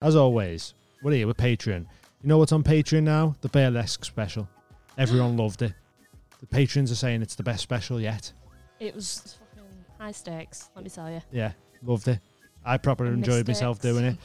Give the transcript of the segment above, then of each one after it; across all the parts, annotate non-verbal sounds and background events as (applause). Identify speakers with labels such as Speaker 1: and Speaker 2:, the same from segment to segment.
Speaker 1: As always, we're here with Patreon. You know what's on Patreon now? The Burlesque special. Everyone loved it. The patrons are saying it's the best special yet.
Speaker 2: It was fucking high stakes, let me tell you.
Speaker 1: Yeah, loved it. I properly
Speaker 2: I missed
Speaker 1: enjoyed myself
Speaker 2: it.
Speaker 1: doing it.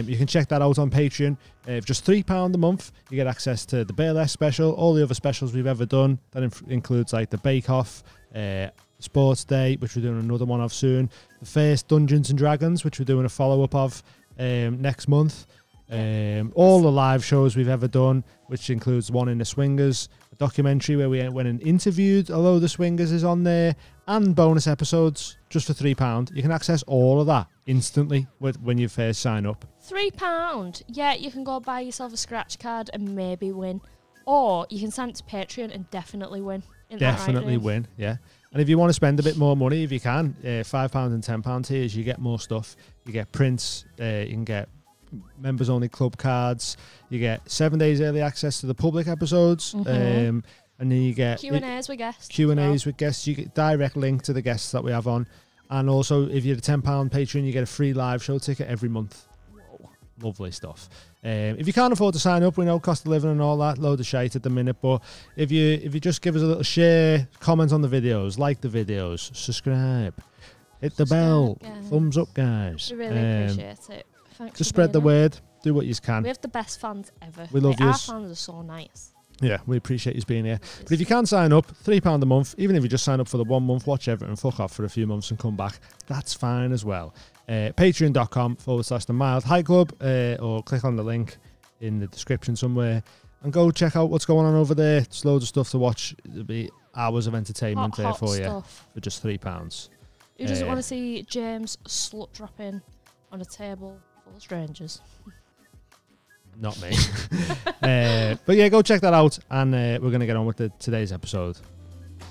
Speaker 1: Um, you can check that out on Patreon. Uh, for just £3 a month, you get access to the Burlesque special, all the other specials we've ever done. That inf- includes like the Bake Off, uh, Sports Day, which we're doing another one of soon, the first Dungeons and Dragons, which we're doing a follow up of um, next month, um, all the live shows we've ever done, which includes one in the Swingers, a documentary where we went and interviewed a load of the Swingers is on there, and bonus episodes just for £3. You can access all of that instantly with, when you first sign up.
Speaker 2: Three pound. Yeah, you can go buy yourself a scratch card and maybe win, or you can send it to Patreon and definitely win. Isn't that right,
Speaker 1: Definitely
Speaker 2: Dave?
Speaker 1: win, yeah. And if you want to spend a bit more money, if you can, uh, five pounds and ten pounds tiers, you get more stuff. You get prints, uh, you can get members only club cards. You get seven days early access to the public episodes,
Speaker 2: Mhm.
Speaker 1: um, and then you get
Speaker 2: Q and A's with guests. as
Speaker 1: Q and
Speaker 2: well.
Speaker 1: A's with guests. You get direct link to the guests that we have on, and also if you're a ten pound patron, you get a free live show ticket every month. Lovely stuff. Um, if you can't afford to sign up, we know cost of living and all that, load of shite at the minute. But if you if you just give us a little share, comment on the videos, like the videos, subscribe, hit the bell,
Speaker 2: Subscribe, guys.
Speaker 1: thumbs up, guys.
Speaker 2: We really
Speaker 1: Um,
Speaker 2: appreciate it.
Speaker 1: Just
Speaker 2: Thanks. for
Speaker 1: spread the
Speaker 2: being here.
Speaker 1: word. Do what you can.
Speaker 2: We have the best fans ever.
Speaker 1: We love
Speaker 2: like, Our
Speaker 1: yous.
Speaker 2: fans are so nice.
Speaker 1: Yeah, we appreciate you being here. But if you can't sign up, £3 a month, even if you just sign up for the one month, watch everything, fuck off for a few months and come back, that's fine as well. Uh, Patreon.com forward slash the mild high club, uh, or click on the link in the description somewhere and go check out what's going on over there. It's loads of stuff to watch. There'll be hours of entertainment
Speaker 2: hot,
Speaker 1: there
Speaker 2: hot
Speaker 1: for you
Speaker 2: stuff.
Speaker 1: for just £3.
Speaker 2: Who doesn't
Speaker 1: Uh,
Speaker 2: want to see James slut dropping on a table full of strangers?
Speaker 1: Not me. (laughs) uh, but yeah, go check that out, and uh, we're going to get on with the, today's episode.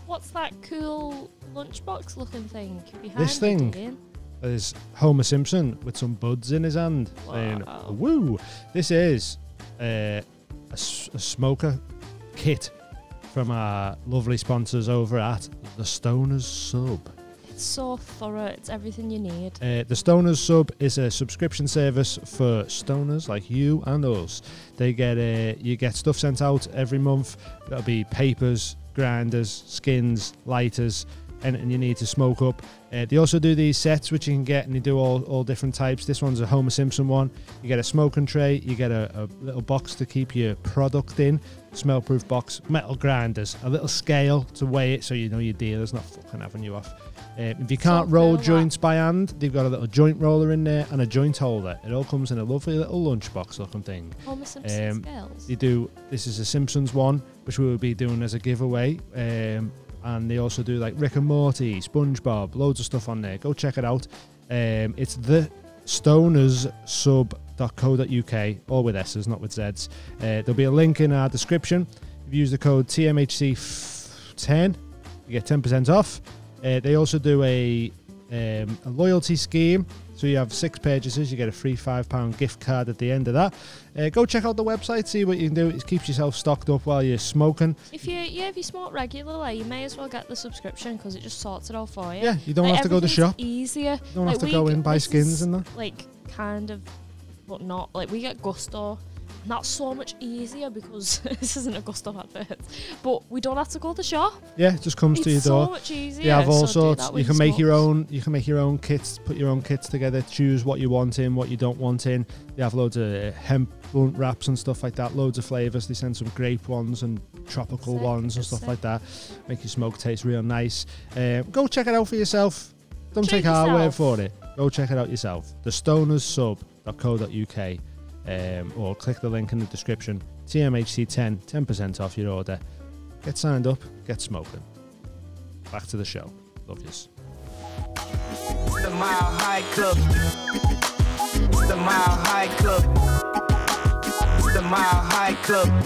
Speaker 2: What's that cool lunchbox looking thing behind
Speaker 1: This
Speaker 2: you,
Speaker 1: thing.
Speaker 2: Dean?
Speaker 1: is Homer Simpson with some buds in his hand saying,
Speaker 2: Wow.
Speaker 1: Woo! This is uh, a, s- a smoker kit from our lovely sponsors over at The Stoners Sub.
Speaker 2: It's so thorough. It's everything you need.
Speaker 1: Uh, the Stoners Sub is a subscription service for stoners like you and us. They get uh, you get stuff sent out every month. That'll be papers, grinders, skins, lighters, anything you need to smoke up. Uh, they also do these sets which you can get, and they do all, all different types. This one's a Homer Simpson one. You get a smoking tray. You get a, a little box to keep your product in, smell-proof box, metal grinders, a little scale to weigh it so you know your dealer's not fucking having you off. Um, if you can't
Speaker 2: Something
Speaker 1: roll
Speaker 2: like-
Speaker 1: joints by hand, they've got a little joint roller in there and a joint holder. It all comes in a lovely little lunchbox looking thing.
Speaker 2: Homer Simpson
Speaker 1: Um,
Speaker 2: scales.
Speaker 1: They do this is a Simpsons one, which we will be doing as a giveaway. Um, and they also do like Rick and Morty, SpongeBob, loads of stuff on there. Go check it out. Um, it's the stonerssub.co.uk, all with S's, not with Z's. Uh, there'll be a link in our description. If you use the code TMHC10, you get 10% off. Uh, they also do a, um, a loyalty scheme. So you have six purchases, you get a free £5 gift card at the end of that. Uh, go check out the website, see what you can do. It keeps yourself stocked up while you're smoking.
Speaker 2: If you yeah, if you smoke regularly, you may as well get the subscription because it just sorts it all for you.
Speaker 1: Yeah, you don't
Speaker 2: Like,
Speaker 1: have to go to
Speaker 2: everything's
Speaker 1: shop.
Speaker 2: Easier.
Speaker 1: You don't
Speaker 2: Like,
Speaker 1: have to
Speaker 2: we
Speaker 1: go
Speaker 2: g-
Speaker 1: in buy
Speaker 2: this
Speaker 1: skins
Speaker 2: is
Speaker 1: and that.
Speaker 2: Like kind of, but not like we get Gusto. And that's so much easier because (laughs) this isn't a Gusto advert, but we don't have to go to the shop.
Speaker 1: Yeah, it just comes
Speaker 2: It's
Speaker 1: to your
Speaker 2: so
Speaker 1: door.
Speaker 2: much easier.
Speaker 1: you have all
Speaker 2: so do
Speaker 1: sorts.
Speaker 2: that
Speaker 1: You
Speaker 2: with
Speaker 1: can make your
Speaker 2: smokes.
Speaker 1: own. You can make your own kits. Put your own kits together. Choose what you want in, what you don't want in. They have loads of uh, hemp blunt wraps and stuff like that. Loads of flavors. They send some grape ones and tropical
Speaker 2: Sick,
Speaker 1: ones and stuff
Speaker 2: sick.
Speaker 1: like that. Make your smoke taste real nice. Um, go check it out for yourself. Don't
Speaker 2: Treat
Speaker 1: take our word
Speaker 2: yourself.
Speaker 1: for it. Go check it out yourself. TheStonersSub.co.uk um, or click the link in the description. TMHC 10, 10% off your order. Get signed up, get smoking. Back to the show. Love yous.
Speaker 3: The Mile High Club. The Mile High Club. The Mile High Club.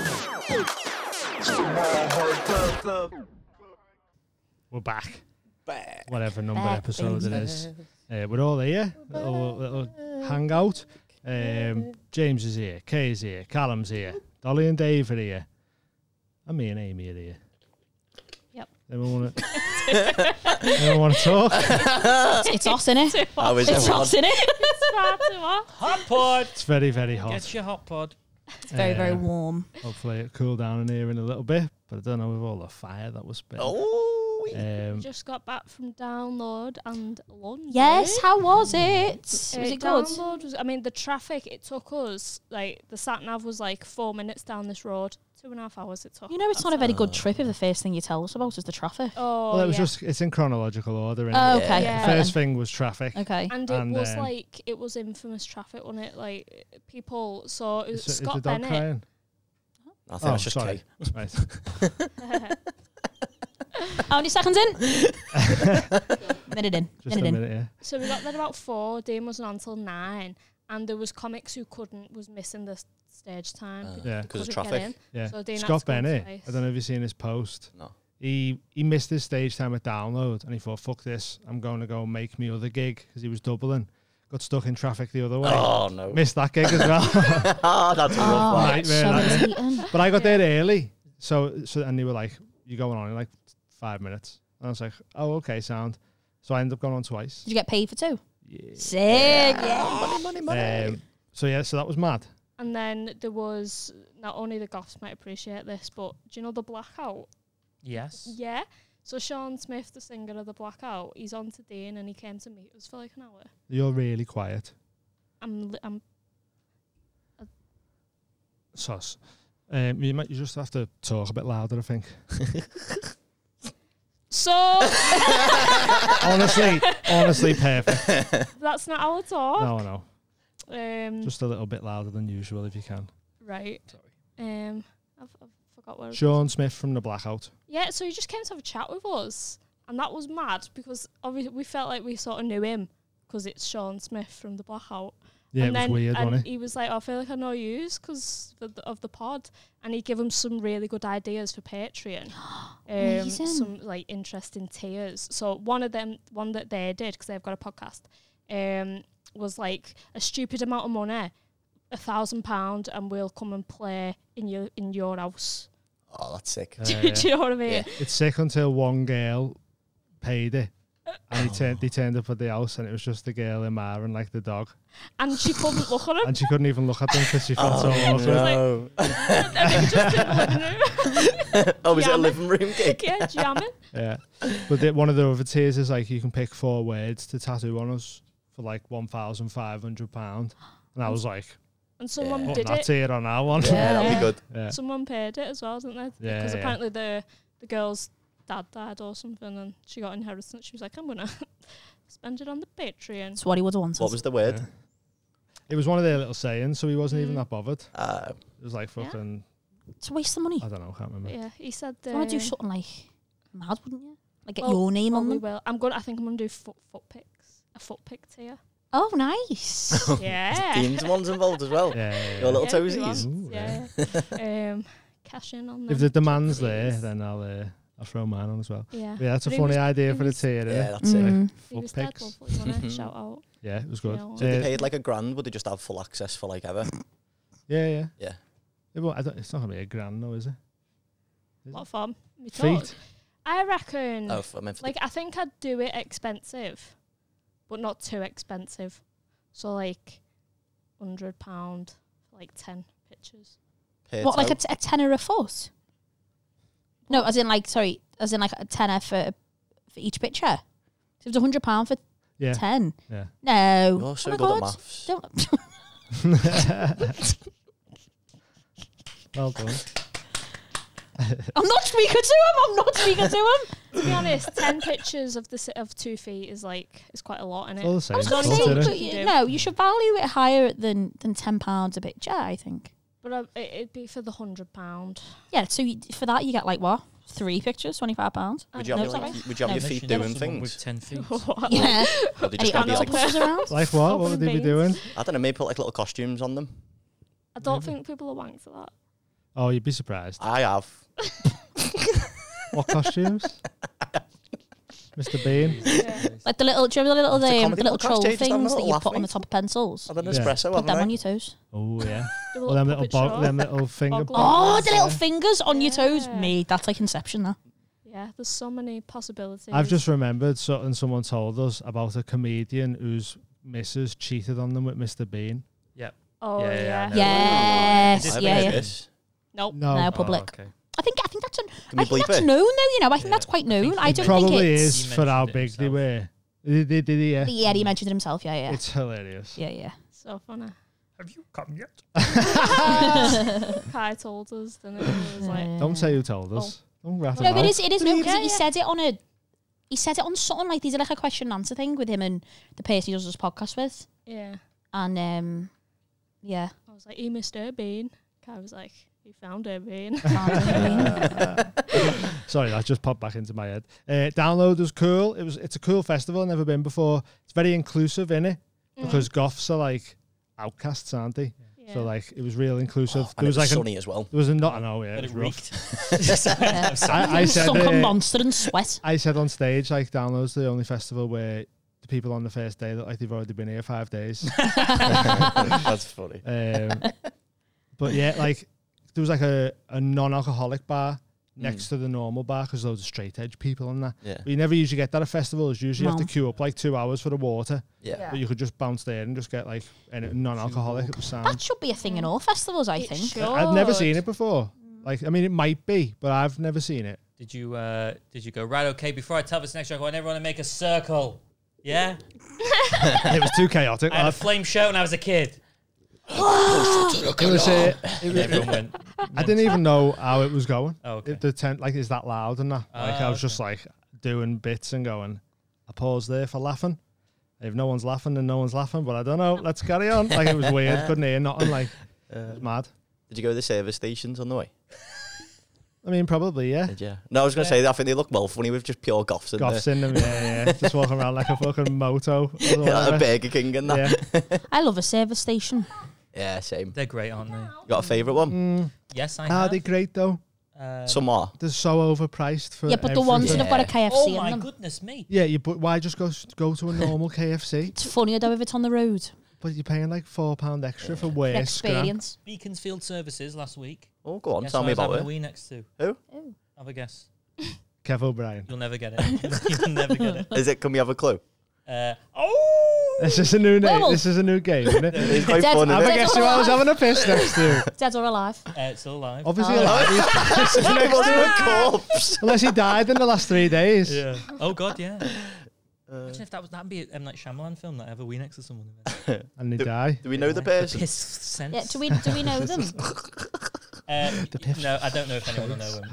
Speaker 3: The Mile High Club. Club.
Speaker 1: We're back. Whatever number
Speaker 2: Back
Speaker 1: episode it is.
Speaker 2: business.
Speaker 1: Uh, we're all here. Little, little hangout. Um, James is here. Kay is here. Callum's here. Dolly and Dave are here. And me and Amy are here.
Speaker 2: Yep.
Speaker 1: Anyone want to? anyone want to talk?
Speaker 4: It's us, innit?
Speaker 2: Too
Speaker 5: How
Speaker 2: hot. (laughs)
Speaker 5: is
Speaker 4: It's
Speaker 5: everyone?
Speaker 4: us, innit?
Speaker 2: It's far too hot.
Speaker 1: (laughs)
Speaker 6: Hot pod.
Speaker 1: It's very very hot.
Speaker 6: Get your hot pod.
Speaker 4: It's very, very
Speaker 1: Uh,
Speaker 4: warm.
Speaker 1: Hopefully it'll cool down in here in a little bit. But I don't know with all the fire that was spent.
Speaker 5: Oh, yeah.
Speaker 1: Um,
Speaker 2: Just got back from download and London.
Speaker 4: Yes, how was it? Was
Speaker 2: Uh,
Speaker 4: it good?
Speaker 2: download was. I mean, the traffic it took us like the sat nav was like four minutes down this road, two and a half hours it took.
Speaker 4: You know, it's
Speaker 2: That's
Speaker 4: not a very
Speaker 2: all.
Speaker 4: good trip if the first thing you tell us about is the traffic.
Speaker 2: Oh,
Speaker 1: well, it was
Speaker 2: yeah.
Speaker 1: just it's in chronological order. innit?
Speaker 4: Oh, okay.
Speaker 2: Yeah.
Speaker 1: The
Speaker 4: okay
Speaker 1: first
Speaker 4: then.
Speaker 1: thing was traffic.
Speaker 4: Okay.
Speaker 2: And it
Speaker 1: And
Speaker 2: was
Speaker 1: then-
Speaker 2: like it was infamous traffic, wasn't it? Like people saw it was
Speaker 1: Is- is the
Speaker 2: Scott
Speaker 1: dog
Speaker 2: Bennett.
Speaker 1: crying?
Speaker 5: I think
Speaker 1: Oh,
Speaker 5: that's just
Speaker 1: sorry.
Speaker 5: Kate.
Speaker 1: Right.
Speaker 4: How many seconds in?
Speaker 1: (laughs)
Speaker 4: minute in.
Speaker 1: Just a
Speaker 4: minute in.
Speaker 1: minute, yeah.
Speaker 2: (laughs) so we got there about four. Dean wasn't on till nine, and there was comics who couldn't was missing the s- stage time.
Speaker 5: Uh,
Speaker 2: because
Speaker 1: Yeah.
Speaker 2: they
Speaker 5: Because of
Speaker 2: couldn't get
Speaker 5: traffic.
Speaker 2: in.
Speaker 1: Yeah.
Speaker 2: So Dean had
Speaker 1: Scott
Speaker 2: to go into
Speaker 1: Bennett.
Speaker 2: place.
Speaker 1: I don't know if you've seen his post.
Speaker 5: No.
Speaker 1: He he missed his stage time at download, and he thought, "Fuck this! I'm going to go make me other gig because he was doubling. Got stuck in traffic the other way.
Speaker 5: Oh, no.
Speaker 1: Missed that gig as well.
Speaker 5: (laughs) Ah, that's a rough
Speaker 4: Oh,
Speaker 5: one.
Speaker 1: Nightmare,
Speaker 4: so
Speaker 1: that,
Speaker 4: it's eaten.
Speaker 1: but I got there early, so so and they were like, "You're going on in like five minutes," and I was like, "Oh, okay, sound." So I ended up going on twice.
Speaker 4: Did you get paid for two?
Speaker 1: Yeah.
Speaker 4: Sick. Yeah.
Speaker 5: Money, money, money.
Speaker 1: Um, so yeah, so that was mad.
Speaker 2: And then there was not only the goths might appreciate this, but do you know the blackout?
Speaker 6: Yes.
Speaker 2: Yeah. So Sean Smith, the singer of the blackout, he's on to Dean and he came to meet us for like an hour.
Speaker 1: You're really quiet,
Speaker 2: I'm li- I'm
Speaker 1: sus. Um, you might you just have to talk a bit louder, I think. (laughs)
Speaker 2: so (laughs)
Speaker 1: honestly, honestly, perfect.
Speaker 2: that's not our talk.
Speaker 1: No, no,
Speaker 2: Um,
Speaker 1: just a little bit louder than usual if you can.
Speaker 2: right. Um, I've, I've forgot where. I was
Speaker 1: Sean Smith from the Blackout.
Speaker 2: Yeah, so he just came to have a chat with us, and that was mad because obviously we felt like we sort of knew him because it's Sean Smith from the Blackout.
Speaker 1: Yeah,
Speaker 2: and
Speaker 1: it was
Speaker 2: then,
Speaker 1: weird,
Speaker 2: and (laughs)
Speaker 1: wasn't it?
Speaker 2: He was like, "I feel like I know yous because of the pod," and he gave him some really good ideas for Patreon. Um,
Speaker 4: Amazing.
Speaker 2: some like interesting tiers. So one of them, one that they did because they've got a podcast, um, was like a stupid amount of money, a thousand pound, and we'll come and play in your in your house.
Speaker 5: Oh, that's sick.
Speaker 1: Uh,
Speaker 2: (laughs) Do you know what I mean?
Speaker 5: Yeah.
Speaker 1: it's sick until one girl paid it, and
Speaker 5: Oh.
Speaker 1: he turned. They turned up at the house, and it was just the girl in Mar and like the dog,
Speaker 2: and she couldn't look at him.
Speaker 1: (laughs) and she couldn't even look at them because she felt so
Speaker 5: Oh,
Speaker 1: awkward.
Speaker 5: no.
Speaker 2: and they (laughs) just didn't live in it.
Speaker 5: Oh, was it a
Speaker 2: Yeah.
Speaker 5: living room gig?
Speaker 2: (laughs) yeah, jamming.
Speaker 1: Yeah, but the, one of the other tiers is like you can pick four words to tattoo on us for like one thousand five hundred pound, and I was like,
Speaker 2: And someone
Speaker 1: put
Speaker 2: did
Speaker 1: that
Speaker 2: it.
Speaker 1: tier on that one.
Speaker 5: Yeah, that'll
Speaker 4: Yeah.
Speaker 5: be good.
Speaker 1: Yeah.
Speaker 2: Someone paid it as well, didn't
Speaker 1: (laughs)
Speaker 2: they?
Speaker 1: Yeah,
Speaker 2: Because
Speaker 1: yeah.
Speaker 2: apparently the the girl's dad died or something, and she got inheritance. She was like, "I'm gonna (laughs) spend it on the Patreon."
Speaker 4: That's what he would have wanted.
Speaker 5: What was the word?
Speaker 1: Yeah. It was one of their little sayings, so he wasn't even
Speaker 2: Mm.
Speaker 1: that bothered.
Speaker 4: (laughs)
Speaker 5: Uh,
Speaker 1: It was like
Speaker 2: Yeah.
Speaker 1: fucking,
Speaker 4: to waste the money.
Speaker 1: I don't know, can't remember.
Speaker 2: But yeah, he said.
Speaker 4: You
Speaker 2: Uh,
Speaker 4: want to do something like mad, wouldn't you? Like get
Speaker 2: Well,
Speaker 4: your name
Speaker 2: well,
Speaker 4: on
Speaker 2: we
Speaker 4: them.
Speaker 2: will. I'm gonna. I think I'm gonna do foot foot picks. A foot pick
Speaker 1: (laughs)
Speaker 2: tier.
Speaker 4: Oh, nice.
Speaker 2: yeah.
Speaker 5: Dean's one's involved
Speaker 2: (laughs)
Speaker 5: as well.
Speaker 1: Yeah, yeah,
Speaker 5: Your little
Speaker 2: Yeah, if you
Speaker 5: toesies.
Speaker 1: Ooh,
Speaker 2: want.
Speaker 1: yeah.
Speaker 2: Yeah. (laughs) um, cash in on them.
Speaker 1: If the demand's there,
Speaker 2: Please.
Speaker 1: then I'll uh, I'll throw mine on as well.
Speaker 2: yeah.
Speaker 1: Yeah, that's a
Speaker 2: But he
Speaker 1: funny
Speaker 2: was-
Speaker 1: idea
Speaker 2: he
Speaker 1: for the
Speaker 2: was-
Speaker 1: tier.
Speaker 5: Yeah,
Speaker 1: Yeah,
Speaker 5: that's it.
Speaker 4: Mm.
Speaker 2: He was
Speaker 1: Foot
Speaker 2: dead.
Speaker 1: picks.
Speaker 2: lovely,
Speaker 1: (laughs)
Speaker 2: wasn't he? Shout out.
Speaker 1: Yeah, it was good.
Speaker 2: Yeah.
Speaker 5: So if
Speaker 1: Uh,
Speaker 5: they paid like a grand, would they just have full access for like ever?
Speaker 1: yeah, yeah.
Speaker 5: Yeah.
Speaker 1: It won't- I don't- it's not gonna be a grand though, is it?
Speaker 2: What form? Me talk.
Speaker 1: Feet.
Speaker 2: I
Speaker 4: Mm.
Speaker 2: reckon.
Speaker 5: Oh, f- I meant for
Speaker 2: Like I think I'd do it expensive, but not too expensive. So like, hundred pound, like ten pictures.
Speaker 5: the paid
Speaker 4: What, like a,
Speaker 5: out.
Speaker 4: t- a tenner a foot? No, as in like, sorry, as in like a tenner for for each picture. So it was £100 for
Speaker 1: Yeah.
Speaker 4: 10.
Speaker 1: Yeah. (laughs)
Speaker 4: No.
Speaker 5: You're so
Speaker 4: oh my
Speaker 5: good
Speaker 4: God.
Speaker 5: at maths.
Speaker 4: Don't- (laughs)
Speaker 1: well done.
Speaker 4: I'm not speaking to him. I'm not speaking
Speaker 5: (laughs)
Speaker 4: to him.
Speaker 2: To be honest, ten pictures of the si- of two feet is like is quite a lot, is
Speaker 1: It's all
Speaker 2: it?
Speaker 1: the same.
Speaker 2: was gonna
Speaker 1: colour,
Speaker 2: say,
Speaker 1: isn't it?
Speaker 2: but-
Speaker 4: you, no, you should value it higher than than ten pounds a picture. I think.
Speaker 2: But I, it- it'd be for the hundred pound.
Speaker 4: Yeah. So you, for that, you get like what three pictures, twenty five pounds.
Speaker 5: Would you have,
Speaker 4: No,
Speaker 5: your,
Speaker 4: sorry.
Speaker 2: (laughs)
Speaker 5: like, y- would you have your feet doing
Speaker 6: With
Speaker 5: things? (laughs)
Speaker 6: ten feet.
Speaker 4: Yeah.
Speaker 5: Or they
Speaker 4: Any
Speaker 5: just gonna be
Speaker 4: animal
Speaker 5: like, (laughs)
Speaker 4: pictures around?
Speaker 1: Like what? What
Speaker 2: Open
Speaker 1: would they be
Speaker 2: veins.
Speaker 1: doing?
Speaker 5: I don't know, maybe put like little costumes on them.
Speaker 2: I don't
Speaker 1: Maybe.
Speaker 2: think people are wanked at that.
Speaker 1: Oh, you'd be surprised.
Speaker 5: I have.
Speaker 1: What costumes?
Speaker 2: (laughs)
Speaker 1: Mr. Bean.
Speaker 4: Like the little, do you remember the
Speaker 5: It's a
Speaker 4: little, um,
Speaker 5: comedy
Speaker 4: the little
Speaker 5: podcast,
Speaker 4: troll
Speaker 5: yeah, just have a
Speaker 4: things that
Speaker 5: little
Speaker 4: you
Speaker 5: laugh
Speaker 4: put on the
Speaker 5: with.
Speaker 4: top of pencils?
Speaker 5: I've had an
Speaker 1: Yeah.
Speaker 5: espresso,
Speaker 4: Put them
Speaker 5: haven't I?
Speaker 4: on your toes.
Speaker 1: Oh yeah.
Speaker 2: The
Speaker 1: Well, them little
Speaker 2: puppet
Speaker 1: bo-
Speaker 2: show.
Speaker 1: them little finger.
Speaker 2: Bog
Speaker 4: Oh, the little
Speaker 1: Yeah.
Speaker 4: fingers on your toes.
Speaker 2: Yeah.
Speaker 4: Me, that's like Inception. That.
Speaker 2: Yeah. Yeah, there's so many possibilities.
Speaker 1: I've just remembered something someone told us about a comedian whose missus cheated on them with Mr. Bean.
Speaker 2: Oh
Speaker 6: Yeah,
Speaker 2: yeah.
Speaker 6: yeah, I know.
Speaker 4: Yes,
Speaker 6: Is
Speaker 5: I
Speaker 6: it
Speaker 4: yeah,
Speaker 5: think
Speaker 4: yeah.
Speaker 6: Disney?
Speaker 5: this.
Speaker 2: Nope.
Speaker 1: No,
Speaker 4: No, public.
Speaker 6: okay.
Speaker 4: I think I think that's an,
Speaker 5: Can
Speaker 4: I
Speaker 5: we
Speaker 4: think
Speaker 5: bleep
Speaker 4: that's
Speaker 5: it?
Speaker 4: known though. You know, I think
Speaker 6: Yeah.
Speaker 4: that's quite known.
Speaker 6: It
Speaker 4: I don't think
Speaker 1: probably
Speaker 4: it's,
Speaker 1: is
Speaker 6: He
Speaker 1: for how
Speaker 6: mentioned it
Speaker 1: big they
Speaker 6: himself.
Speaker 1: were. Did, did, did, yeah.
Speaker 4: Yeah, he mentioned it himself. Yeah, yeah,
Speaker 1: It's hilarious.
Speaker 4: yeah, yeah.
Speaker 2: So funny.
Speaker 6: Have you come yet?
Speaker 2: Kai told us, then it was like,
Speaker 1: Don't say who told us. Don't rat
Speaker 4: No,
Speaker 1: him
Speaker 4: but it
Speaker 1: out.
Speaker 4: is. It is no because
Speaker 2: Yeah,
Speaker 4: he
Speaker 2: yeah.
Speaker 4: said it on a. He said it on something like these are like a question and answer thing with him and the person he does his podcast with,
Speaker 2: yeah.
Speaker 4: and um, yeah. (laughs)
Speaker 2: I was like, he missed her bean. Kai was like, he found
Speaker 1: (laughs)
Speaker 2: her bean.
Speaker 1: (laughs)
Speaker 2: Mm,
Speaker 1: Sorry, that just popped back into my head. Uh, Download was cool. It was. It's a cool festival. I've never been before. It's very inclusive in it because goths are like outcasts, aren't they?
Speaker 2: Mm. Yeah.
Speaker 1: So like, it was real inclusive.
Speaker 5: Oh, and
Speaker 1: there was,
Speaker 5: it was
Speaker 1: like
Speaker 5: sunny as well.
Speaker 1: (laughs) A,
Speaker 5: (laughs)
Speaker 1: there was a not. I know. Yeah, it
Speaker 6: But
Speaker 1: was
Speaker 6: it
Speaker 1: rough.
Speaker 6: reeked.
Speaker 1: I, I said.
Speaker 4: Sunk a
Speaker 1: Uh,
Speaker 4: monster and sweat.
Speaker 1: I said on stage like, Download's the only festival where the people on the first day look like they've already been here five days.
Speaker 5: That's funny.
Speaker 1: Um, but yeah, like there was like a, a non-alcoholic bar
Speaker 6: Hmm.
Speaker 1: next to the normal bar because there was straight edge people and that.
Speaker 5: Yeah.
Speaker 1: But you never usually get that at festivals. You usually have
Speaker 4: No.
Speaker 1: to queue up like two hours for the water,
Speaker 5: Yeah.
Speaker 1: but you could just bounce there and just get like any non-alcoholic. It was
Speaker 4: That
Speaker 1: sound.
Speaker 4: should be a thing in all festivals. I think.
Speaker 1: I've never seen it before. Like I mean, it might be, but I've never seen
Speaker 6: (coughs)
Speaker 1: it.
Speaker 6: Did you uh, did you go right? Okay, before I tell this next joke, I want everyone to make a circle. Yeah,
Speaker 1: it was too chaotic.
Speaker 6: I had a
Speaker 1: lad.
Speaker 6: flame show when I was
Speaker 1: (laughs)
Speaker 6: a kid.
Speaker 1: It was. Uh,
Speaker 6: And everyone went.
Speaker 1: I didn't even know how it was going.
Speaker 6: Oh, okay.
Speaker 1: If the tent like is that loud and that. Like I
Speaker 6: Ah,
Speaker 1: was just like doing bits and going. I paused there for laughing. If no one's laughing, then no one's laughing. But I don't know. Let's carry on. Like
Speaker 5: (laughs)
Speaker 1: it was weird. Couldn't hear nothing. Like
Speaker 5: Uh,
Speaker 1: it was mad.
Speaker 5: Did you go to the service stations on the way?
Speaker 1: I mean, probably yeah.
Speaker 5: Did you? No, I was going to say that I think they look well funny with just pure goths in
Speaker 1: Goths in them. Yeah, yeah. Just walking around like a fucking
Speaker 5: (laughs)
Speaker 1: moto. or
Speaker 5: there. Yeah, like a
Speaker 1: whatever.
Speaker 5: Burger King and that. Yeah,
Speaker 1: Yeah.
Speaker 4: I love a service station.
Speaker 5: same.
Speaker 6: They're great, aren't they?
Speaker 5: You got a favourite one?
Speaker 6: Yes, I
Speaker 1: Are
Speaker 6: have.
Speaker 1: they great though?
Speaker 6: Uh,
Speaker 5: Some are.
Speaker 1: They're so overpriced for.
Speaker 4: Yeah, but the ones that
Speaker 1: everything.
Speaker 4: have got a
Speaker 5: Yeah.
Speaker 4: KFC
Speaker 6: oh
Speaker 4: in
Speaker 6: my
Speaker 4: them.
Speaker 6: goodness me!
Speaker 1: Yeah, you but why just go s- go
Speaker 5: (laughs)
Speaker 1: to a normal KFC?
Speaker 4: It's funnier though if it's on the road.
Speaker 1: But you're paying like four pound extra for waste. (laughs)
Speaker 4: Experience.
Speaker 6: Beaconsfield Services last week.
Speaker 5: Oh, go on,
Speaker 6: Guess
Speaker 5: tell
Speaker 6: who
Speaker 5: me
Speaker 6: I was
Speaker 5: about
Speaker 6: having
Speaker 5: it.
Speaker 6: a wee next to.
Speaker 5: Who?
Speaker 6: Have a guess.
Speaker 1: Kev O'Brien. (laughs)
Speaker 6: You'll never get it. (laughs) You'll never get
Speaker 4: (laughs)
Speaker 6: it.
Speaker 5: Is it? Can we have a clue?
Speaker 6: Uh, oh,
Speaker 1: This is a new name.
Speaker 4: Werewolf.
Speaker 1: This is a new game, isn't it?
Speaker 5: It's quite
Speaker 4: Dead.
Speaker 5: fun,
Speaker 1: I
Speaker 5: isn't it?
Speaker 1: guess who I was having a piss next to.
Speaker 4: Dead or alive.
Speaker 6: uh, it's still
Speaker 1: (laughs)
Speaker 6: alive.
Speaker 1: Obviously, alive.
Speaker 5: Everyone's a corpse.
Speaker 1: unless he died in the last three days.
Speaker 6: (laughs) Yeah. Oh God, yeah. Imagine if that was that'd be an M Night Shyamalan film that I have a wee next to someone. in it.
Speaker 1: And he died.
Speaker 5: Do we know the person?
Speaker 6: (laughs) Piss sense.
Speaker 4: Yeah, do we do
Speaker 1: (laughs)
Speaker 4: we know them?
Speaker 6: Uh,
Speaker 1: piff.
Speaker 6: no, I don't know if anyone will know them.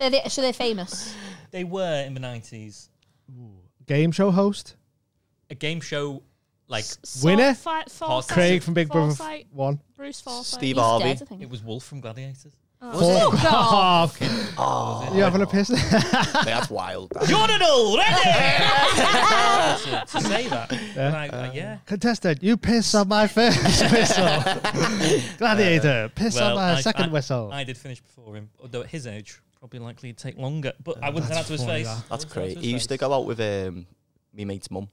Speaker 4: They're the, so they're famous.
Speaker 6: They were in the nineties
Speaker 1: Game show host.
Speaker 6: a game show like
Speaker 1: Winner?
Speaker 2: Fi- Forsyth-
Speaker 1: Craig from Big Brother
Speaker 2: Forsyth-
Speaker 1: f- One.
Speaker 2: Bruce Forsyth. Uh,
Speaker 5: Steve
Speaker 4: He's
Speaker 5: Harvey.
Speaker 4: dead, I
Speaker 5: (laughs)
Speaker 4: think.
Speaker 6: it was Wolf from Gladiators.
Speaker 1: Fuck (laughs) off.
Speaker 5: Oh,
Speaker 1: You having a piss? (laughs)
Speaker 5: that's wild.
Speaker 6: Urinal ready.
Speaker 4: (laughs)
Speaker 6: to, to say that, yeah. Like, uh, yeah.
Speaker 1: Contestant, you piss on my first whistle. Gladiator, piss on
Speaker 6: Well,
Speaker 1: my
Speaker 6: I-
Speaker 1: second
Speaker 6: I-
Speaker 1: whistle.
Speaker 6: I did finish before him, although at his age probably likely to take longer. But I wouldn't say that
Speaker 1: that's
Speaker 6: to his
Speaker 1: funny,
Speaker 6: face.
Speaker 1: that.
Speaker 5: That's
Speaker 6: Wouldn't say that
Speaker 5: great.
Speaker 6: his
Speaker 5: He used to
Speaker 6: face.
Speaker 5: go out with um, me mate's mum.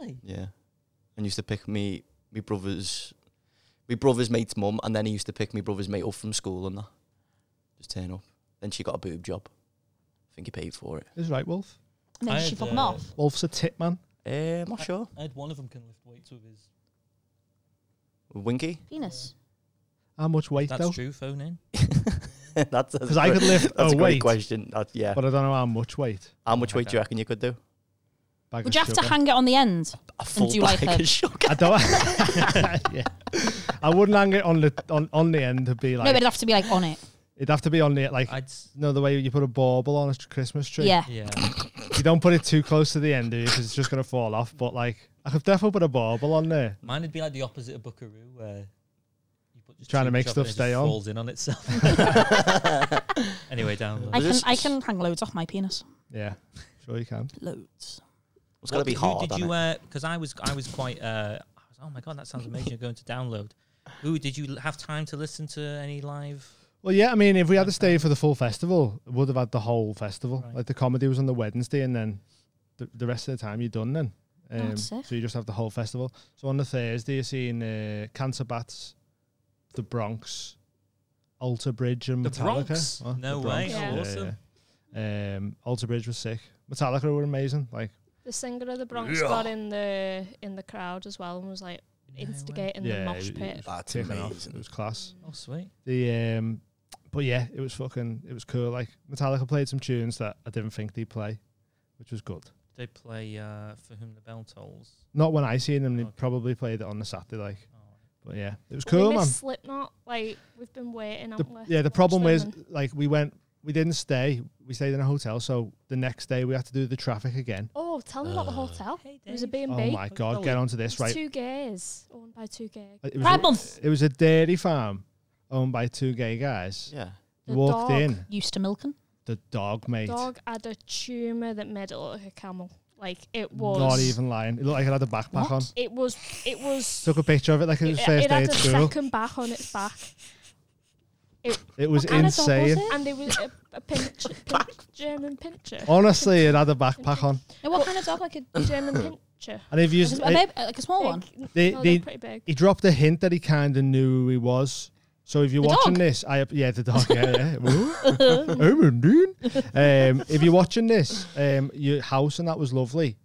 Speaker 6: Really?
Speaker 5: Yeah, and used to pick me, me brother's, me brother's mate's mum, and then he used to pick me brother's mate up from school and that. Just turn up. Then she got a boob job. I think he paid for it.
Speaker 1: Is right, Wolf.
Speaker 4: And
Speaker 6: I
Speaker 4: then she
Speaker 6: had,
Speaker 4: fuck them
Speaker 6: uh,
Speaker 4: off.
Speaker 1: Wolf's a tit man.
Speaker 5: Eh, I'm not sure.
Speaker 6: I had one of them can lift weights with his.
Speaker 5: Winky. (laughs)
Speaker 4: Penis.
Speaker 1: How much weight
Speaker 6: That's
Speaker 1: though?
Speaker 6: true. Phone in.
Speaker 5: that's
Speaker 1: Because I could lift
Speaker 5: That's
Speaker 1: a
Speaker 5: a great
Speaker 1: weight,
Speaker 5: question. That, yeah.
Speaker 1: but I don't know how much weight.
Speaker 5: How much weight do you
Speaker 1: Okay.
Speaker 5: reckon you could do?
Speaker 1: Bag
Speaker 4: Would
Speaker 1: of
Speaker 4: you have to
Speaker 1: sugar.
Speaker 4: hang it on the end?
Speaker 5: A full
Speaker 4: do you like
Speaker 5: bag
Speaker 4: it?
Speaker 5: of sugar.
Speaker 1: I don't. (laughs) yeah. I wouldn't hang it on the on, on the end to be
Speaker 4: no,
Speaker 1: like.
Speaker 4: but it'd have to be like on it.
Speaker 1: it'd have to be on the like.
Speaker 6: I'd. s-
Speaker 1: No, the way you put a bauble on a Christmas tree.
Speaker 4: Yeah.
Speaker 6: Yeah.
Speaker 1: (laughs) You don't put it too close to the end, do you? Because it's just going to fall off. But, like, I could definitely put a bauble on there.
Speaker 6: Mine would be like the opposite of Buckaroo, where you put just
Speaker 1: Trying to
Speaker 6: too
Speaker 1: make
Speaker 6: much of
Speaker 1: stuff
Speaker 6: it and it just
Speaker 1: stay on.
Speaker 6: Falls in on itself. (laughs) anyway, down.
Speaker 4: I
Speaker 5: Was
Speaker 4: can
Speaker 5: this-
Speaker 4: I can hang loads off my penis.
Speaker 1: Yeah. Sure you can.
Speaker 4: Loads.
Speaker 5: It's got to be
Speaker 6: Who
Speaker 5: hard.
Speaker 6: Did
Speaker 5: hasn't
Speaker 6: you?
Speaker 5: it?
Speaker 6: Because I was I was quite. Uh, I was, oh my god, that sounds amazing. You're going to download. Who did you l- have time to listen to any live?
Speaker 1: Well, yeah, I mean, if we had to stay for the full festival, we would have had the whole festival. Like, the comedy was on the Wednesday, and then the, the rest of the time you're done then.
Speaker 2: Oh,
Speaker 1: Um,
Speaker 4: That's it.
Speaker 1: so you just have the whole festival. So on the Thursday, you're seeing uh, Cancer Bats, The Bronx, Alter Bridge, and
Speaker 6: The
Speaker 1: Metallica.
Speaker 6: Bronx?
Speaker 1: Oh,
Speaker 6: No
Speaker 1: The Bronx.
Speaker 6: way. Oh, awesome.
Speaker 1: Um, Alter Bridge was sick. Metallica were amazing. Like
Speaker 2: The singer of the Bronx got in the in the crowd as well and was like
Speaker 6: No way.
Speaker 2: instigating the
Speaker 1: yeah,
Speaker 2: mosh
Speaker 1: it- it
Speaker 2: pit. Mm.
Speaker 1: was
Speaker 5: That's
Speaker 1: kicking off.
Speaker 5: amazing.
Speaker 1: It was class.
Speaker 6: Oh, sweet.
Speaker 1: The um, but yeah, it was fucking. It was cool. Like Metallica played some tunes that I didn't think they'd play, which was good.
Speaker 6: They play uh, For Whom the Bell Tolls.
Speaker 1: Not when I seen them. They
Speaker 6: Okay.
Speaker 1: probably played it on the Saturday. Like,
Speaker 6: Oh,
Speaker 1: but yeah, it was
Speaker 2: But we
Speaker 1: cool, man.
Speaker 2: missed Slipknot, like we've been waiting.
Speaker 1: The-
Speaker 2: haven't we,
Speaker 1: yeah,
Speaker 2: to
Speaker 1: the
Speaker 2: watch
Speaker 1: problem
Speaker 2: them
Speaker 1: was
Speaker 2: and-
Speaker 1: like we went, we didn't stay. We stayed in a hotel, so the next day we had to do the traffic again.
Speaker 2: oh, tell me about the
Speaker 5: Uh,
Speaker 2: hotel.
Speaker 6: Hey,
Speaker 2: It was a
Speaker 6: Dave.
Speaker 2: B and
Speaker 1: Oh
Speaker 2: B.
Speaker 1: my god, get onto this right.
Speaker 2: Two gays owned by two gay.
Speaker 1: It was,
Speaker 4: Pride month.
Speaker 1: it was a dairy farm owned by two gay guys.
Speaker 5: Yeah.
Speaker 2: The
Speaker 1: Walked
Speaker 2: dog,
Speaker 1: in,
Speaker 4: Used to milking.
Speaker 1: the dog mate,
Speaker 2: Dog had a tumor that made it look like a camel. Like it was.
Speaker 1: not even lying. It looked like it had a backpack
Speaker 4: What?
Speaker 1: on.
Speaker 2: It was. It was.
Speaker 1: Took a picture of it like it
Speaker 2: It,
Speaker 1: was first
Speaker 2: it
Speaker 1: day
Speaker 2: had
Speaker 1: at
Speaker 2: a
Speaker 1: school.
Speaker 2: second back on its back,
Speaker 1: It was
Speaker 4: What kind of dog was
Speaker 1: insane.
Speaker 4: it?
Speaker 2: and there was a, a
Speaker 4: (laughs)
Speaker 2: pinch, pinch, German pincher,
Speaker 1: Honestly, it had a backpack on,
Speaker 4: No, what kind of dog? Like a,
Speaker 2: German pincher.
Speaker 1: and if you
Speaker 4: is it a baby, like a small one.
Speaker 2: Big-
Speaker 1: they,
Speaker 2: no, they're
Speaker 1: they
Speaker 2: pretty big.
Speaker 1: he dropped a hint that he kind of knew who he was. So if you're
Speaker 4: The
Speaker 1: watching
Speaker 4: dog?
Speaker 1: this, I yeah, the
Speaker 4: (laughs)
Speaker 1: dog, yeah, yeah. Ooh. I'm Indian. um, if you're watching this, um, your house and that was lovely.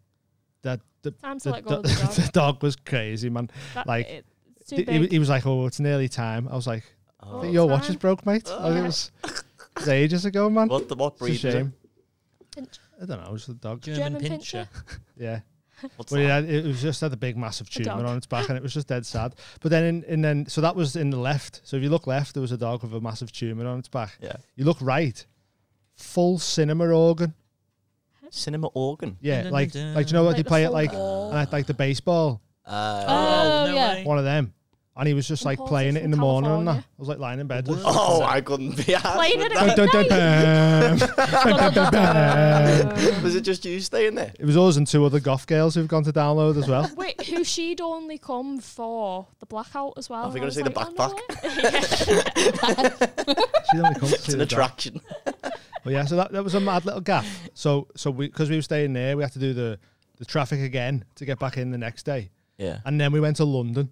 Speaker 1: That the,
Speaker 2: Time to
Speaker 1: the,
Speaker 2: let go of
Speaker 1: do-
Speaker 2: the
Speaker 1: (laughs)
Speaker 2: dog.
Speaker 1: the dog was crazy, man.
Speaker 2: That-
Speaker 1: like,
Speaker 2: it- it's too
Speaker 1: He, he
Speaker 2: big.
Speaker 1: was- he was like, "Oh, it's nearly time." I was like,
Speaker 5: Oh.
Speaker 2: Well,
Speaker 1: "Your
Speaker 2: time.
Speaker 1: watch is broke, mate." I was- it
Speaker 4: (laughs)
Speaker 1: was, it was ages ago, man.
Speaker 5: What the what breed?
Speaker 1: it's a
Speaker 5: is it?
Speaker 1: shame.
Speaker 2: Pinch-
Speaker 1: I don't know. It was the dog.
Speaker 6: German,
Speaker 2: German
Speaker 6: pincher.
Speaker 1: Yeah.
Speaker 5: What's
Speaker 1: Well,
Speaker 5: that?
Speaker 1: it, had, it was just had a big massive
Speaker 2: A
Speaker 1: tumor
Speaker 2: dog.
Speaker 1: on its back, and it was just dead sad. But then, in, and then, so that was in the left. So if you look left, there was a dog with a massive tumor on its back.
Speaker 5: Yeah.
Speaker 1: You look right, full cinema organ.
Speaker 5: Cinema organ.
Speaker 1: Yeah,
Speaker 6: Dun, dun,
Speaker 1: like
Speaker 6: dun,
Speaker 1: like do you know what
Speaker 2: Like
Speaker 1: they
Speaker 2: the
Speaker 1: play it
Speaker 2: full
Speaker 1: like
Speaker 2: ball.
Speaker 1: like, like the baseball,
Speaker 5: Uh,
Speaker 4: Oh,
Speaker 6: no
Speaker 4: yeah.
Speaker 6: way.
Speaker 1: one of them. And he was just
Speaker 2: From
Speaker 1: like
Speaker 2: Paul's
Speaker 1: playing it
Speaker 2: from
Speaker 1: in the morning and that.
Speaker 2: California.
Speaker 1: I was like lying in bed. Like,
Speaker 5: oh, I couldn't be asked.
Speaker 2: Playing it
Speaker 1: dun,
Speaker 2: at
Speaker 1: dun, dun, dun. Dun, dun, dun, dun.
Speaker 5: Was it just you staying there?
Speaker 1: It was us and two other goth girls who've gone to download as
Speaker 5: (laughs)
Speaker 1: well.
Speaker 2: Wait, who she'd only come for the blackout as well.
Speaker 5: Oh, we're
Speaker 2: and I
Speaker 5: gonna
Speaker 2: was
Speaker 5: say the
Speaker 2: oh, no way.
Speaker 1: She only comes to
Speaker 5: It's
Speaker 1: see
Speaker 5: an
Speaker 1: the dog.
Speaker 5: attraction.
Speaker 1: But yeah, so that, that was a mad little gap. So so we because we were staying there, we had to do the the traffic again to get back in the next day,
Speaker 5: Yeah.
Speaker 1: and then we went to London,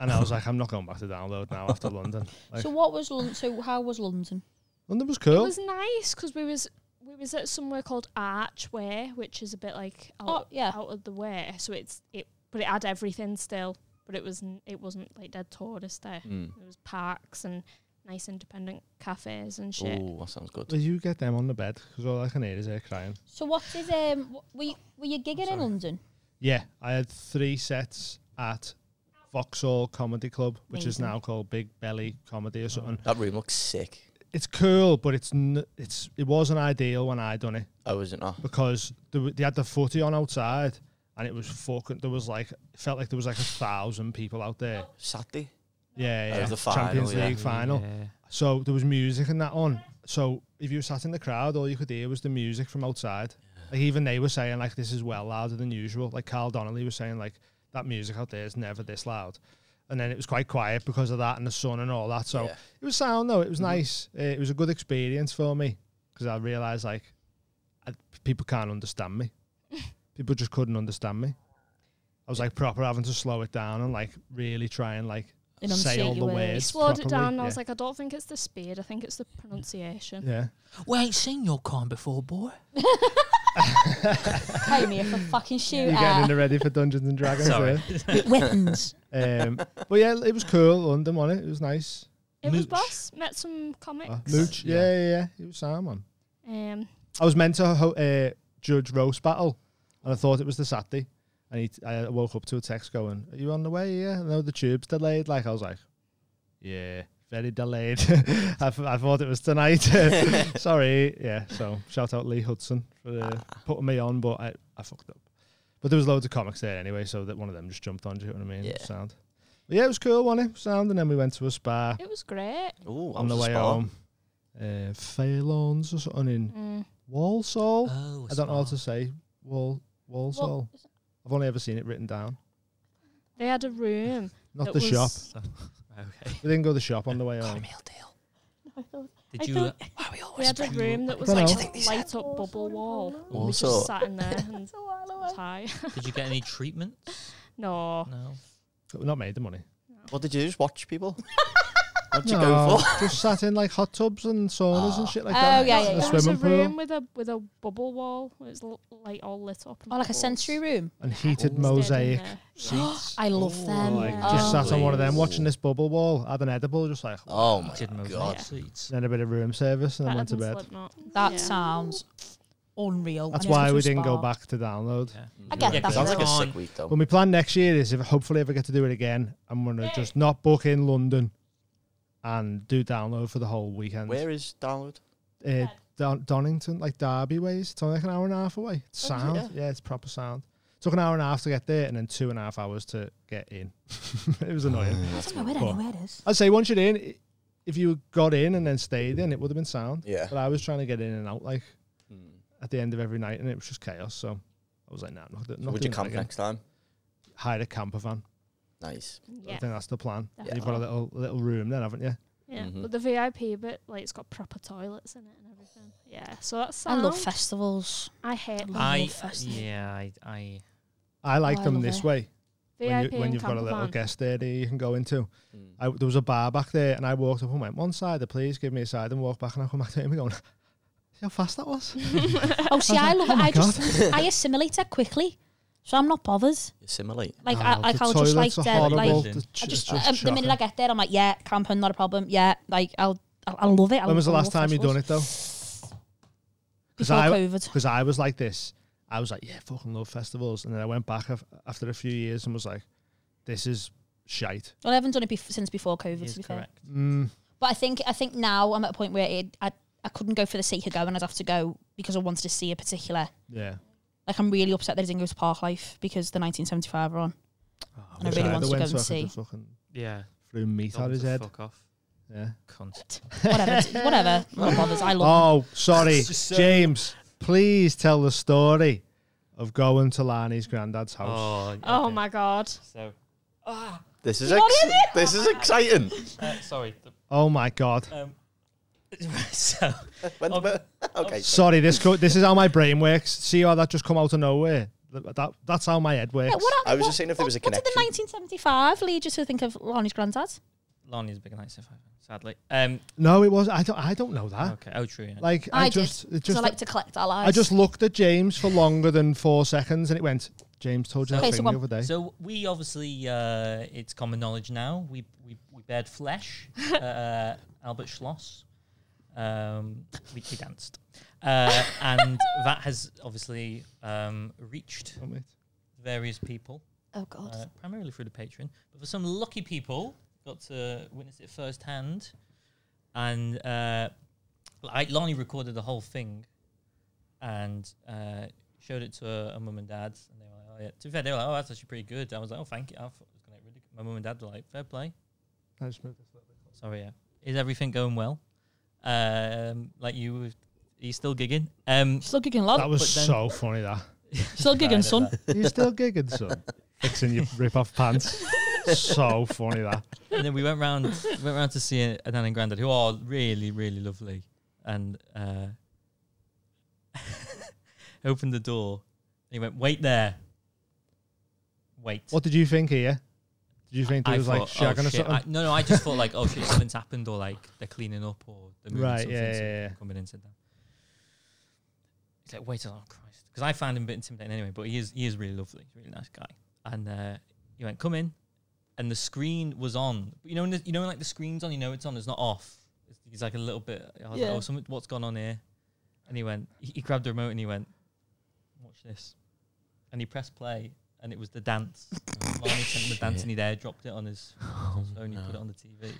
Speaker 1: and I was like, I'm not going back to download now
Speaker 5: (laughs)
Speaker 1: after London. Like,
Speaker 4: So what was London? So how was London?
Speaker 1: London was
Speaker 2: it
Speaker 1: cool.
Speaker 2: was nice because we was we was at somewhere called Archway, which is a bit like out,
Speaker 4: Oh, yeah.
Speaker 2: out of the way. So it's it, but it had everything still. But it was n- it wasn't like dead tourist there.
Speaker 5: Mm.
Speaker 2: There was parks and nice independent cafes and shit.
Speaker 5: Oh, that sounds good.
Speaker 1: Will you get them on the bed? Because all I can hear is her crying.
Speaker 4: So what is um? wh- Were you, were you gigging in London?
Speaker 1: Yeah, I had three sets at Vauxhall Comedy Club, which is
Speaker 4: Amazing.
Speaker 1: now called Big Belly
Speaker 5: Oh.
Speaker 1: Comedy or something.
Speaker 5: That room looks sick.
Speaker 1: It's cool, but it's n- it's it wasn't ideal when I done it.
Speaker 5: Oh, is it not?
Speaker 1: because they, w- they had the footy on outside and it was fucking there was like it felt like there was like a thousand people out there
Speaker 5: Saturday.
Speaker 1: yeah
Speaker 5: Oh. That
Speaker 1: yeah
Speaker 5: was the final,
Speaker 1: champions
Speaker 5: yeah.
Speaker 1: league final
Speaker 6: Yeah.
Speaker 1: so there was music and that on so if you sat in the crowd all you could hear was the music from outside like even they were saying like this is well louder than usual like carl donnelly was saying like that music out there is never this loud and then it was quite quiet because of that and the sun and all that so
Speaker 5: Yeah.
Speaker 1: it was sound though it was nice Uh, it was a good experience for me because i realized like I, people can't understand me people just couldn't understand me i was like proper having to slow it down and like really try and like say all the
Speaker 2: I
Speaker 1: words
Speaker 2: slowed
Speaker 1: properly.
Speaker 2: it down. and I
Speaker 1: Yeah.
Speaker 2: was like, I don't think it's the speed. I think it's the pronunciation.
Speaker 1: yeah
Speaker 6: We ain't seen your con before, boy.
Speaker 4: (laughs) Pay me if I fucking shoot
Speaker 1: You're
Speaker 4: at
Speaker 1: getting in ready for Dungeons and Dragons.
Speaker 6: (laughs) Sorry.
Speaker 4: (laughs) weapons.
Speaker 1: eh?
Speaker 5: (laughs)
Speaker 1: Um, but yeah, it was cool. London on it. It was nice.
Speaker 2: It was
Speaker 6: Mooch.
Speaker 2: boss. Met some comics.
Speaker 1: Uh, Mooch. Yeah, yeah, yeah. It was sound, man.
Speaker 2: Um,
Speaker 1: I was meant to ho- uh, judge roast battle, and I thought it was the Saturday. And he t- I woke up to a text going, "Are you on the way? Yeah, no, the tube's delayed." Like I was like, "Yeah, very delayed." (laughs) I, th- I thought it was tonight. (laughs) Sorry. Yeah. So shout out Lee Hudson for uh, putting me on, but I, I fucked up. But there was loads of comics there anyway, so that one of them just jumped on. Do you know what I mean?
Speaker 5: Yeah.
Speaker 1: Sound. But yeah, it was cool, wasn't it? Sound, and then we went to a spa
Speaker 2: it was great.
Speaker 5: Oh,
Speaker 1: on the way home. Uh, Fairlawns or something in
Speaker 2: Mm.
Speaker 1: Walsall.
Speaker 6: Oh,
Speaker 1: I don't know how to say wall Walsall. I've only ever seen it written down.
Speaker 2: They had a room.
Speaker 1: Not
Speaker 2: that
Speaker 1: the shop.
Speaker 2: was-
Speaker 6: Okay.
Speaker 1: We didn't go to the shop on the way home.
Speaker 6: Did
Speaker 2: I
Speaker 6: you?
Speaker 2: thought-
Speaker 6: uh, why are we
Speaker 2: We
Speaker 6: always
Speaker 2: had a
Speaker 6: bringing
Speaker 2: room
Speaker 6: up-
Speaker 2: that was
Speaker 1: Dunno.
Speaker 2: like
Speaker 1: Do you
Speaker 2: a light up bubble wall. We
Speaker 5: Also-
Speaker 2: just sat in there and
Speaker 4: (laughs)
Speaker 2: (laughs) was high.
Speaker 6: uh, Did you get any treatment?
Speaker 2: No.
Speaker 1: (laughs)
Speaker 6: No.
Speaker 1: But we not made the money.
Speaker 5: What did you do? just watch people? What'd you go
Speaker 1: (laughs)
Speaker 5: for?
Speaker 1: just sat in like hot tubs and saunas and shit like
Speaker 4: Oh,
Speaker 1: that.
Speaker 4: yeah, yeah,
Speaker 1: And
Speaker 4: yeah.
Speaker 1: a
Speaker 2: There was a
Speaker 1: swimming pool
Speaker 2: room with a with a bubble wall. It was l- like all lit up. and
Speaker 4: Or Oh, like a
Speaker 2: bubbles.
Speaker 4: sensory room.
Speaker 1: and heated
Speaker 2: Stayed in
Speaker 1: mosaic
Speaker 2: there.
Speaker 6: (gasps)
Speaker 1: seats.
Speaker 4: I love them.
Speaker 1: Like,
Speaker 2: yeah.
Speaker 6: Oh.
Speaker 1: just sat on one of them
Speaker 5: Please.
Speaker 1: watching this bubble wall, had an edible, just like
Speaker 5: Oh my
Speaker 6: Did mosaic
Speaker 5: god.
Speaker 6: seats.
Speaker 1: then a bit of room service and then
Speaker 2: Better
Speaker 1: went to
Speaker 2: than
Speaker 1: bed.
Speaker 2: Slipknot.
Speaker 4: That
Speaker 2: Yeah.
Speaker 4: sounds unreal.
Speaker 5: Oh,
Speaker 1: That's
Speaker 4: and
Speaker 1: why
Speaker 4: such a
Speaker 1: we didn't go
Speaker 4: spa.
Speaker 1: back to download.
Speaker 6: Yeah.
Speaker 4: I get
Speaker 6: Yeah,
Speaker 4: that.
Speaker 6: 'cause
Speaker 5: Sounds like a
Speaker 6: on-
Speaker 5: sick week though.
Speaker 1: But my plan next year is if hopefully if I get to do it again, I'm gonna just not book in London and do download for the whole weekend.
Speaker 5: Where is download?
Speaker 1: Uh, Don- Donington, like Derby ways. It's only like an hour and a half away. It's
Speaker 5: Oh, is it?
Speaker 1: sound. Yeah. it's proper sound. Took an hour and a half to get there and then two and a half hours to get in. (laughs) it was annoying.
Speaker 4: I don't know where
Speaker 1: But-
Speaker 4: anywhere it is.
Speaker 1: I'd say once you're in, i- if you got in and then stayed in, it would have been sound.
Speaker 5: (sighs) Yeah.
Speaker 1: But uh, I was trying to get in and out like
Speaker 5: Hmm.
Speaker 1: at the end of every night and it was just chaos. So I was like, nah, I'm not, do-
Speaker 5: So
Speaker 1: not
Speaker 5: would
Speaker 1: doing
Speaker 5: you
Speaker 1: that
Speaker 5: camp
Speaker 1: again.
Speaker 5: next time?
Speaker 1: Hire a camper van.
Speaker 5: Nice.
Speaker 1: I
Speaker 2: Yeah.
Speaker 1: think that's the plan.
Speaker 2: Yeah.
Speaker 1: You've got a little little room then, haven't you?
Speaker 2: Yeah,
Speaker 5: Mhm.
Speaker 2: but the VIP bit, like, it's got proper toilets in it and everything. Yeah, so that's
Speaker 4: I
Speaker 2: sound.
Speaker 4: love (laughs) festivals.
Speaker 2: I hate
Speaker 4: I
Speaker 6: I
Speaker 4: love festivals.
Speaker 6: yeah I I
Speaker 1: I like
Speaker 4: Oh, I
Speaker 1: them
Speaker 4: love
Speaker 1: this
Speaker 4: it.
Speaker 1: way. When,
Speaker 2: VIP
Speaker 1: you, when
Speaker 2: and
Speaker 1: you've got a
Speaker 2: camper
Speaker 1: little
Speaker 2: van. (laughs)
Speaker 1: guest (laughs) area you can go into.
Speaker 5: (laughs) Hmm.
Speaker 1: I, there was a bar back there, and I walked up and went one side. Please give me a side, and walked back, and I come back to him and going, See how fast that was.
Speaker 4: Oh, see, I love it.
Speaker 1: my
Speaker 4: I just I assimilate it quickly, so I'm not bothered.
Speaker 5: Assimilate.
Speaker 4: Like
Speaker 1: Oh,
Speaker 4: I, like
Speaker 1: the
Speaker 4: I'll just like
Speaker 1: toilets are
Speaker 4: uh, like
Speaker 1: horrible.
Speaker 6: I
Speaker 1: The ch-
Speaker 4: I
Speaker 1: it's
Speaker 4: just,
Speaker 1: just
Speaker 4: um, the minute I
Speaker 1: shocking.
Speaker 4: get there, I'm like, yeah, camping, not a problem. Yeah, like I'll, I'll, I'll love it. I
Speaker 1: When was the
Speaker 4: love- I
Speaker 1: last
Speaker 4: love
Speaker 1: time you done it though?
Speaker 4: (sighs)
Speaker 1: Because
Speaker 4: Before
Speaker 1: I
Speaker 4: COVID.
Speaker 1: because I was like this. I was like, yeah, fucking love festivals, and then I went back af- after a few years and was like, this is shite.
Speaker 4: Well, I haven't done it bef- since before COVID.
Speaker 6: is
Speaker 4: To be fair.
Speaker 6: correct.
Speaker 1: Mm,
Speaker 4: But I think I think now I'm at a point where it, I I couldn't go for the sake of going. I'd have to go because I wanted to see a particular.
Speaker 1: yeah.
Speaker 4: Like I'm really upset that I didn't go to Parklife because the 1975 are on.
Speaker 1: Oh,
Speaker 4: And I
Speaker 1: wish
Speaker 4: really
Speaker 1: I'd
Speaker 4: wanted
Speaker 1: have
Speaker 4: to
Speaker 1: went
Speaker 4: go and
Speaker 1: so I could
Speaker 4: see.
Speaker 1: have Fucking
Speaker 6: Yeah.
Speaker 1: threw meat
Speaker 6: Don't
Speaker 1: out his head.
Speaker 6: Fuck off,
Speaker 1: Yeah.
Speaker 6: cunt.
Speaker 4: Whatever, it's- whatever. Not bothers. I love.
Speaker 1: Oh, sorry,
Speaker 6: Just so-
Speaker 1: James. Please tell the story of going to Lani's granddad's house.
Speaker 6: Oh.
Speaker 2: Oh
Speaker 6: okay.
Speaker 2: my god.
Speaker 6: So
Speaker 5: This is
Speaker 4: You're not
Speaker 5: ex-
Speaker 4: in it!
Speaker 5: this is exciting.
Speaker 6: uh, sorry. the-
Speaker 1: Oh, my god.
Speaker 6: um, (laughs) so
Speaker 5: When-
Speaker 6: Okay.
Speaker 5: okay.
Speaker 1: Sorry, this co- this is how my brain works. See how that just come out of nowhere. Th- That that's how my head works.
Speaker 4: Yeah, what,
Speaker 5: I was
Speaker 4: what-
Speaker 5: just saying if there was a
Speaker 4: what did the 1975 lead you to think of Lonnie's granddad?
Speaker 6: Lonnie's a big night so far, sadly. Um.
Speaker 1: no, it was. I don't. I don't know that.
Speaker 6: Okay. Oh, true. yeah.
Speaker 1: Like I,
Speaker 4: I, did.
Speaker 1: just, it
Speaker 4: 'cause
Speaker 1: just,
Speaker 4: I like to collect our lives.
Speaker 1: I just looked at James for longer than four seconds, and it went. James told you
Speaker 6: So-
Speaker 1: that
Speaker 4: Okay, so
Speaker 1: thing
Speaker 4: one-
Speaker 1: the other day.
Speaker 6: So we obviously, uh, it's common knowledge now. We we, we bared flesh, uh, Albert Schloss. Um, we, we danced, uh, and that has obviously um, reached
Speaker 1: Oh, mate.
Speaker 6: various people,
Speaker 4: Oh God.
Speaker 6: uh, primarily through the patron. But for some lucky people, got to witness it firsthand, and uh, I, Lonnie recorded the whole thing, and uh, showed it to her, her mum and dad, and they were like, "Oh yeah." To be fair, they were like, "Oh, that's actually pretty good." I was like, "Oh, thank you." I thought it was going to really good. My mum and dad were like, "Fair play."
Speaker 1: I just moved this a little bit.
Speaker 6: Sorry, yeah. Is everything going well? Um, like you, were- are you still gigging? Um,
Speaker 4: Still gigging,
Speaker 1: That
Speaker 4: lad.
Speaker 1: was
Speaker 6: but then-
Speaker 1: so funny. That
Speaker 4: Still
Speaker 6: Right, (laughs)
Speaker 4: gigging, son.
Speaker 6: that's
Speaker 1: you're still gigging,
Speaker 6: (laughs)
Speaker 1: son. Fixing your rip-off pants.
Speaker 4: (laughs)
Speaker 1: so funny that.
Speaker 6: and then we went round went round to see a nan and granddad who are really really lovely and uh (laughs) opened the door and he went wait there wait
Speaker 1: What did you think here? Did you think there was like
Speaker 6: thought,
Speaker 1: shagging
Speaker 6: oh,
Speaker 1: or
Speaker 6: shit.
Speaker 1: something?
Speaker 6: I, no no I just thought like oh shit something's happened or like they're cleaning up or they're moving
Speaker 1: Right,
Speaker 6: something
Speaker 1: yeah,
Speaker 6: so
Speaker 1: yeah, yeah.
Speaker 6: coming in and said that he's like wait oh Christ because I found him a bit intimidating anyway but he is he is really lovely he's a really nice guy and uh he went come in and the screen was on. But you know, when the, you know, when, like the screen's on, you know it's on. It's not off. It's, it's like a little bit. I was
Speaker 4: Yeah.
Speaker 6: like, oh, something, what's gone on here? And he went. He, he grabbed the remote and he went, watch this. And he pressed play, and it was the dance. Lonnie sent him the dance, and he there dropped it on his phone. He put it on the TV. And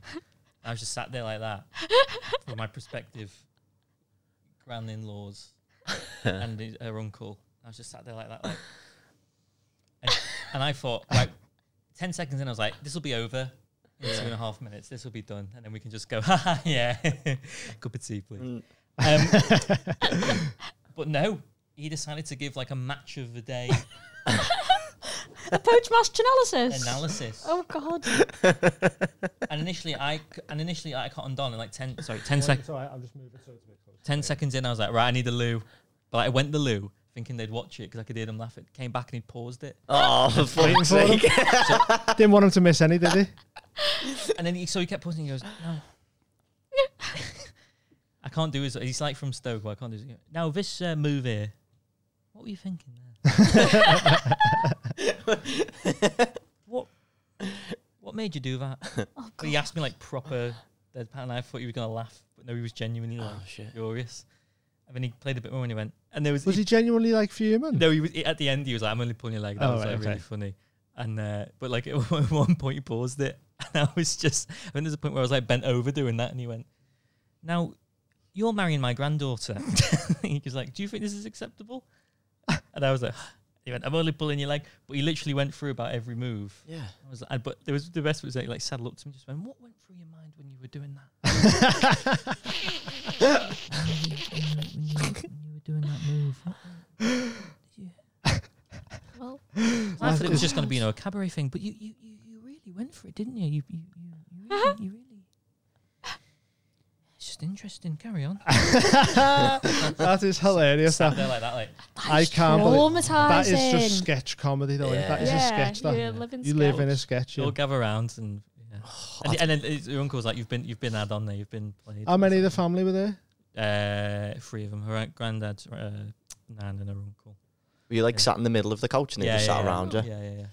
Speaker 6: I was just sat there like that with my prospective grand-in-laws and his, her uncle. I was just sat there like that, like, and, and I thought, right, ten seconds in, I was like, this will be over in two and a half minutes. This will be done, and then we can just go, (laughs) "Ha, ha, yeah, cup of tea, please. Um, but no, he decided to give like a match of the day
Speaker 4: A poach match analysis.
Speaker 6: analysis.
Speaker 4: Oh God.
Speaker 6: And initially, I c- and initially I cottoned on, and like ten, (laughs) sorry, ten seconds.
Speaker 1: It's all right, I'll just move it so it's a bit closer.
Speaker 6: 10 seconds in, I was like, right, I need a loo. But I went the loo, thinking they'd watch it because I could hear them laughing. Came back and he paused it,
Speaker 5: Oh, for fuck's
Speaker 1: for
Speaker 5: sake.
Speaker 1: Didn't want him to miss any, did
Speaker 6: (laughs)
Speaker 1: he?
Speaker 6: and then he so he kept pausing. He goes, "No, (laughs) I can't do his." He's like from Stoke, but I can't do. His, now this uh, move here. What were you thinking there? what? What made you do that? But he asked me like proper deadpan. and I thought he was gonna laugh, but no, he was genuinely like
Speaker 5: Oh, (laughs) shit.
Speaker 6: furious. And then he played a bit more, and he went, and there was,
Speaker 1: Was he genuinely like fuming?
Speaker 6: No, he was at the end. He was like, "I'm only pulling your leg." That
Speaker 1: Oh,
Speaker 6: was
Speaker 1: right,
Speaker 6: like,
Speaker 1: okay.
Speaker 6: really funny. And uh, but like (laughs) at one- one point, he paused it, (laughs) and I was just. I think there's a point where I was like bent over doing that, and he went, "Now, you're marrying my granddaughter." (laughs) he was like, "Do you think this is acceptable?" And I was like, (sighs) "He went, I'm only pulling your leg," but he literally went through about every move.
Speaker 5: Yeah.
Speaker 6: I was like, but there was the rest was like, like saddle up to me, just went, "What went through your mind when you were doing that?" (laughs)
Speaker 1: (laughs)
Speaker 6: when, you, when you were doing that move. what went- did you-
Speaker 1: (laughs)
Speaker 2: Well,
Speaker 6: I thought it was just going to be, you know, a cabaret thing, but you, you, you, you really went for it, didn't you? You, you, you, you
Speaker 5: Uh-huh.
Speaker 6: really, you really. It's just interesting. Carry on.
Speaker 1: (laughs) that is hilarious.
Speaker 6: Sat
Speaker 1: That,
Speaker 6: there like that, like
Speaker 1: I can't believe
Speaker 4: traumatizing.
Speaker 1: that is just sketch comedy, though. isn't it? That is
Speaker 2: Yeah.
Speaker 1: a sketch. That
Speaker 2: Yeah, you live in
Speaker 1: you live in a
Speaker 2: sketch.
Speaker 1: sketch.
Speaker 6: you
Speaker 1: yeah.
Speaker 6: all gather around and. Yeah.
Speaker 5: Oh,
Speaker 6: And, and then it's- your uncle's like, you've been, you've been had on there, you've been played.
Speaker 1: How many of the family were
Speaker 5: (laughs)
Speaker 1: there?
Speaker 6: Uh, three of them. Her granddad, uh, nan, and her uncle.
Speaker 5: Were you like
Speaker 6: Yeah.
Speaker 5: sat in the middle of the couch and they just sat around you?
Speaker 6: Yeah, yeah, yeah.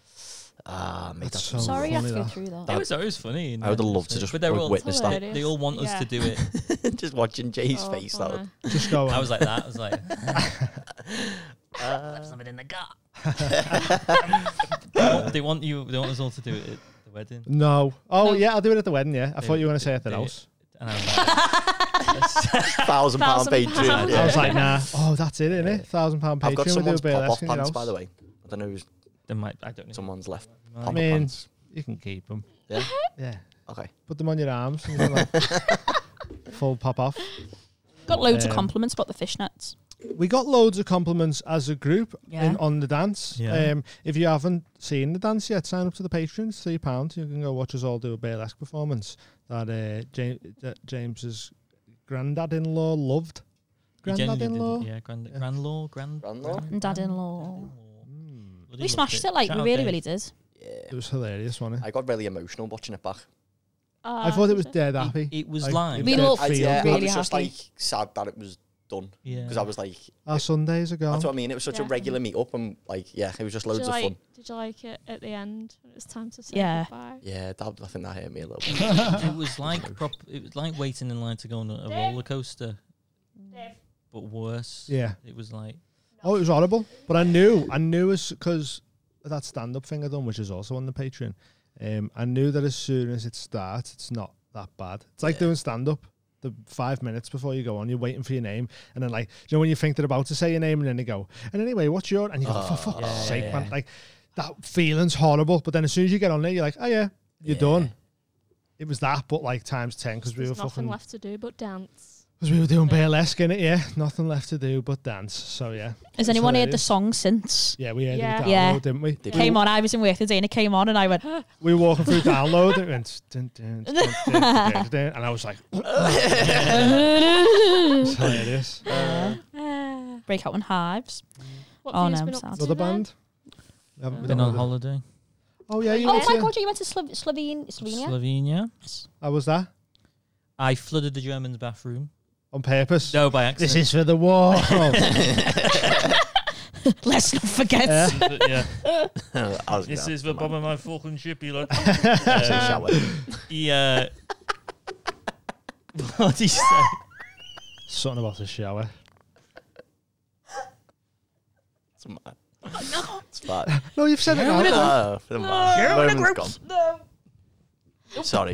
Speaker 5: Ah, mate,
Speaker 1: That's
Speaker 5: that's,
Speaker 1: so
Speaker 4: Sorry, I have to go
Speaker 1: Funny
Speaker 4: through that.
Speaker 6: It was, it was funny. you
Speaker 5: I would
Speaker 6: know,
Speaker 5: have loved to
Speaker 6: so-
Speaker 5: just
Speaker 6: But they're all,
Speaker 5: witness that.
Speaker 6: they all want us to
Speaker 5: (laughs)
Speaker 6: do it.
Speaker 5: just watching Jay's
Speaker 2: Oh,
Speaker 5: face. That would,
Speaker 2: bummer.
Speaker 1: Just go.
Speaker 6: I
Speaker 1: on.
Speaker 6: was like that. I was like, (laughs)
Speaker 5: uh,
Speaker 6: in the gut. they, want, they want you. They want us all to do it at the wedding.
Speaker 1: no. Oh
Speaker 4: No.
Speaker 1: yeah, I'll do it at the wedding. Yeah, I
Speaker 6: They-
Speaker 1: thought you were going to say
Speaker 6: they-
Speaker 1: at the
Speaker 6: they-
Speaker 1: house.
Speaker 6: And I was like,
Speaker 5: thousand pound
Speaker 4: Thousand
Speaker 5: Patreon.
Speaker 4: pound.
Speaker 5: Yeah.
Speaker 1: I was like, nah. Oh, that's it, isn't it? Thousand pound
Speaker 5: I've got
Speaker 1: Patreon. We do a
Speaker 5: someone's
Speaker 1: bit
Speaker 5: pop
Speaker 1: of
Speaker 5: off
Speaker 1: that. you
Speaker 5: pants,
Speaker 1: know.
Speaker 5: by the way. I don't know who's
Speaker 6: they might. I don't know.
Speaker 5: someone's left.
Speaker 6: Might.
Speaker 5: Pop
Speaker 1: I mean-
Speaker 5: pants.
Speaker 1: You can keep them.
Speaker 5: Yeah.
Speaker 1: Yeah.
Speaker 5: Okay. (laughs)
Speaker 1: Put them on your arms. and you can, like, full pop off.
Speaker 4: Got loads
Speaker 1: Um,
Speaker 4: of compliments about the fishnets.
Speaker 1: We got loads of compliments as a group
Speaker 4: Yeah.
Speaker 1: in, on the dance.
Speaker 6: Yeah.
Speaker 1: Um, if you haven't seen the dance yet, sign up to the Patreon. It's three pounds. You can go watch us all do a burlesque performance that uh, James, James's granddad-in-law loved.
Speaker 6: You genuinely didn't-
Speaker 1: Granddad-in-law.
Speaker 6: Yeah, grand,
Speaker 1: Yeah.
Speaker 6: grandlaw, grand,
Speaker 5: Grandlaw?
Speaker 4: And dad-in-law.
Speaker 1: Mm.
Speaker 6: Bloody
Speaker 4: We
Speaker 6: loved
Speaker 4: smashed it like
Speaker 6: Shout
Speaker 4: we
Speaker 6: out
Speaker 4: really,
Speaker 6: Dave.
Speaker 4: really did.
Speaker 5: Yeah.
Speaker 1: It was hilarious, wasn't it?
Speaker 5: I got really emotional watching it back.
Speaker 2: Ah,
Speaker 1: I thought it was
Speaker 2: is
Speaker 1: dead
Speaker 6: It-
Speaker 1: happy.
Speaker 6: It, was
Speaker 1: Like,
Speaker 6: live.
Speaker 4: We
Speaker 1: did
Speaker 4: loved-
Speaker 5: I,
Speaker 1: feel
Speaker 5: yeah, I
Speaker 4: really
Speaker 5: was just
Speaker 4: happy.
Speaker 5: like sad that it was done
Speaker 6: yeah.
Speaker 5: because I was like,
Speaker 1: Our Sundays are gone.
Speaker 5: that's
Speaker 1: (laughs)
Speaker 5: what I mean. It was such a
Speaker 2: Yeah.
Speaker 5: regular meet up and like, yeah, it was just loads
Speaker 2: did
Speaker 5: of
Speaker 2: you like,
Speaker 5: fun.
Speaker 2: Did you like it at the end? when It was time to say
Speaker 4: Yeah.
Speaker 2: goodbye.
Speaker 5: Yeah, that, I think that hurt me a little. bit. (laughs)
Speaker 6: it was like prop. It was like waiting in line to go on a, a
Speaker 2: Dave.
Speaker 6: roller coaster, but worse.
Speaker 1: Yeah.
Speaker 6: It was like
Speaker 1: Oh, it was horrible. But I knew, I knew as because that stand-up thing I done, which is also on the Patreon. Um, I knew that as soon as it starts, it's not that bad. It's like
Speaker 5: Yeah.
Speaker 1: doing stand-up. The five minutes before you go on, you're waiting for your name, and then like, you know, when you think they're about to say your name, and then they go, and anyway, what's your? And you go, for fuck's
Speaker 6: Oh, yeah,
Speaker 1: sake,
Speaker 6: yeah.
Speaker 1: man! Like that feeling's horrible. But then as soon as you get on there, you're like, oh yeah, you're
Speaker 5: Yeah.
Speaker 1: done. It was that, but like times ten because we
Speaker 2: There's
Speaker 1: were
Speaker 2: nothing
Speaker 1: fucking
Speaker 2: left to do but dance.
Speaker 1: because we were doing burlesque in it. Yeah, nothing left to do but dance. So yeah, It's
Speaker 4: Has anyone heard the
Speaker 1: hilarious.
Speaker 4: song since?
Speaker 1: yeah, we heard
Speaker 2: Yeah.
Speaker 1: it download,
Speaker 4: Yeah.
Speaker 1: didn't we?
Speaker 5: They
Speaker 1: We
Speaker 4: Came on, I was in work today and it came on and
Speaker 1: (laughs)
Speaker 4: I went,
Speaker 1: we were walking through download and it went (laughs) dun, dun, dun, dun, dun, dun, dun, and I was like, it's hilarious.
Speaker 2: Ah.
Speaker 4: break out in hives.
Speaker 2: What
Speaker 4: Oh,
Speaker 2: have you
Speaker 4: no,
Speaker 2: been
Speaker 4: I'm
Speaker 2: up
Speaker 4: sad.
Speaker 2: to
Speaker 1: Another
Speaker 2: then?
Speaker 1: band. We haven't
Speaker 6: been on
Speaker 1: another-
Speaker 6: holiday.
Speaker 1: Oh yeah, you
Speaker 4: Oh
Speaker 1: went
Speaker 4: my
Speaker 1: to-
Speaker 4: god, yeah, you went to Slo- Slovene, Slovenia?
Speaker 6: Slovenia.
Speaker 1: How was that
Speaker 6: I flooded the German's bathroom.
Speaker 1: on purpose?
Speaker 6: No, by accident.
Speaker 1: This is for the war. (laughs)
Speaker 4: (laughs) Let's not forget. (laughs)
Speaker 1: Yeah.
Speaker 6: (laughs) yeah.
Speaker 5: I was
Speaker 6: This
Speaker 5: yeah,
Speaker 6: is the
Speaker 5: man.
Speaker 6: bomb of my fucking ship, you lot.
Speaker 5: I was in the
Speaker 6: Uh,
Speaker 5: shower.
Speaker 6: he, uh, (laughs) what did he say?
Speaker 1: Something about the shower.
Speaker 5: It's mad. It's mad.
Speaker 1: No, you've said it. now.
Speaker 5: Oh, for the moment. Moment's gone. (laughs) Sorry.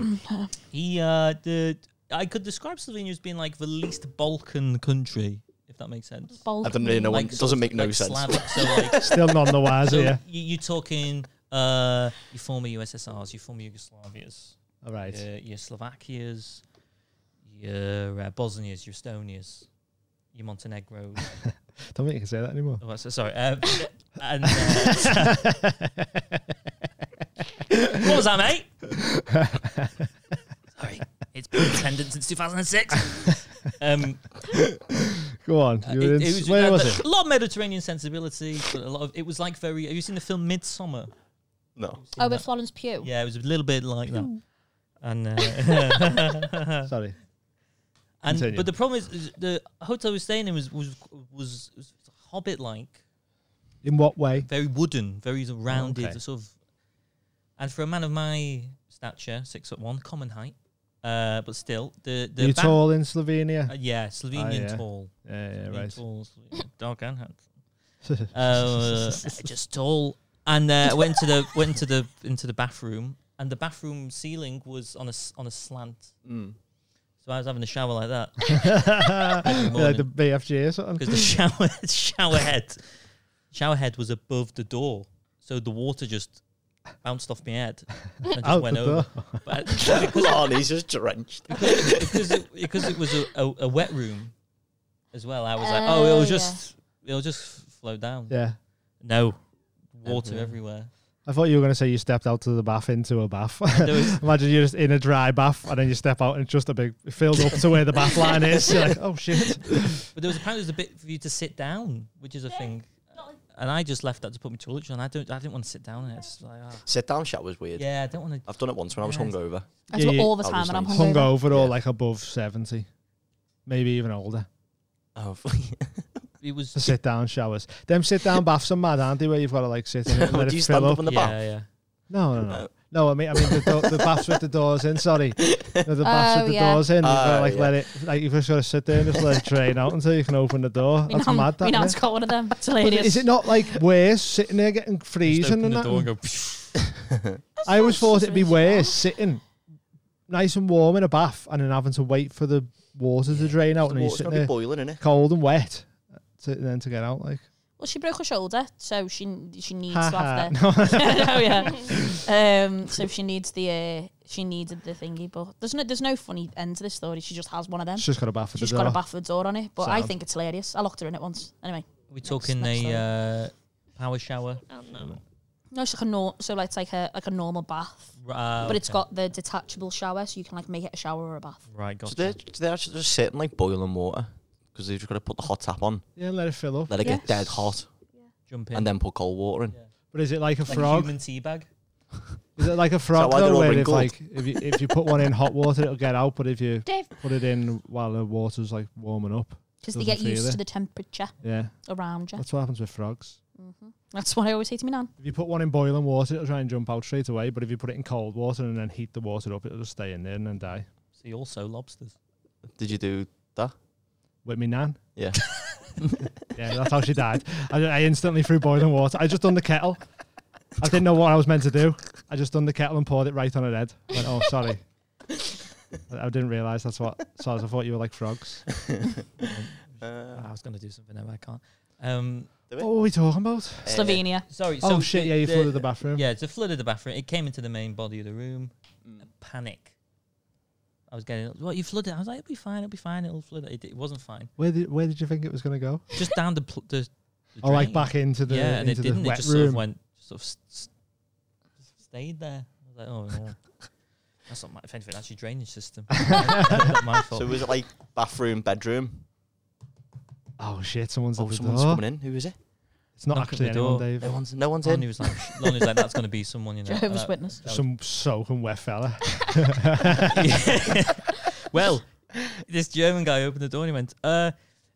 Speaker 6: He, uh, the, I could describe Slovenia as being like the least Balkan country, if that makes sense.
Speaker 5: I don't really know.
Speaker 6: Like
Speaker 5: It doesn't make no
Speaker 6: like
Speaker 5: sense.
Speaker 6: Slavic, so
Speaker 5: (laughs)
Speaker 6: like,
Speaker 1: Still none the
Speaker 6: so
Speaker 1: wiser.
Speaker 6: (laughs)
Speaker 1: Yeah.
Speaker 6: you, you're talking uh, your former USSRs, your former Yugoslavias,
Speaker 1: All right.
Speaker 6: your, your Slovakias, your uh, Bosnias, your Estonias, your
Speaker 5: (laughs)
Speaker 6: Montenegros.
Speaker 1: Don't think you can say that
Speaker 6: (laughs)
Speaker 1: anymore.
Speaker 6: Oh, so- sorry. Um, and, uh, what was that, mate?
Speaker 5: (laughs) (laughs)
Speaker 6: sorry, it's been in attendance since 2006. um,
Speaker 1: Go on.
Speaker 6: Uh,
Speaker 1: You were in, where was it?
Speaker 6: A lot of Mediterranean sensibility, but a lot of it was like very. Have you seen the film Midsummer?
Speaker 5: No.
Speaker 4: Oh, with Florence Pugh.
Speaker 6: Yeah, it was a little bit
Speaker 2: (laughs)
Speaker 6: like that. And (laughs) uh,
Speaker 1: Sorry.
Speaker 6: and
Speaker 1: Continue.
Speaker 6: but the problem is, is the hotel we were staying in was was was, was Hobbit like,
Speaker 1: In what way?
Speaker 6: very wooden, very sort of rounded,
Speaker 1: okay.
Speaker 6: sort of. And for a man of my stature, six foot one, common height, uh, but still the the
Speaker 1: you
Speaker 6: ba-
Speaker 1: tall in Slovenia?
Speaker 6: uh, yeah, Slovenian
Speaker 1: yeah.
Speaker 6: tall,
Speaker 1: yeah, yeah,
Speaker 6: Slovenian
Speaker 1: right.
Speaker 6: tall, Slovenian dark and handsome.
Speaker 1: (laughs)
Speaker 6: uh, just tall. And uh, went to the went to the into the bathroom, and the bathroom ceiling was on a s- on a slant.
Speaker 5: Mm.
Speaker 6: So I was having a shower
Speaker 1: (laughs)
Speaker 6: like that
Speaker 1: like the BFG or something.
Speaker 6: because the shower (laughs) shower head shower head was above the door, so the water just bounced off my head and just
Speaker 1: Out
Speaker 6: went
Speaker 1: the
Speaker 6: over.
Speaker 1: door.
Speaker 6: But
Speaker 5: Lonnie's just drenched.
Speaker 6: because it, because it was a, a, a wet room as well, I was like, oh,
Speaker 4: Oh,
Speaker 6: it'll
Speaker 4: yeah.
Speaker 6: just it'll just flow down.
Speaker 1: Yeah.
Speaker 6: No, water
Speaker 5: Everywhere.
Speaker 6: everywhere.
Speaker 1: I thought you were going to say you stepped out to the bath into a bath. (laughs)
Speaker 6: There was
Speaker 1: Imagine you're just in a dry bath and then you step out and it's just a big filled up to where the bath line is. You're like, oh
Speaker 4: (laughs)
Speaker 1: shit.
Speaker 6: But there was apparently there was a bit for you to sit down, which is a thing. And I just left that to put my toiletries on. I don't. I didn't want to sit down. And it's just like, ah.
Speaker 5: (laughs) Sit down shower was weird.
Speaker 6: yeah, I don't want to.
Speaker 5: I've done it once when I was
Speaker 6: Yeah.
Speaker 5: hungover.
Speaker 4: I
Speaker 1: Yeah,
Speaker 4: do it
Speaker 1: yeah.
Speaker 4: all the
Speaker 5: Oh,
Speaker 4: time, and I'm
Speaker 5: nice.
Speaker 1: Hung
Speaker 4: hungover.
Speaker 1: over
Speaker 5: Yeah.
Speaker 1: or like above 70, maybe even older.
Speaker 5: Oh, (laughs)
Speaker 6: It
Speaker 1: The
Speaker 6: was.
Speaker 1: sit down showers. Them sit down baths are mad, aren't they? Where you've got to like sit
Speaker 5: (laughs)
Speaker 1: in it and
Speaker 5: do
Speaker 1: let
Speaker 5: you
Speaker 1: it
Speaker 5: stand
Speaker 1: fill
Speaker 5: up
Speaker 1: up. Oh,
Speaker 5: on the
Speaker 6: yeah,
Speaker 5: bath?
Speaker 6: yeah.
Speaker 1: No, no, no.
Speaker 5: No.
Speaker 1: No, I mean, I mean the, do- the baths with the doors in.
Speaker 5: (laughs)
Speaker 1: Sorry, No, the baths
Speaker 4: Oh,
Speaker 1: with the
Speaker 4: yeah.
Speaker 1: doors in. You've got to
Speaker 5: Oh,
Speaker 1: like
Speaker 5: yeah.
Speaker 1: let it. Like you've just got to sit there and just let it drain out until you can open the door.
Speaker 4: My
Speaker 1: That's
Speaker 4: nan-
Speaker 1: mad.
Speaker 4: my
Speaker 1: That,
Speaker 4: nan's
Speaker 1: innit?
Speaker 4: got one of them. It's
Speaker 1: But
Speaker 4: hilarious.
Speaker 1: is it not like worse sitting there getting
Speaker 6: Just
Speaker 1: freezing
Speaker 6: open
Speaker 1: and
Speaker 6: the
Speaker 1: that?
Speaker 6: door and go.
Speaker 1: I always thought it'd be
Speaker 4: Sounds really
Speaker 1: worse sitting nice and warm in a bath and then having to wait for the water to drain out and you're
Speaker 5: Water's
Speaker 1: sitting
Speaker 5: gonna be
Speaker 1: there
Speaker 5: boiling, innit?
Speaker 1: cold and wet to, then to get out like
Speaker 4: Well, she broke her shoulder, so she she needs to
Speaker 1: ha (laughs)
Speaker 4: have the. (laughs)
Speaker 1: ha. No.
Speaker 4: oh yeah. Um. So she needs the. Uh, she needed the thingy, but there's no there's no funny end to this story. She just has one of them.
Speaker 1: She's just got a bath at the
Speaker 4: She's
Speaker 1: door.
Speaker 4: got a bath with a door on it, but I
Speaker 1: Sad.
Speaker 4: think it's hilarious. I locked her in it once. Anyway,
Speaker 6: We talking
Speaker 4: next
Speaker 6: a uh, power shower,
Speaker 2: I don't know.
Speaker 4: no, it's like a nor- so like it's like a like a normal bath,
Speaker 6: uh,
Speaker 4: but
Speaker 1: Oh,
Speaker 4: it's got the detachable shower, so you can like make it a shower or a bath.
Speaker 6: right.
Speaker 5: So
Speaker 6: Gotcha.
Speaker 5: they're, they're actually just sitting like boiling water because they've just got to put the hot tap on,
Speaker 1: Yeah, let it fill up.
Speaker 5: let it get
Speaker 1: Yes.
Speaker 5: dead hot,
Speaker 6: Jump in.
Speaker 5: and then put cold water in.
Speaker 1: But is it like a
Speaker 6: like a
Speaker 1: frog?
Speaker 6: human tea bag.
Speaker 1: Is it like a frog
Speaker 5: why they're
Speaker 1: though,
Speaker 5: all
Speaker 1: where if
Speaker 5: wrinkled?
Speaker 1: like if you if you put one in hot water, it'll get out. But if you
Speaker 2: Dave.
Speaker 1: put it in while the water's like warming up,
Speaker 4: Because they
Speaker 1: Doesn't
Speaker 4: get used
Speaker 1: feel
Speaker 4: to
Speaker 1: it.
Speaker 4: the temperature
Speaker 1: yeah,
Speaker 4: around you.
Speaker 1: that's what happens with frogs.
Speaker 4: hmm That's what I always say to my nan.
Speaker 1: If you put one in boiling water, it'll try and jump out straight away. But if you put it in cold water and then heat the water up, it'll just stay in there and then die.
Speaker 6: See, also lobsters.
Speaker 5: Did you do?
Speaker 1: With me nan,
Speaker 5: Yeah.
Speaker 1: (laughs) yeah, that's how she died. I, I instantly threw boiling water. I just done the kettle. I didn't know what I was meant to do. I just done the kettle and poured it right on her head. I went, oh, sorry. I, I didn't realise that's what. So I thought you were like frogs.
Speaker 5: Uh,
Speaker 6: Oh, I was gonna do something there, but I can't. Um,
Speaker 1: What were we talking about?
Speaker 4: Slovenia.
Speaker 6: sorry.
Speaker 1: oh
Speaker 6: so
Speaker 1: shit! yeah, you flooded the bathroom.
Speaker 6: Yeah, it's a flood of the bathroom. It came into the main body of the room. Panic. I was getting, what, you flooded? I was like, it'll be fine, it'll be fine, it'll flood. It, it wasn't fine.
Speaker 1: Where did where did you think it was going to go?
Speaker 6: Just down the, pl- the, the
Speaker 1: Oh, like
Speaker 6: drain.
Speaker 1: back into the
Speaker 6: yeah, and it
Speaker 1: into the
Speaker 6: didn't. It
Speaker 1: wet
Speaker 6: just sort
Speaker 1: room.
Speaker 6: of went, sort of s- s- just stayed there. I
Speaker 1: (laughs)
Speaker 6: was like, oh, no. That's not my, if anything, that's your drainage system. (laughs) not my fault.
Speaker 5: So was it like bathroom, bedroom?
Speaker 1: oh shit! Someone's
Speaker 5: Oh,
Speaker 1: at the
Speaker 5: someone's
Speaker 1: door.
Speaker 5: coming in. Who is it?
Speaker 1: It's not
Speaker 6: Knock at
Speaker 1: actually
Speaker 6: the
Speaker 1: anyone,
Speaker 6: door.
Speaker 1: Dave.
Speaker 5: No one's. No one's
Speaker 6: Lonnie
Speaker 5: in.
Speaker 6: was like, sh- Lonnie was like, that's going to be someone, you know.
Speaker 4: Jehovah's
Speaker 6: uh,
Speaker 4: Witness.
Speaker 6: that was-
Speaker 1: Some soaking wet fella. (laughs)
Speaker 6: (laughs) well, this German guy opened the door and he went, uh,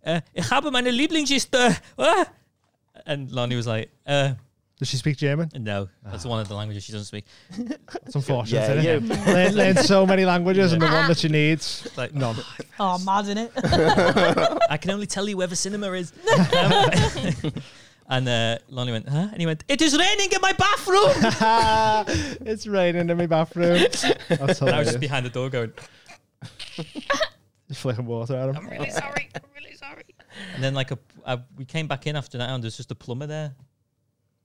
Speaker 6: uh, ich habe meine Lieblingsgiste. Ah. (laughs) And Lonnie was like, uh,
Speaker 1: Does she speak German?
Speaker 6: no, that's one of the languages she doesn't speak.
Speaker 1: That's unfortunate.
Speaker 5: Yeah,
Speaker 1: isn't it? (laughs) Learn, learn so many languages, and the one that she needs, (laughs)
Speaker 6: It's like, (laughs)
Speaker 1: none.
Speaker 4: Oh, mad in it.
Speaker 6: I can only tell you where the cinema
Speaker 4: (laughs)
Speaker 6: is. (laughs) Um, and uh, Lonnie went, huh? And he went, it is raining in my
Speaker 1: (laughs)
Speaker 6: bathroom.
Speaker 1: it's raining in my bathroom. That's
Speaker 6: and I was
Speaker 1: hilarious.
Speaker 6: just behind the door going,
Speaker 1: Just flicking water at him.
Speaker 2: Really sorry. I'm really sorry.
Speaker 6: and then like a, a, we came back in after that and there's just a plumber there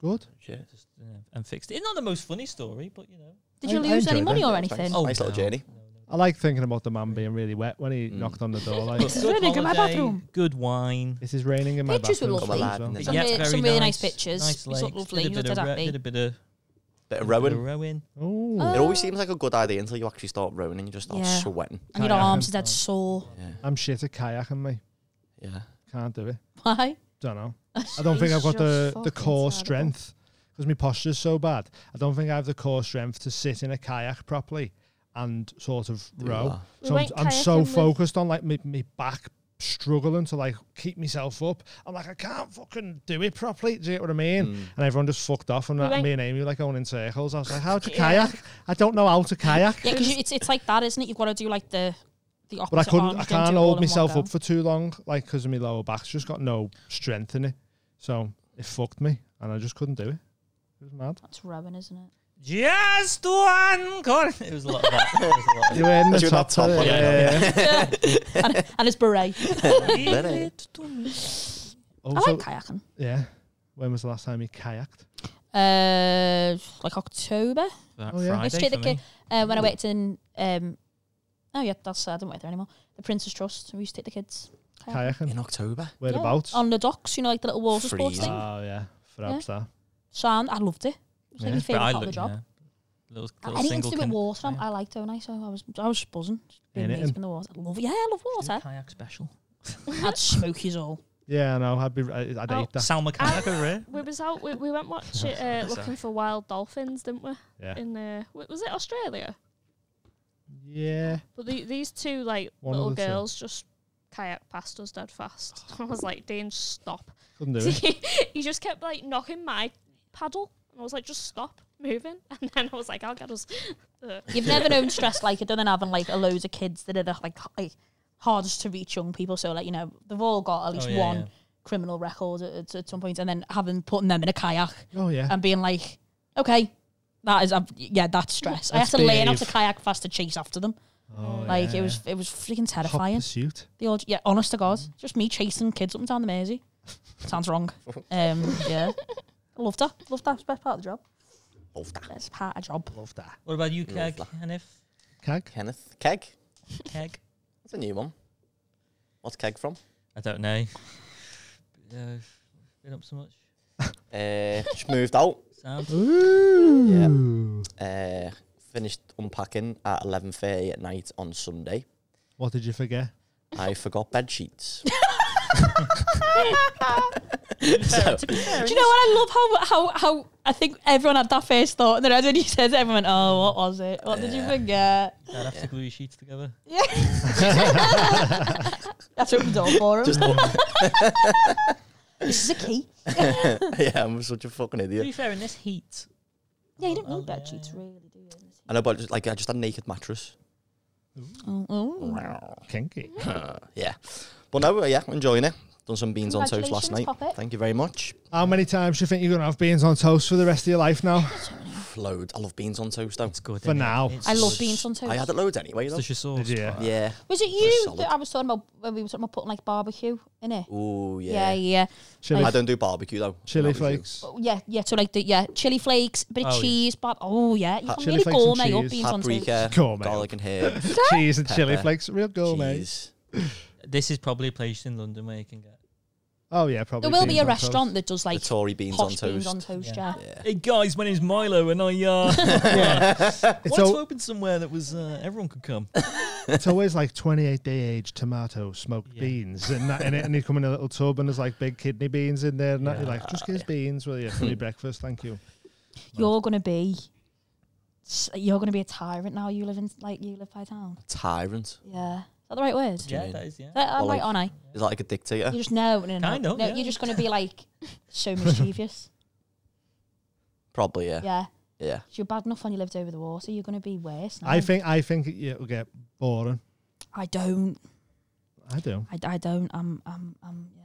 Speaker 1: Good.
Speaker 6: just, you know, and fixed it. It's not the most funny story, but you know.
Speaker 4: (laughs) Did you
Speaker 1: I- I
Speaker 4: lose any
Speaker 1: enjoyed
Speaker 4: money
Speaker 1: it.
Speaker 4: or anything?
Speaker 5: Oh, (laughs) Nice little journey.
Speaker 1: I like thinking about the man being really wet when he
Speaker 5: Mm.
Speaker 1: knocked on the door. Like,
Speaker 6: But
Speaker 4: It's
Speaker 6: good
Speaker 4: raining in my
Speaker 6: holiday,
Speaker 4: bathroom.
Speaker 6: Good wine.
Speaker 1: this is raining in my
Speaker 4: Pictures were
Speaker 1: bathroom.
Speaker 4: lovely.
Speaker 1: sometimes as
Speaker 5: Come on,
Speaker 1: well.
Speaker 4: Some,
Speaker 6: Yeah, it's
Speaker 4: really,
Speaker 6: very
Speaker 4: some really
Speaker 6: nice.
Speaker 4: nice, pictures.
Speaker 6: Nice
Speaker 4: Nice it's
Speaker 6: legs,
Speaker 4: lovely.
Speaker 6: Did a
Speaker 4: You
Speaker 6: bit
Speaker 4: looked
Speaker 6: of,
Speaker 4: at
Speaker 6: ro-
Speaker 4: that
Speaker 6: did a
Speaker 4: big.
Speaker 6: bit of
Speaker 5: Bit of
Speaker 6: bit of (laughs)
Speaker 5: rowing.
Speaker 6: rowing.
Speaker 1: Oh,
Speaker 5: It
Speaker 4: Uh,
Speaker 5: always seems like a good idea until you actually start rowing and you just start
Speaker 4: Yeah.
Speaker 5: sweating.
Speaker 4: And your
Speaker 1: kayak.
Speaker 4: arms are dead sore. (laughs)
Speaker 5: Yeah.
Speaker 1: I'm shit at kayaking, mate.
Speaker 5: Yeah.
Speaker 1: Can't do it.
Speaker 4: Why?
Speaker 1: Don't know. I don't think I've got the, the core
Speaker 2: strength.
Speaker 1: strength because my posture's so bad. I don't think I have the core strength to sit in a kayak properly and sort of
Speaker 5: Do
Speaker 1: row.
Speaker 5: that.
Speaker 2: We
Speaker 1: So I'm,
Speaker 2: went
Speaker 1: I'm so
Speaker 2: kayaking with-
Speaker 1: focused on like my, my back struggling to like keep myself up. I'm like, I can't fucking do it properly. Do you get what I mean?
Speaker 5: Mm.
Speaker 1: And everyone just fucked off, and
Speaker 2: We
Speaker 1: that,
Speaker 2: went-
Speaker 1: me and Amy were like going in circles. I was like, "How to
Speaker 2: Yeah.
Speaker 1: kayak? I don't know how to kayak."
Speaker 4: Yeah, because it's it's like that, isn't it? You've got to do like the the opposite.
Speaker 1: But I couldn't.
Speaker 4: arm.
Speaker 1: I
Speaker 4: You don't
Speaker 1: can't
Speaker 4: do it all in
Speaker 1: hold
Speaker 4: one
Speaker 1: myself
Speaker 4: go.
Speaker 1: up for too long, like because of my lower back's just got no strength in it. So it fucked me, and I just couldn't do it. It was mad.
Speaker 4: That's ruin, isn't it?
Speaker 6: Just one corner. (laughs) It was a lot of that. It was a lot of
Speaker 1: You were in the
Speaker 5: That's your
Speaker 1: top.
Speaker 5: laptop,
Speaker 1: there,
Speaker 5: yeah.
Speaker 1: yeah, yeah. (laughs)
Speaker 4: and, and it's beret.
Speaker 5: Let it.
Speaker 1: Also,
Speaker 4: I like kayaking.
Speaker 1: yeah. When was the last time you kayaked?
Speaker 4: Uh, like October
Speaker 6: that
Speaker 1: Oh, yeah.
Speaker 4: Let's
Speaker 6: Friday
Speaker 4: check the
Speaker 6: for me.
Speaker 4: uh,
Speaker 6: Mm.
Speaker 4: when I worked in. Um, oh yeah, that's I don't work there anymore. The Prince's Trust. We used to take the kids kayaking.
Speaker 1: Kayaking.
Speaker 5: In October.
Speaker 1: Whereabouts?
Speaker 4: Yeah, Oh, on the docks. You know, like the little water sports
Speaker 5: Freezing.
Speaker 4: thing.
Speaker 1: Oh yeah, Frabs that.
Speaker 4: Sand. I loved it. It was like
Speaker 1: Yeah.
Speaker 4: my
Speaker 6: But
Speaker 4: favorite
Speaker 6: I
Speaker 4: part of the
Speaker 6: looked,
Speaker 4: job.
Speaker 6: yeah. Little, little
Speaker 4: Anything to
Speaker 6: single
Speaker 4: do with
Speaker 6: kin-
Speaker 4: water, I'm-
Speaker 6: yeah.
Speaker 4: I liked, don't I? So I was, I was just buzzing. Just being
Speaker 1: Anything.
Speaker 4: amazed in the water. I love, yeah, I love water.
Speaker 6: Kayak special. (laughs)
Speaker 4: I'd smoke you all.
Speaker 1: Yeah, I know. I'd be. I'd I'd
Speaker 2: Oh.
Speaker 1: hate that.
Speaker 6: Salma kayak over here.
Speaker 2: We was out. We, we went watch it, uh, looking for wild dolphins, didn't we?
Speaker 1: Yeah.
Speaker 2: In uh, w- was it Australia?
Speaker 1: Yeah.
Speaker 2: But the, these two like
Speaker 1: One of
Speaker 2: little
Speaker 1: the two.
Speaker 2: girls just kayak past us dead fast. (laughs) I was like, Dane, stop. (laughs)
Speaker 1: Couldn't do it.
Speaker 2: he he just kept like knocking my paddle, and I was like, just stop moving. (laughs) And then I was like, I'll get us. Uh,
Speaker 4: You've never known stress like it, other than having like a loads of kids that are the, like h- like hardest to reach young people. So like you know they've all got at least
Speaker 6: Oh, yeah,
Speaker 4: one
Speaker 6: yeah.
Speaker 4: criminal record at- at, at some point, and then having putting them in a kayak
Speaker 1: Oh yeah.
Speaker 4: and being like, okay, that is I've- yeah, that's stress. I had
Speaker 1: Let's
Speaker 4: to learn how to
Speaker 1: behave.
Speaker 4: kayak fast to chase after them.
Speaker 1: oh,
Speaker 4: Like
Speaker 1: yeah,
Speaker 4: it was
Speaker 1: yeah.
Speaker 4: it was freaking
Speaker 1: Hot
Speaker 4: terrifying.
Speaker 1: pursuit.
Speaker 4: The old yeah, honest to God, just me chasing kids up and down the Mersey. Sounds wrong. Um, yeah, loved that. Loved that. Best part of the job. Loved that. Best part of job.
Speaker 1: Love that.
Speaker 6: What about you,
Speaker 5: Love
Speaker 6: Keg?
Speaker 5: that.
Speaker 6: Hanif?
Speaker 1: Keg.
Speaker 5: Kenneth. Keg.
Speaker 6: Keg?
Speaker 5: That's a new one. What's Keg from?
Speaker 6: I don't know. Uh, been up so much.
Speaker 5: Uh, just moved out.
Speaker 6: Sam?
Speaker 1: Ooh.
Speaker 5: Uh, finished unpacking at 11.30 at night on Sunday.
Speaker 1: What did you forget?
Speaker 5: I forgot bed sheets. (laughs)
Speaker 4: Do you know what I love? How how how I think everyone had that first thought, and then as when you said, it, everyone went, "Oh, what was it? What did you
Speaker 5: Yeah.
Speaker 4: forget?"
Speaker 6: I'd have to glue your sheets together.
Speaker 4: That's opened the door for him.
Speaker 5: Just
Speaker 4: (laughs) this is a key.
Speaker 5: yeah, I'm such a fucking
Speaker 6: To
Speaker 5: idiot.
Speaker 6: be fair, in this heat,
Speaker 4: Yeah, you don't
Speaker 6: Oh,
Speaker 4: need bed
Speaker 6: yeah,
Speaker 4: sheets,
Speaker 6: yeah.
Speaker 4: really, do you?
Speaker 5: I know, but just, like I just had a naked mattress. (laughs)
Speaker 4: Oh, oh.
Speaker 1: Kinky.
Speaker 5: yeah, but no, uh, yeah, enjoying it. Done some beans on toast last night.
Speaker 4: Congratulations, Poppet.
Speaker 5: Thank you very much.
Speaker 1: How many times do you think you're gonna have beans on toast for the rest of your life now?
Speaker 5: Load. I love beans on toast though.
Speaker 6: it's good.
Speaker 1: For
Speaker 6: innit?
Speaker 1: now.
Speaker 6: It's
Speaker 4: I love
Speaker 6: just-
Speaker 4: beans on toast.
Speaker 5: I had it loads anyway.
Speaker 6: it's
Speaker 5: Though.
Speaker 6: just your sauce.
Speaker 1: Yeah.
Speaker 6: Carl.
Speaker 5: Yeah.
Speaker 4: Was it
Speaker 5: It's
Speaker 4: you
Speaker 5: solid.
Speaker 4: that I was talking about when we were talking about putting like barbecue in it?
Speaker 5: Oh
Speaker 4: Yeah,
Speaker 5: yeah.
Speaker 4: yeah,
Speaker 1: Chili,
Speaker 5: I don't do barbecue though.
Speaker 1: chili
Speaker 5: Not with you.
Speaker 1: flakes.
Speaker 4: Oh, yeah, yeah. So like the yeah, chili flakes, bit
Speaker 6: Oh,
Speaker 4: of
Speaker 6: yeah.
Speaker 4: cheese, but oh yeah, you
Speaker 5: Pa-
Speaker 4: can
Speaker 1: Chili
Speaker 4: really
Speaker 1: flakes and
Speaker 4: gourmet up
Speaker 1: cheese.
Speaker 4: beans on toast.
Speaker 5: Paprika,
Speaker 1: Gourmet. (laughs)
Speaker 5: garlic and herbs.
Speaker 1: Cheese and chili
Speaker 5: Pepper.
Speaker 1: flakes. Real gourmet.
Speaker 5: Jeez.
Speaker 6: This is probably a place in London where you can get.
Speaker 1: Oh yeah, probably.
Speaker 4: There will be
Speaker 1: beans
Speaker 4: a
Speaker 1: on toast.
Speaker 4: restaurant that does
Speaker 5: The
Speaker 4: like
Speaker 5: Tory beans on
Speaker 4: posh beans
Speaker 5: toast.
Speaker 4: on toast.
Speaker 6: Yeah.
Speaker 4: Yeah.
Speaker 5: yeah.
Speaker 6: Hey guys, my name's Milo, and I uh,
Speaker 1: It's,
Speaker 6: wanted to
Speaker 1: al-
Speaker 6: open somewhere that was uh, everyone could come.
Speaker 1: it's always like 28 day age tomato smoked
Speaker 6: Yeah.
Speaker 1: beans and that in it, and you come in a little tub and there's like big kidney beans in there, and that, you're
Speaker 6: Yeah.
Speaker 1: like, just give us beans, will you, for your breakfast? Thank
Speaker 4: (laughs)
Speaker 1: you.
Speaker 4: You're gonna be, s- you're gonna be a tyrant now. You live in like you live by town.
Speaker 5: (laughs) Tyrant.
Speaker 4: Yeah, is that the right word? Is
Speaker 5: Do you
Speaker 6: yeah,
Speaker 5: mean-
Speaker 6: that is yeah.
Speaker 4: that- I'm
Speaker 5: Well,
Speaker 4: right,
Speaker 5: like-
Speaker 4: aren't I?
Speaker 5: Is that like a dictator?
Speaker 4: You just know, no, no, no.
Speaker 6: Kind of,
Speaker 4: no
Speaker 6: yeah.
Speaker 4: You're just gonna be like so (laughs) mischievous.
Speaker 5: Probably yeah.
Speaker 4: yeah.
Speaker 5: Yeah.
Speaker 4: you're bad enough when you lived over the water. You're gonna be worse. Now.
Speaker 1: I think I think it'll get boring.
Speaker 4: I don't.
Speaker 1: I do.
Speaker 4: I, I don't. I'm. I'm. I'm. Yeah.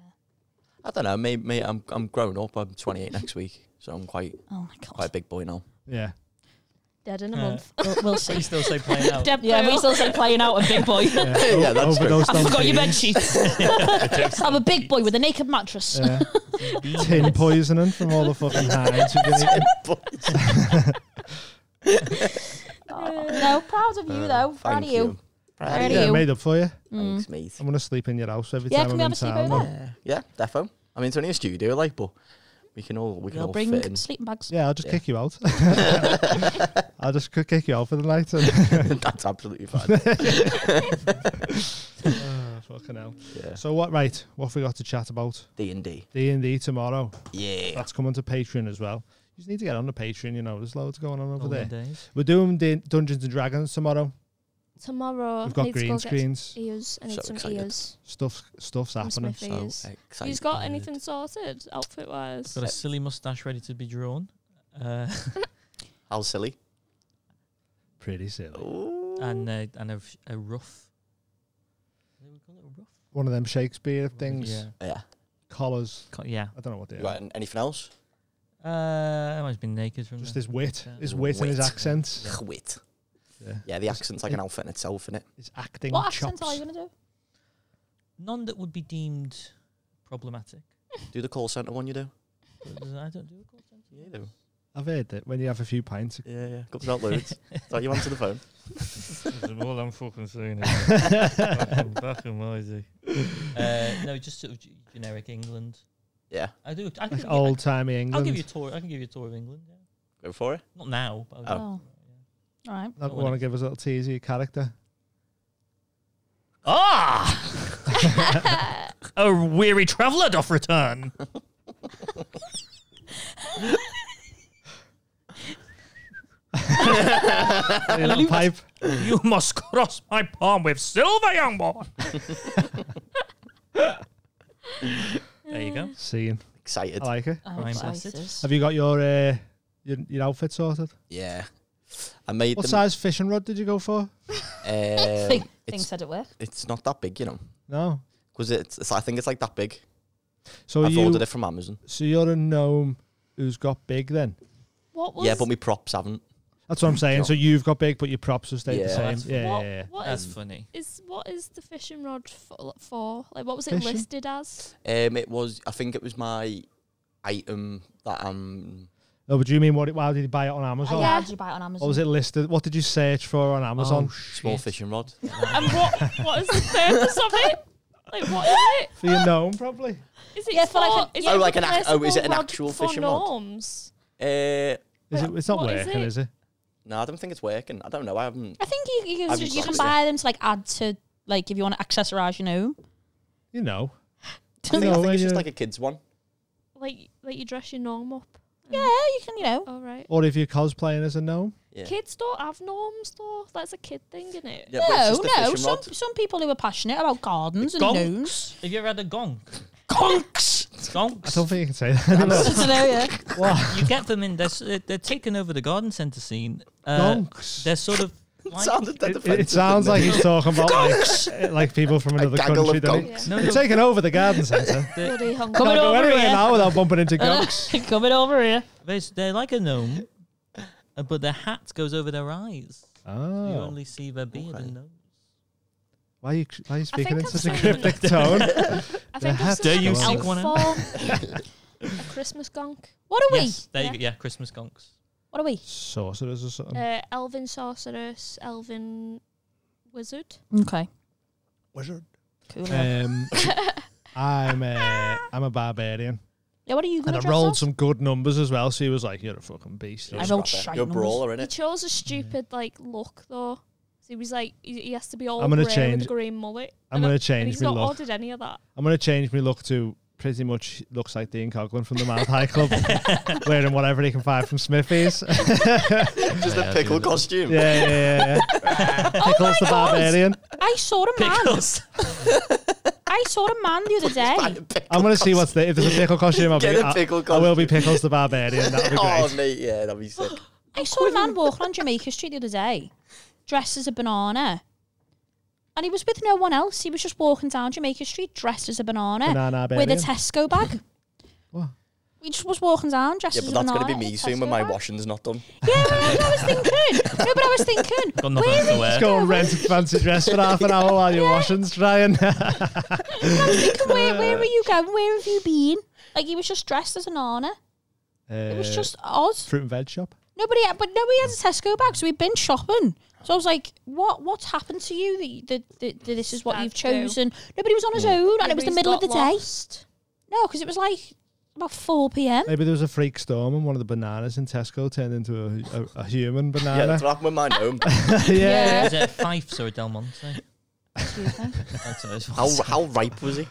Speaker 5: I don't know. Maybe, maybe I'm I'm grown up. I'm 28 next week, so I'm quite
Speaker 4: Oh my god.
Speaker 5: quite a big boy now. (laughs)
Speaker 1: Yeah.
Speaker 2: dead in a
Speaker 6: Uh,
Speaker 2: month.
Speaker 4: (laughs) We'll, we'll
Speaker 6: But
Speaker 4: see.
Speaker 6: you still say playing out.
Speaker 2: Deb
Speaker 4: yeah, we
Speaker 2: Pearl.
Speaker 4: still say playing out a big boy.
Speaker 1: Yeah,
Speaker 5: Yeah, that's true.
Speaker 1: Overdosed
Speaker 4: I
Speaker 1: on
Speaker 4: forgot your bed
Speaker 1: beans.
Speaker 4: sheets. (laughs) I'm a big boy with a naked mattress.
Speaker 1: Yeah.
Speaker 6: Beans.
Speaker 1: Tin poisoning from all the fucking hides you've been eating.
Speaker 4: (laughs) Oh, no, proud of you though.
Speaker 5: Uh,
Speaker 4: Proud
Speaker 5: Thank
Speaker 4: of you. Mm.
Speaker 5: Proud of
Speaker 4: Proud
Speaker 5: you.
Speaker 1: Yeah,
Speaker 4: you.
Speaker 1: made up for you.
Speaker 5: Thanks, mate.
Speaker 1: I'm gonna sleep in your house every
Speaker 4: Yeah,
Speaker 1: time
Speaker 4: can
Speaker 1: I'm
Speaker 4: we
Speaker 1: in
Speaker 4: have a sleep
Speaker 1: town.
Speaker 4: over
Speaker 1: though.
Speaker 4: there?
Speaker 5: Yeah, defo. I mean, it's only a studio, like, but we can all we can
Speaker 4: We'll
Speaker 5: all fit
Speaker 1: (laughs)
Speaker 5: (laughs)
Speaker 4: bring
Speaker 5: in.
Speaker 4: sleeping bags.
Speaker 1: Yeah, I'll just
Speaker 5: Yeah.
Speaker 1: kick you out. (laughs) I'll just c- kick you
Speaker 5: (laughs)
Speaker 1: out for the night. And (laughs)
Speaker 5: That's absolutely fine.
Speaker 1: Ah, fuck. Fucking hell.
Speaker 5: Yeah.
Speaker 1: So what? Right, what have we got to chat about?
Speaker 5: D and D.
Speaker 1: D and D tomorrow.
Speaker 5: Yeah.
Speaker 1: That's coming to Patreon as well. You just need to get on the Patreon. You know, there's loads going on over there.
Speaker 6: days.
Speaker 1: We're doing Dun- Dungeons and Dragons tomorrow.
Speaker 2: Tomorrow,
Speaker 1: We've got
Speaker 2: need Oh, to go
Speaker 1: green
Speaker 2: get
Speaker 1: screens.
Speaker 2: Ears. I need
Speaker 5: So
Speaker 2: some
Speaker 5: excited.
Speaker 2: ears.
Speaker 1: Stuff, stuff's
Speaker 2: and
Speaker 1: happening.
Speaker 2: Smith ears.
Speaker 5: excited.
Speaker 2: He's got anything sorted, outfit wise.
Speaker 1: Uh,
Speaker 6: Got a silly mustache ready to be drawn. Uh,
Speaker 5: How silly.
Speaker 1: Pretty silly.
Speaker 5: Ooh.
Speaker 6: and uh, and a, f- a rough. What do we call it? A rough?
Speaker 1: One of them Shakespeare things.
Speaker 6: Yeah.
Speaker 5: yeah.
Speaker 1: Collars.
Speaker 6: Co- Yeah.
Speaker 1: I don't know what they are.
Speaker 5: Right. And anything else?
Speaker 6: Uh, I might have been naked from
Speaker 1: Just
Speaker 6: the-
Speaker 1: his wit,
Speaker 6: Yeah.
Speaker 1: his wit, and his
Speaker 5: Wit.
Speaker 1: accents.
Speaker 6: Yeah.
Speaker 5: Wit.
Speaker 1: Yeah.
Speaker 5: Yeah, the accent's like an outfit in itself, isn't it?
Speaker 1: His acting
Speaker 4: What
Speaker 1: chops.
Speaker 4: accents are you going to do?
Speaker 6: None that would be deemed problematic.
Speaker 5: Do the call centre one you do?
Speaker 6: But does- I don't do a call centre.
Speaker 5: Yeah, you do.
Speaker 1: I've heard that when you have a few pints.
Speaker 5: Yeah, yeah. Comes out (laughs) loads. It's like you answer the (laughs)
Speaker 6: (laughs)
Speaker 5: phone.
Speaker 6: all I'm fucking saying. back
Speaker 5: (laughs)
Speaker 6: in Mosey. Uh, no, just sort of g- generic England.
Speaker 5: Yeah.
Speaker 6: I do. I can
Speaker 1: Like
Speaker 6: give you-
Speaker 1: old timey
Speaker 6: I, will
Speaker 1: England.
Speaker 6: give you a tour. I can give you a tour of England. Yeah.
Speaker 5: Go for it.
Speaker 6: Not now. But I'll
Speaker 4: Oh. All right.
Speaker 1: Not want to give us a little tease of your character.
Speaker 6: Ah!
Speaker 2: (laughs)
Speaker 6: a weary traveller doth return.
Speaker 1: Your little pipe.
Speaker 6: You must cross my palm with silver, young boy. there you go.
Speaker 1: Seeing.
Speaker 5: Excited.
Speaker 1: I like it.
Speaker 4: Oh,
Speaker 6: Rhyme
Speaker 4: Jesus.
Speaker 5: Um,
Speaker 1: Have you got your uh, your, your outfit sorted?
Speaker 5: Yeah. I made
Speaker 1: What
Speaker 5: them.
Speaker 1: size fishing rod did you go for?
Speaker 5: Um,
Speaker 2: (laughs)
Speaker 4: Thing, thing
Speaker 5: it's,
Speaker 4: said at work.
Speaker 5: it's not that big, you know.
Speaker 1: No.
Speaker 5: Because it's, it's, I think it's like that big.
Speaker 1: So
Speaker 5: I've
Speaker 1: you
Speaker 5: ordered it from Amazon.
Speaker 1: so you're a gnome who's got big then.
Speaker 2: What was
Speaker 5: Yeah, but my props haven't.
Speaker 1: That's what I'm saying.
Speaker 5: Sure.
Speaker 1: So you've got big, but your props have stayed
Speaker 5: Yeah.
Speaker 1: the
Speaker 6: That's
Speaker 1: same. Yeah,
Speaker 2: what,
Speaker 1: yeah, yeah.
Speaker 2: what
Speaker 6: That's
Speaker 5: Um,
Speaker 2: is,
Speaker 6: funny.
Speaker 2: is what is the fishing rod for? for? Like, what was it
Speaker 1: Fishing?
Speaker 2: listed as?
Speaker 5: Um, it was. I think it was my item that um.
Speaker 1: No, but do you mean what? it- Why did you buy it on Amazon?
Speaker 4: Oh,
Speaker 2: Yeah.
Speaker 4: yeah. Did you buy it on Amazon?
Speaker 1: What was it listed? What did you search for on
Speaker 6: Oh,
Speaker 1: Amazon?
Speaker 5: small fishing rod.
Speaker 2: and what what is the purpose of it? Like, what is it?
Speaker 1: for your gnome, probably.
Speaker 2: Is it
Speaker 4: Yeah,
Speaker 2: for,
Speaker 4: for like an-
Speaker 2: is
Speaker 5: Oh,
Speaker 2: it
Speaker 5: like an act- oh, is it an
Speaker 2: replaceable
Speaker 5: actual
Speaker 2: rod for
Speaker 5: fishing rod?
Speaker 2: Norms?
Speaker 5: Uh,
Speaker 1: Is
Speaker 2: Well,
Speaker 1: it, it's not
Speaker 2: what is
Speaker 1: working,
Speaker 2: it?
Speaker 1: is it?
Speaker 5: no, I don't think it's working. I don't know. I haven't.
Speaker 4: I think you, you,
Speaker 5: I've
Speaker 4: can, you
Speaker 5: got
Speaker 4: can
Speaker 5: it.
Speaker 4: buy them to like add to like if you want to accessorize your gnome.
Speaker 1: You
Speaker 5: (laughs)
Speaker 1: know.
Speaker 5: I think, I
Speaker 1: No,
Speaker 5: think it's
Speaker 1: yeah.
Speaker 5: just like a kid's one.
Speaker 2: Like, like you dress your norm up.
Speaker 4: Yeah, you can, you know.
Speaker 2: All right.
Speaker 1: Or if you're cosplaying as a gnome.
Speaker 5: Yeah.
Speaker 2: Kids don't have norms though. That's a kid thing, isn't it?
Speaker 5: (laughs) Yeah, but it's just
Speaker 4: no,
Speaker 5: a
Speaker 4: no.
Speaker 5: fishing
Speaker 4: Some
Speaker 5: rod. (laughs)
Speaker 4: some people who are passionate about gardens and
Speaker 6: (laughs)
Speaker 4: gnomes.
Speaker 6: Have you ever had a gong?
Speaker 4: Conks.
Speaker 1: I
Speaker 6: Gonks.
Speaker 1: don't think you can say that. (laughs)
Speaker 4: (laughs) I don't know, yeah.
Speaker 6: you get them in. They're, s- they're- they're taking over the garden centre scene. Uh,
Speaker 1: Gonks.
Speaker 6: They're sort of. Like,
Speaker 5: Sounded dead
Speaker 1: It,
Speaker 5: offensive,
Speaker 1: it sounds
Speaker 5: didn't
Speaker 1: like
Speaker 5: (laughs) it?
Speaker 1: he's talking about like, (laughs) like people from another
Speaker 5: gaggle
Speaker 1: country.
Speaker 5: of
Speaker 1: Don't
Speaker 5: gonks.
Speaker 1: he?
Speaker 2: Yeah.
Speaker 6: no,
Speaker 1: They're
Speaker 6: no,
Speaker 1: taking over the garden
Speaker 5: (laughs)
Speaker 1: centre.
Speaker 6: they're,
Speaker 2: Bloody hungry.
Speaker 4: Coming
Speaker 1: Can't go
Speaker 4: over
Speaker 1: anywhere
Speaker 4: here.
Speaker 1: now without bumping into gonks.
Speaker 4: (laughs) Coming over here.
Speaker 6: they're, they're like a gnome, uh, but their hat goes over their eyes. So You
Speaker 1: Oh.
Speaker 6: only see their beard
Speaker 5: Okay.
Speaker 6: and nose.
Speaker 1: Why are you, why are you speaking
Speaker 2: think
Speaker 1: in
Speaker 2: I've
Speaker 1: such a
Speaker 2: seen-
Speaker 1: cryptic
Speaker 5: (laughs)
Speaker 1: tone?
Speaker 2: I think
Speaker 1: hat
Speaker 2: I've seen
Speaker 6: you
Speaker 2: an
Speaker 6: seek
Speaker 2: elf
Speaker 6: one
Speaker 2: form. (laughs) a Christmas gonk.
Speaker 4: What are we?
Speaker 6: Yes, there you
Speaker 2: Yeah.
Speaker 6: go. Yeah, Christmas gonks.
Speaker 4: What are we?
Speaker 1: Sorcerers or something.
Speaker 2: Uh, elven sorceress, elven wizard.
Speaker 4: Okay.
Speaker 1: Wizard.
Speaker 4: Cool.
Speaker 1: Um, I'm a, I'm a barbarian.
Speaker 4: yeah, what are you
Speaker 1: And
Speaker 4: going
Speaker 1: I
Speaker 4: to
Speaker 1: rolled some good numbers as well, so he was like, you're a fucking beast.
Speaker 4: I
Speaker 5: Scrapper.
Speaker 4: rolled shite
Speaker 5: You're a
Speaker 4: numbers.
Speaker 5: brawler,
Speaker 2: He
Speaker 5: innit?
Speaker 2: chose a stupid like look though. So he was like, he, he has to be all
Speaker 1: I'm gonna
Speaker 2: grey
Speaker 1: change-
Speaker 2: with a green mullet.
Speaker 1: I'm
Speaker 2: And I-
Speaker 1: gonna
Speaker 2: and
Speaker 1: change
Speaker 2: He's
Speaker 1: my
Speaker 2: not
Speaker 1: look.
Speaker 2: ordered any of that.
Speaker 1: I'm going to change my look to pretty much looks like Dean Coughlin from the Mad High
Speaker 4: (laughs)
Speaker 1: Club, wearing whatever he can find from Smithies. yeah,
Speaker 5: Just
Speaker 6: Yeah,
Speaker 5: a pickle
Speaker 6: dude.
Speaker 5: costume.
Speaker 1: yeah, yeah.
Speaker 5: (laughs)
Speaker 1: yeah.
Speaker 5: Oh
Speaker 1: Pickles the Barbarian.
Speaker 4: I saw a man.
Speaker 6: Pickles.
Speaker 4: (laughs) I saw a man the other day.
Speaker 1: I'm going to see what's there. If there's a pickle costume, I'll
Speaker 5: Get
Speaker 1: be,
Speaker 5: a pickle
Speaker 1: I, I will be
Speaker 5: costume.
Speaker 1: Pickles the Barbarian. That'll be great.
Speaker 5: (laughs) Oh, mate, yeah, that'd be
Speaker 4: (gasps)
Speaker 5: sick.
Speaker 4: I saw a man walking on Jamaica Street the other day, dressed as a banana. And he was with no one else. He was just walking down Jamaica Street dressed as a banana,
Speaker 1: Banana
Speaker 4: with a
Speaker 1: barbarian.
Speaker 4: Tesco bag.
Speaker 1: What?
Speaker 4: He just was walking down dressed
Speaker 5: Yeah,
Speaker 4: as
Speaker 5: but
Speaker 4: a
Speaker 5: that's
Speaker 4: banana.
Speaker 5: gonna be
Speaker 4: in a
Speaker 5: me soon
Speaker 4: Tesco
Speaker 5: when my
Speaker 4: bag.
Speaker 5: washing's not done.
Speaker 4: Yeah, but that's what I was thinking.
Speaker 5: (laughs)
Speaker 4: No, but I was thinking.
Speaker 6: Got nothing else to wear.
Speaker 1: Just go and rent a fancy dress for half an hour while you're washing, (laughs) trying.
Speaker 4: thinking, where, where
Speaker 1: uh,
Speaker 4: were you going? Where have you been? Like he was just dressed as an honor. It was just odd.
Speaker 1: Uh, fruit and veg shop.
Speaker 4: Nobody, but nobody has a Tesco bag, so we've been shopping. So I was like, "What? What's happened to you? That, that, that, that this is what
Speaker 2: Bad
Speaker 4: you've
Speaker 2: clue.
Speaker 4: chosen." Nobody was on his own, and it was the
Speaker 2: Nobody's
Speaker 4: middle of the
Speaker 2: got
Speaker 4: day.
Speaker 2: lost.
Speaker 4: No, because it was like about four p.m.
Speaker 1: Maybe there was a freak storm and one of the bananas in Tesco turned into a, a, a human
Speaker 5: (laughs) Yeah,
Speaker 1: banana. (laughs)
Speaker 5: that's what happened with my gnome.
Speaker 1: Yeah.
Speaker 6: Is it a Fifes or a Del Monte?
Speaker 4: Excuse me.
Speaker 6: That's what I was-
Speaker 5: How how ripe was he?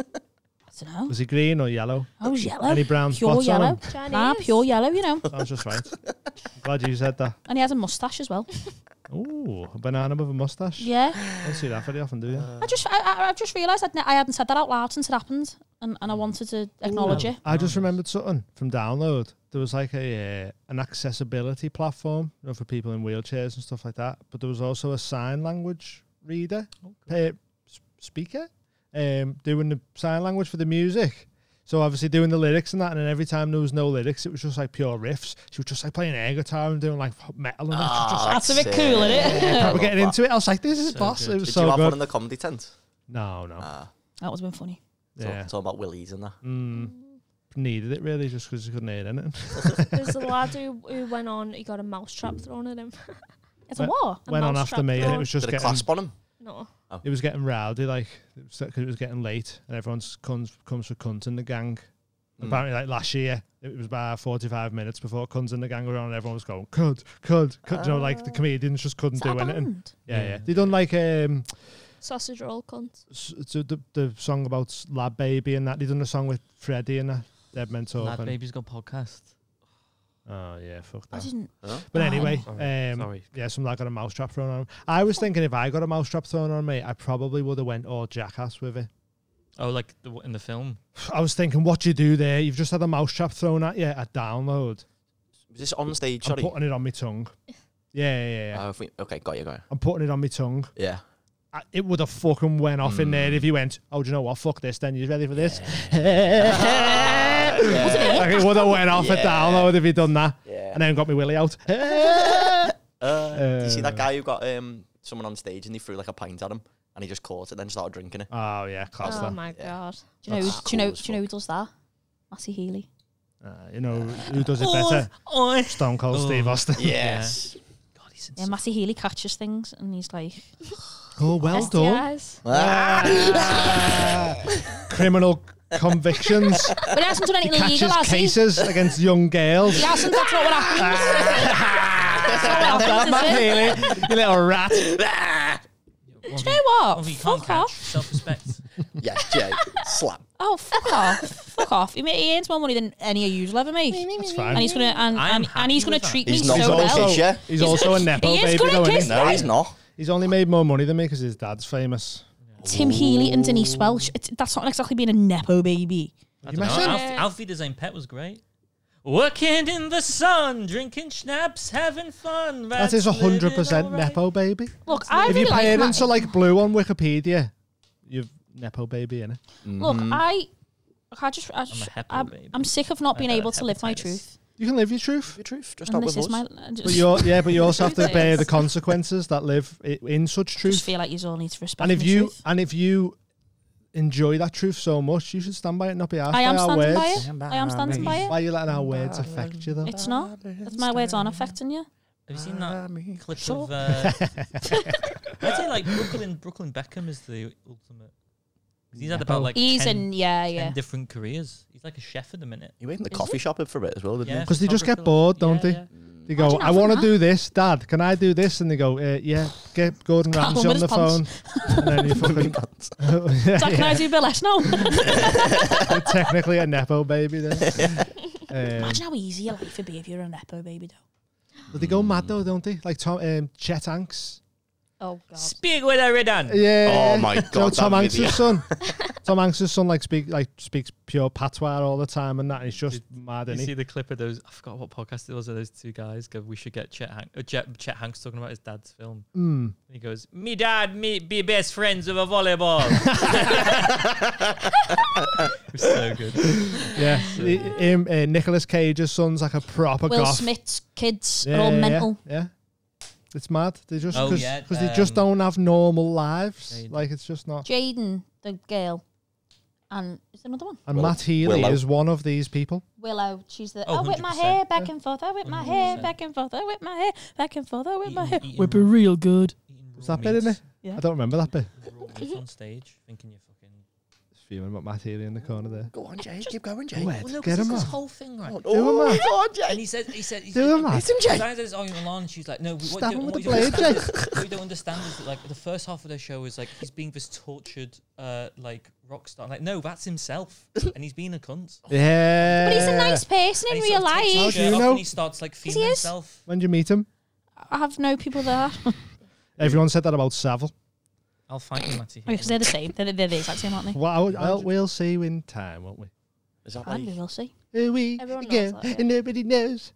Speaker 4: I don't know.
Speaker 1: Was he green or yellow?
Speaker 4: I was yellow.
Speaker 1: Any brown
Speaker 4: Pure
Speaker 1: spots on
Speaker 4: yellow.
Speaker 1: him?
Speaker 2: Chinese.
Speaker 4: Nah, pure yellow, you know.
Speaker 1: Sounds just right. I'm glad you said that.
Speaker 4: And he has a mustache as well.
Speaker 1: Ooh, a banana with a mustache.
Speaker 4: Yeah.
Speaker 1: Don't see that very often, do you?
Speaker 5: Uh,
Speaker 4: I just, I, I, I've just realised I'd ne- I hadn't said that out loud since it happened, and, and I wanted to acknowledge it.
Speaker 1: I just remembered something from download. There was like a uh, an accessibility platform you know, for people in wheelchairs and stuff like that. But there was also a sign language reader, uh, s- speaker, um, doing the sign language for the music. So obviously doing the lyrics and that, and then every time there was no lyrics, it was just like pure riffs. She was just like playing air guitar and doing like metal and that. She
Speaker 5: Ah,
Speaker 1: was just like,
Speaker 4: That's a bit cool, isn't it?
Speaker 5: Yeah,
Speaker 1: (laughs) we're
Speaker 5: (laughs)
Speaker 1: getting into it. I was like, this is
Speaker 6: So
Speaker 1: boss.
Speaker 6: good.
Speaker 1: It was
Speaker 5: Ah. Did
Speaker 1: so
Speaker 5: you have
Speaker 1: good.
Speaker 5: one in the comedy tent?
Speaker 1: no, no,
Speaker 5: Ah,
Speaker 4: That was been funny.
Speaker 5: talk-
Speaker 1: yeah,
Speaker 5: talking about willies and that.
Speaker 1: mm, needed it really just because you couldn't hear anything.
Speaker 2: There's a lad who, who went on, he got a mousetrap thrown at him. (laughs)
Speaker 4: It's a war.
Speaker 2: A
Speaker 1: Went on after
Speaker 2: mousetrap
Speaker 1: me, and it
Speaker 2: thrown.
Speaker 1: was just
Speaker 5: Did a
Speaker 1: getting
Speaker 5: clasp on him?
Speaker 2: No.
Speaker 1: it was getting rowdy, like it was, 'cause it was getting late, and everyone's comes comes for cunt in the gang. Apparently, like last year, it was about forty-five minutes before Cunt and the Gang were on, and everyone was going "Cunt, cunt, cunt." you know, like the comedians just couldn't
Speaker 4: Oh. Is that
Speaker 1: do
Speaker 4: a
Speaker 1: anything.
Speaker 4: band?
Speaker 1: Yeah,
Speaker 6: Yeah.
Speaker 1: yeah. They done like um,
Speaker 2: Sausage roll cunt.
Speaker 1: s- so the the song about s- Lad Baby and that. They done a song with Freddie and that. Dead Men Talking.
Speaker 6: Lad Baby's got podcast.
Speaker 1: Oh yeah, fuck
Speaker 4: I
Speaker 1: that.
Speaker 4: didn't.
Speaker 5: Huh?
Speaker 1: But
Speaker 4: Oh.
Speaker 1: anyway,
Speaker 6: Sorry,
Speaker 1: um,
Speaker 6: sorry.
Speaker 1: yeah, some lad got a mousetrap thrown on him. I was thinking if I got a mousetrap thrown on me, I probably would have went all jackass with it.
Speaker 6: Oh, like the, w- in the film.
Speaker 1: I was thinking, what do you do there? You've just had a mousetrap thrown at you. I download.
Speaker 5: Was Hmm. this on stage?
Speaker 1: I'm
Speaker 5: Sorry.
Speaker 1: putting it on my
Speaker 2: (laughs)
Speaker 1: tongue. Yeah, yeah, yeah. yeah.
Speaker 5: Oh, if we- okay, got you, got you.
Speaker 1: I'm putting it on my tongue.
Speaker 5: Yeah.
Speaker 1: I, it would have fucking went off in there if you went, oh, do you know what? Fuck this then. You ready for this? like, it would have went off at download if he'd done that.
Speaker 5: Yeah.
Speaker 1: And then got me willy out.
Speaker 5: Uh, do you see
Speaker 1: Uh,
Speaker 5: that guy who got um, someone on stage and he threw like a pint at him and he just caught it then started drinking it?
Speaker 1: oh, yeah, class
Speaker 2: Oh
Speaker 1: that.
Speaker 2: my
Speaker 5: Yeah.
Speaker 2: god.
Speaker 4: Do you know?
Speaker 5: That's
Speaker 4: who- Do you know?
Speaker 5: cool as
Speaker 4: Do you know who does that? Massey Healy.
Speaker 1: Uh, you know who does it better?
Speaker 4: Oh,
Speaker 1: Stone Cold
Speaker 6: Oh.
Speaker 1: Steve Austin.
Speaker 5: Yes.
Speaker 6: God, he's in
Speaker 4: Yeah, Massey Healy catches things, and he's like,
Speaker 1: Oh, well
Speaker 2: STIs.
Speaker 1: (laughs) Criminal convictions.
Speaker 4: "But he hasn't done anything (laughs) illegal,
Speaker 1: Catches
Speaker 4: has he? He
Speaker 1: cases against young girls.
Speaker 4: hasn't. That's not what
Speaker 1: Ah.
Speaker 4: happens. (laughs) That's
Speaker 1: (laughs)
Speaker 4: not what happens, is it?
Speaker 1: Matt Healy, you little rat.
Speaker 4: Oh,
Speaker 6: Do you
Speaker 4: You know what?
Speaker 6: If you can't
Speaker 4: Fuck
Speaker 6: catch
Speaker 4: off.
Speaker 6: self-respect.
Speaker 5: (laughs) yes, Jay. Slap.
Speaker 4: Oh, fuck off. Fuck off. He, ma- he earns more money than any of you will ever make.
Speaker 1: That's fine.
Speaker 4: And he's gonna and,
Speaker 6: I am
Speaker 4: and, and he's
Speaker 6: happy
Speaker 4: gonna
Speaker 6: with that.
Speaker 4: treat
Speaker 5: He's
Speaker 4: me
Speaker 5: not
Speaker 4: so
Speaker 5: gonna
Speaker 4: well.
Speaker 5: kiss you.
Speaker 1: He's also a nepo
Speaker 4: He is
Speaker 1: baby,
Speaker 4: gonna
Speaker 1: though,
Speaker 4: kiss
Speaker 1: isn't he?
Speaker 5: (laughs) No, he's not.
Speaker 1: He's only made more money than me because his dad's famous.
Speaker 4: Tim Healy and Denise Welsh. It's, that's not exactly being a nepo baby.
Speaker 6: I don't know.
Speaker 1: imagine?
Speaker 6: Alfie, Alfie the Zane Pet was great. Working in the sun, drinking schnapps, having fun.
Speaker 1: That is
Speaker 6: living
Speaker 1: hundred percent
Speaker 6: alright.
Speaker 1: nepo baby.
Speaker 4: Look, I
Speaker 1: if
Speaker 4: really
Speaker 1: your
Speaker 4: like
Speaker 1: parents
Speaker 4: Matt-
Speaker 1: are like blue on Wikipedia, you've nepo baby in it.
Speaker 4: Look,
Speaker 1: Mm-hmm.
Speaker 4: I, look, I just, I
Speaker 6: I'm
Speaker 4: just
Speaker 6: a happy
Speaker 4: I'm,
Speaker 6: baby.
Speaker 4: I'm sick of not being
Speaker 6: got
Speaker 4: able to live my
Speaker 6: hepatitis.
Speaker 4: truth.
Speaker 1: You can live your truth,
Speaker 5: The truth, just
Speaker 4: And
Speaker 5: not
Speaker 4: this
Speaker 5: with us.
Speaker 4: is my. I Just,
Speaker 1: but you are yeah, but you also have to
Speaker 4: Truth
Speaker 1: bear
Speaker 4: is.
Speaker 1: the consequences that live i- in such
Speaker 4: just
Speaker 1: truth.
Speaker 4: feel like you all need to respect.
Speaker 1: And if
Speaker 4: my
Speaker 1: you
Speaker 4: truth.
Speaker 1: and if you enjoy that truth so much, you should stand by it, and not be asked
Speaker 4: I am
Speaker 1: by our
Speaker 4: standing
Speaker 1: words.
Speaker 4: by it. I am standing by it.
Speaker 1: Why are you letting our words affect you though?
Speaker 4: It's not. That's my words aren't affecting you.
Speaker 6: Have you seen
Speaker 1: Uh,
Speaker 6: that clip
Speaker 4: Sure.
Speaker 6: of? Uh,
Speaker 1: (laughs)
Speaker 6: I'd say like Brooklyn. Brooklyn Beckham is the ultimate. 'Cause He's had about like
Speaker 4: He's
Speaker 6: 10,
Speaker 4: in. Yeah,
Speaker 6: 10
Speaker 4: yeah.
Speaker 6: different careers. He's like a chef at the minute.
Speaker 5: You went in the
Speaker 4: Is
Speaker 5: coffee shop for a bit as well, didn't (laughs)
Speaker 6: Yeah,
Speaker 5: you?
Speaker 1: 'Cause they just get
Speaker 6: photographer.
Speaker 1: bored, don't
Speaker 6: Yeah,
Speaker 1: they?
Speaker 6: yeah.
Speaker 1: They go,
Speaker 4: Imagine
Speaker 1: I want to
Speaker 4: having
Speaker 1: do this, Dad. Can I do this? And they go, uh, Yeah, get Gordon
Speaker 4: Can't
Speaker 1: Ramsay
Speaker 4: with
Speaker 1: on
Speaker 4: his
Speaker 1: the phone. and then
Speaker 4: (laughs)
Speaker 1: you
Speaker 5: (laughs)
Speaker 1: fucking (laughs)
Speaker 5: Uh,
Speaker 4: Dad, can I do Burlesque now?
Speaker 1: you're technically a nepo baby. Then
Speaker 4: (laughs)
Speaker 1: um,
Speaker 4: Imagine how easy your life would be if you're a nepo baby, though.
Speaker 1: but they go mad though, don't they? Like Tom, um, Chet Hanks.
Speaker 4: Oh God.
Speaker 6: Speak with a red hand.
Speaker 1: Yeah.
Speaker 5: Oh my
Speaker 1: You know
Speaker 5: God,
Speaker 1: Tom
Speaker 5: that
Speaker 1: Hanks'
Speaker 5: (laughs)
Speaker 4: (laughs)
Speaker 5: video.
Speaker 1: son. Tom Hanks' son like speak like speaks pure patois all the time, and that he's just mad,
Speaker 6: You
Speaker 1: isn't
Speaker 6: see
Speaker 1: he?
Speaker 6: the clip of those? I forgot what podcast it was. Of those two guys go, "We should get Chet, Hank, uh, Chet, Chet Hanks talking about his dad's film."
Speaker 1: Mm.
Speaker 6: And he goes, "Me dad, me be best friends over
Speaker 7: (laughs)
Speaker 6: volleyball." (laughs) It was so good.
Speaker 1: Yeah. Him, uh, Nicholas Cage's son's like a proper
Speaker 4: Will
Speaker 1: goth.
Speaker 4: Smith's kids
Speaker 1: Yeah,
Speaker 4: are all
Speaker 1: yeah, yeah,
Speaker 4: mental.
Speaker 1: Yeah. It's mad. They just
Speaker 6: Oh,
Speaker 1: because
Speaker 6: yeah,
Speaker 1: they just
Speaker 6: um,
Speaker 1: don't have normal lives.
Speaker 6: they-
Speaker 1: Like it's just not.
Speaker 4: Jaden, the girl, and is there another one?
Speaker 1: And
Speaker 5: Will-
Speaker 1: Matt Healy
Speaker 5: Willow.
Speaker 1: is one of these people.
Speaker 4: Willow, she's the.
Speaker 6: Oh,
Speaker 4: I whip my
Speaker 6: 100%,
Speaker 4: hair back and forth. I whip my hair
Speaker 6: 100%.
Speaker 4: back and forth. I whip my hair back and forth. I whip my hair.
Speaker 6: Eating- eating
Speaker 4: Whip it real good.
Speaker 6: Eating
Speaker 1: Is
Speaker 6: raw
Speaker 1: that bit in
Speaker 6: meat.
Speaker 1: it?
Speaker 4: Yeah.
Speaker 1: I don't remember that bit.
Speaker 6: Raw meat on stage, thinking you're fucking
Speaker 1: fuming about Matt Healy in the corner there.
Speaker 5: Go on, Jay. Keep going, Jay.
Speaker 1: Go ahead,
Speaker 7: Well, no, 'cause
Speaker 1: get
Speaker 7: it's
Speaker 1: him
Speaker 7: this
Speaker 1: off.
Speaker 7: whole thing, right?
Speaker 1: Do him off.
Speaker 5: Oh, Go on,
Speaker 7: And
Speaker 5: Jay.
Speaker 7: he says, he says, he's,
Speaker 1: Do him off.
Speaker 5: It's him, Jay.
Speaker 7: Diana says, "Oh, you're Milan." She's like, "No, what,
Speaker 1: Stab
Speaker 7: do,
Speaker 1: him
Speaker 7: what
Speaker 1: with
Speaker 7: you
Speaker 1: the
Speaker 7: don't
Speaker 1: blade,
Speaker 7: understand is, what you don't understand is that, like the first half of the show is like he's being this tortured, uh, like rock star. I'm like, no, that's himself, and he's being a cunt.
Speaker 1: (laughs) Yeah.
Speaker 4: But he's a nice person
Speaker 7: And
Speaker 4: in
Speaker 7: he
Speaker 4: real
Speaker 7: sort of takes his
Speaker 1: How
Speaker 4: life.
Speaker 1: do
Speaker 7: shirt
Speaker 1: you
Speaker 7: off
Speaker 1: know?
Speaker 7: And he starts like feeling
Speaker 4: is.
Speaker 7: himself.
Speaker 1: When did you meet him?
Speaker 4: I have no people there.
Speaker 1: Everyone said that about Savile.
Speaker 7: I'll fight you, Matty.
Speaker 4: Because they're the same. They're, the- they're the exact same, aren't they?
Speaker 1: Well, I'll, I'll, we'll see you in time, won't we?
Speaker 5: Is that
Speaker 4: And we
Speaker 5: like,
Speaker 4: will see.
Speaker 1: Here we
Speaker 2: Everyone
Speaker 1: go,
Speaker 2: knows that, yeah.
Speaker 1: and nobody knows.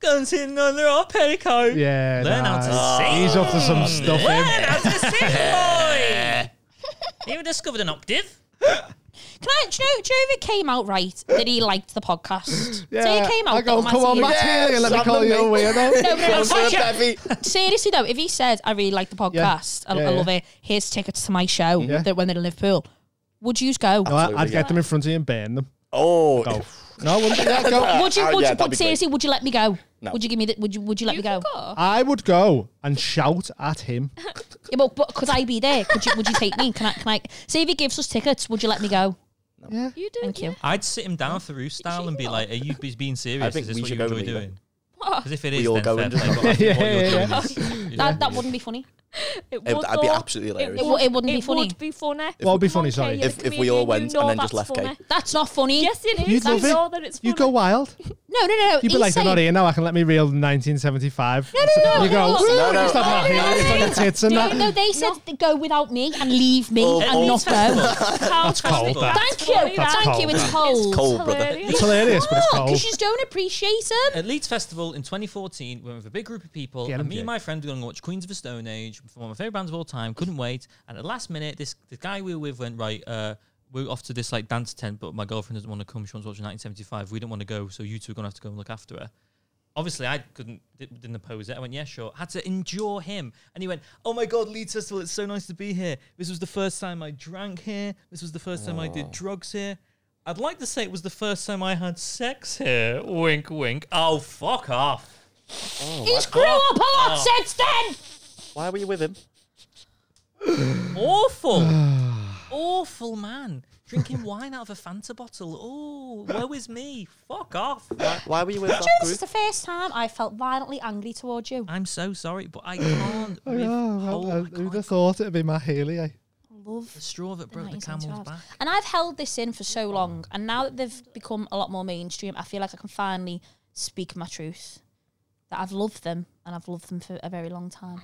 Speaker 7: Guns hidden under our petticoat.
Speaker 1: Yeah, Oh.
Speaker 7: Learn how to
Speaker 1: nah,
Speaker 7: sing.
Speaker 1: He's up to some stuff. eh?
Speaker 7: Learn
Speaker 1: him.
Speaker 7: how to sing, boy. Even discovered an octave.
Speaker 4: Can I? Do you know? Do you know if it came out right that he liked
Speaker 1: (gasps)
Speaker 4: the podcast? Say it came out.
Speaker 1: I go,
Speaker 4: that
Speaker 1: come on,
Speaker 4: Matty-
Speaker 1: Matt Healy, and let me call eh, you a (laughs) weirdo.
Speaker 4: No, no, no,
Speaker 5: Sir
Speaker 4: fuck
Speaker 5: (laughs)
Speaker 4: you.
Speaker 5: Peppy.
Speaker 4: (laughs) Seriously though, if he said, "I really like the podcast. I,
Speaker 1: Yeah,
Speaker 4: I
Speaker 1: yeah.
Speaker 4: love it. Here's tickets to my show
Speaker 1: Yeah. Oh,
Speaker 4: that when they're in Liverpool," would you go?
Speaker 1: No, I, I'd
Speaker 5: Absolutely.
Speaker 1: get them in front of you and burn them.
Speaker 5: Oh, (laughs)
Speaker 1: Go. no, I wouldn't. Yeah, go.
Speaker 4: would you?
Speaker 5: Oh,
Speaker 4: Would
Speaker 5: yeah,
Speaker 4: you?
Speaker 5: that'd be
Speaker 4: But
Speaker 5: great.
Speaker 4: seriously, would you let me go?
Speaker 5: No.
Speaker 4: Would you give me that? Would you? Would you let me go?
Speaker 1: I would go and shout at
Speaker 4: (laughs)
Speaker 1: him.
Speaker 4: Yeah, but, but could I be there? Could you? Would you take me? Can I? Can I? Say if he gives us tickets, would you let me go?
Speaker 1: Yeah.
Speaker 2: You do.
Speaker 4: Thank you.
Speaker 7: I'd sit him down for roost style and be like, "Are you be- being serious?
Speaker 5: think
Speaker 7: is this
Speaker 5: we
Speaker 7: what
Speaker 5: should
Speaker 7: you
Speaker 5: go
Speaker 7: enjoy
Speaker 5: with you.
Speaker 7: doing?" Because if it is,
Speaker 5: all
Speaker 7: then
Speaker 5: go
Speaker 7: fair
Speaker 5: and
Speaker 7: play.
Speaker 5: just-
Speaker 7: but I
Speaker 5: (laughs)
Speaker 7: think what
Speaker 1: Yeah,
Speaker 7: you're doing
Speaker 1: yeah.
Speaker 7: is- you know,
Speaker 4: That that wouldn't be funny.
Speaker 2: It would
Speaker 5: It, that'd be
Speaker 2: though.
Speaker 5: absolutely hilarious.
Speaker 4: It would- wouldn't be funny.
Speaker 2: It would be funny.
Speaker 1: Well, it'd be funny, sorry.
Speaker 5: If- if we all went and then just left
Speaker 2: gay.
Speaker 5: Kate.
Speaker 4: That's not funny.
Speaker 2: Yes, it is.
Speaker 1: You'd love
Speaker 2: I
Speaker 1: it.
Speaker 2: know that it's funny.
Speaker 1: You go
Speaker 4: (laughs)
Speaker 1: wild.
Speaker 4: No, no, no.
Speaker 1: You'd be
Speaker 4: he's
Speaker 1: like, they're not
Speaker 4: saying-
Speaker 1: here now. I can let me reel 1975.
Speaker 4: No, no, no,
Speaker 1: you go,
Speaker 4: no,
Speaker 1: woo,
Speaker 4: no,
Speaker 5: no,
Speaker 1: it's
Speaker 5: no,
Speaker 1: not
Speaker 2: (laughs)
Speaker 1: Matt Healy,
Speaker 5: no, no,
Speaker 1: it's not the tits and
Speaker 4: No,
Speaker 1: that.
Speaker 4: no, they said to go without me and leave me
Speaker 5: Oh,
Speaker 4: and
Speaker 5: oh.
Speaker 4: not go.
Speaker 2: That's
Speaker 1: cold, that.
Speaker 4: Thank you.
Speaker 1: That's
Speaker 4: Thank
Speaker 1: cold.
Speaker 4: you. It's cold.
Speaker 5: cold, brother.
Speaker 1: It's hilarious, but it's cold.
Speaker 4: Because you just don't appreciate him.
Speaker 7: At Leeds Festival in 2014, we went with a big group of people,
Speaker 1: Get 'em,
Speaker 7: and me
Speaker 1: Jake.
Speaker 7: and my friend were going to watch Queens of the Stone Age, one of my favorite bands of all time. Couldn't wait, and at the last minute, this the guy we were with went right. Uh, we're off to this like dance tent, but my girlfriend doesn't want to come. She wants to watch 1975. We don't want to go, so you two are gonna have to go and look after her. Obviously, I couldn't di- didn't oppose it. I went, yeah, sure. Had to endure him, and he went, oh my god, Leeds Festival, it's so nice to be here. This was the first time I drank here. This was the first time I did drugs here. I'd like to say it was the first time I had sex here. Wink, wink. Oh, fuck off.
Speaker 4: He's grew up a lot
Speaker 7: Oh.
Speaker 4: since then.
Speaker 5: Why were you with him?
Speaker 7: (sighs) Awful. Awful man. Drinking wine out of a Fanta bottle. Oh, woe is me. Fuck off.
Speaker 5: Why, why were you with that
Speaker 4: This is
Speaker 5: group?
Speaker 4: the first time I felt violently angry towards you.
Speaker 7: I'm so sorry, but I can't. with
Speaker 1: Oh,
Speaker 7: whole-
Speaker 1: well,
Speaker 7: I
Speaker 1: uh, who'd
Speaker 7: can't-
Speaker 1: have thought it'd be Matt Healy? eh?
Speaker 7: the straw that broke the camel's back.
Speaker 4: And I've held this in for so long, and now that they've become a lot more mainstream, I feel like I can finally speak my truth. That I've loved them, and I've loved them for a very long time.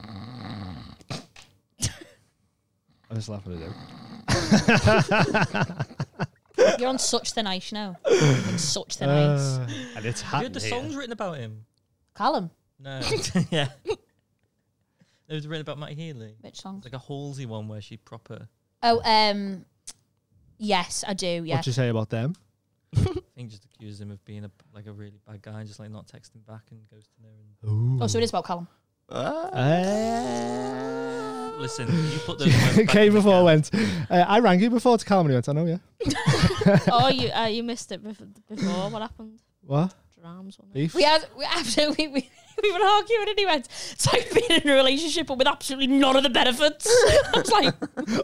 Speaker 1: I'm just laughing at him.
Speaker 4: You're on such thin ice, you know. Like, such thin ice.
Speaker 1: Uh, and it's
Speaker 7: You had
Speaker 1: happening.
Speaker 7: the songs written about him.
Speaker 4: Callum,
Speaker 7: No. (laughs) yeah. There was written about Matt Healy.
Speaker 4: which song?
Speaker 7: Like a Halsey one where she proper.
Speaker 4: Oh, um, yes, I do. Yeah,
Speaker 1: What'd you say about them?
Speaker 7: I think just accused him of being a like a really bad guy and just like not texting back and ghosting her. And
Speaker 4: Oh, so it is about Callum.
Speaker 5: Ah.
Speaker 1: Uh,
Speaker 7: Listen, you
Speaker 2: (laughs)
Speaker 7: put those
Speaker 1: (laughs)
Speaker 7: words back
Speaker 1: came
Speaker 7: in the
Speaker 1: before I
Speaker 7: can.
Speaker 1: went. Uh, I rang you before to Calum and he went, I know, yeah.
Speaker 2: (laughs) oh, you uh, you missed it before, before. What happened?
Speaker 1: What?
Speaker 2: Drums. wasn't it?
Speaker 1: Beef?
Speaker 4: We had we absolutely we, (laughs) we were arguing, and he went, "It's like being in a relationship, but with absolutely none of the benefits." (laughs) I was like,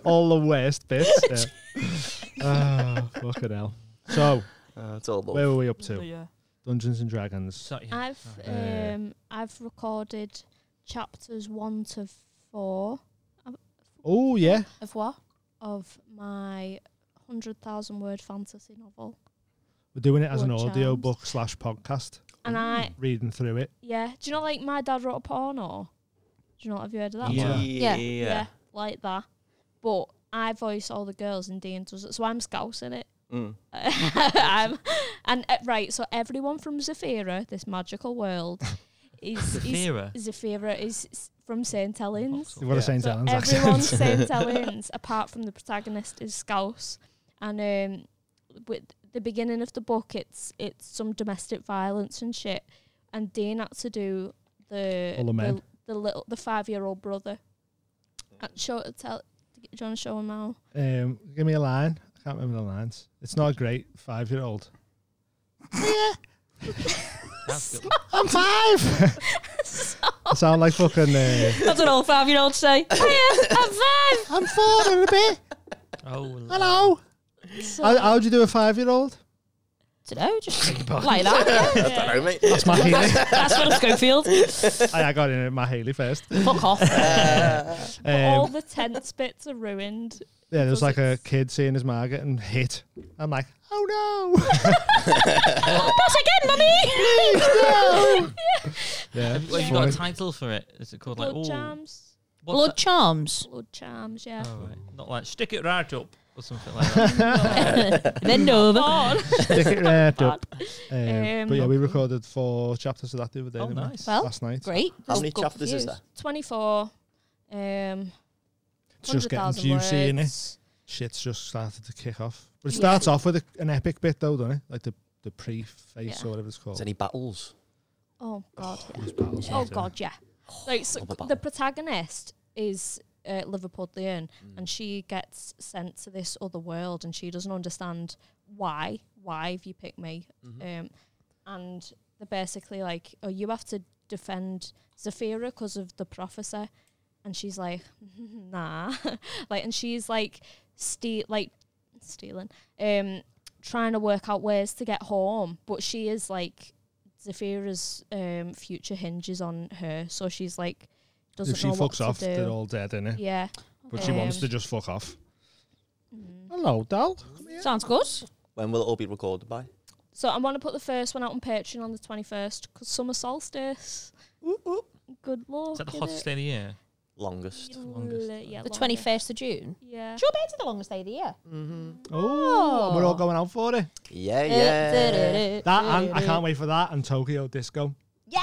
Speaker 1: All the worst bits.
Speaker 2: (laughs)
Speaker 1: yeah. oh, fucking hell. So,
Speaker 5: Uh, it's all
Speaker 1: where
Speaker 5: love.
Speaker 1: were we up to?
Speaker 4: yeah.
Speaker 1: Dungeons and Dragons.
Speaker 7: So, yeah.
Speaker 2: I've
Speaker 1: Uh,
Speaker 2: um I've recorded chapters one to four
Speaker 1: Oh, yeah.
Speaker 4: Of what?
Speaker 2: of my hundred thousand word fantasy novel,
Speaker 1: We're doing it as an
Speaker 2: What
Speaker 1: audio
Speaker 2: charms.
Speaker 1: book slash podcast,
Speaker 2: and I
Speaker 1: reading through it.
Speaker 2: yeah. Do you know like my dad wrote a porno? Do you know? Have you heard of that?
Speaker 1: Yeah.
Speaker 2: One?
Speaker 5: Yeah.
Speaker 2: like that. But I voice all the girls and Dean does it, so I'm scousing it. (laughs)
Speaker 5: Mm.
Speaker 2: um, and uh, right, so everyone from Zafira, this magical world,
Speaker 7: (laughs)
Speaker 2: is is-
Speaker 7: Zafira.
Speaker 2: Zafira is s- from Saint Helens.
Speaker 1: What a
Speaker 5: Yeah.
Speaker 1: St.
Speaker 2: So
Speaker 1: Helens
Speaker 2: everyone's
Speaker 1: accent.
Speaker 2: Saint
Speaker 1: (laughs)
Speaker 2: Helens, apart from the protagonist, is Scouse. And um, with the beginning of the book, it's it's some domestic violence and shit. And Dean had to do the
Speaker 1: All the men.
Speaker 2: the, the little the five year old brother. Uh, show tell. Do you want to show him now?
Speaker 1: um, give me a line. I can't remember the lines. It's not a great five year old.
Speaker 7: That's good.
Speaker 1: (laughs) I'm
Speaker 2: (laughs)
Speaker 1: five. I sound like fucking. Uh,
Speaker 4: That's an old five-year-old say. Hiya, I'm five.
Speaker 1: (laughs) I'm four in a bit.
Speaker 7: Oh,
Speaker 1: Hello. (laughs)
Speaker 2: So,
Speaker 1: How, how'd you do a five year old?
Speaker 4: don't know, just like that.
Speaker 5: I don't know, mate. (laughs)
Speaker 1: That's my Haley.
Speaker 4: That's what a Schofield.
Speaker 1: (laughs) I I got in at my Haley first. Um,
Speaker 4: Fuck off.
Speaker 5: Uh,
Speaker 2: all
Speaker 1: (laughs)
Speaker 2: the tense bits are ruined.
Speaker 1: yeah, there was
Speaker 2: was
Speaker 1: like a
Speaker 2: it-
Speaker 1: kid seeing his market and hit. I'm like, oh no.
Speaker 4: Pass again,
Speaker 1: (laughs)
Speaker 4: mummy.
Speaker 2: (laughs)
Speaker 1: yeah.
Speaker 6: Have you, have you got a title for it? Is it called like
Speaker 2: Blood
Speaker 6: oh,
Speaker 2: charms.
Speaker 6: what's
Speaker 4: Blood
Speaker 5: (laughs)
Speaker 6: that?
Speaker 4: charms.
Speaker 2: Blood charms, yeah.
Speaker 6: Oh, right. Not like stick it right up or something (laughs) like that.
Speaker 4: Then
Speaker 5: Oh,
Speaker 4: over.
Speaker 2: On.
Speaker 1: Stick (laughs) it right up. Um,
Speaker 2: Um,
Speaker 1: but yeah, we recorded four chapters of that the other day.
Speaker 6: Oh,
Speaker 1: didn't we?
Speaker 6: nice.
Speaker 4: Well,
Speaker 1: Last night.
Speaker 4: Great.
Speaker 5: How many
Speaker 4: Got
Speaker 5: chapters is
Speaker 4: views.
Speaker 5: that?
Speaker 2: 24. Um,
Speaker 1: It's just getting
Speaker 2: 100,000
Speaker 1: juicy, innit?
Speaker 2: words.
Speaker 1: Shit's just started to kick off. But it
Speaker 2: Yeah.
Speaker 1: starts off with a, an epic bit, though, doesn't it? Like the, the pre face
Speaker 2: Yeah.
Speaker 1: or whatever it's called.
Speaker 5: Is any battles?
Speaker 2: Oh, God.
Speaker 1: (sighs)
Speaker 2: yeah.
Speaker 1: These battles,
Speaker 2: Oh,
Speaker 1: isn't it?
Speaker 2: God, yeah. Like, so
Speaker 5: Love a battle.
Speaker 2: the protagonist is uh, Liverpool Leon, and she gets sent to this other world, and she doesn't understand why. Why have you picked me? Um, and they're basically like, oh, you have to defend Zafira because of the prophecy. And she's like, (laughs) nah. (laughs) like, and she's like, steal, like, stealing, um, trying to work out ways to get home. But she is like, Zafira's um, future hinges on her. So she's like, doesn't
Speaker 1: If she
Speaker 2: know what
Speaker 1: fucks
Speaker 2: to
Speaker 1: off,
Speaker 2: do.
Speaker 1: they're all dead, innit?
Speaker 2: Yeah.
Speaker 1: But she
Speaker 4: Ehm,
Speaker 1: wants
Speaker 2: Um,
Speaker 1: to just fuck off.
Speaker 4: mm.
Speaker 1: Hello, Dal.
Speaker 4: Sounds good.
Speaker 5: When will it all be recorded by?
Speaker 2: So I want to put the first one out on Patreon on the 21st because summer solstice. Good luck.
Speaker 6: Is that the
Speaker 2: innit?
Speaker 6: hottest day of the year?
Speaker 5: Longest.
Speaker 6: Longest.
Speaker 2: Yeah,
Speaker 4: The
Speaker 2: longest.
Speaker 4: twenty first of June.
Speaker 2: Yeah.
Speaker 4: Sure, better the longest day of the year.
Speaker 1: Oh, we're all going out for it.
Speaker 4: Uh,
Speaker 5: Yeah, yeah.
Speaker 1: That and I can't wait for that and Tokyo Disco.
Speaker 4: Yeah.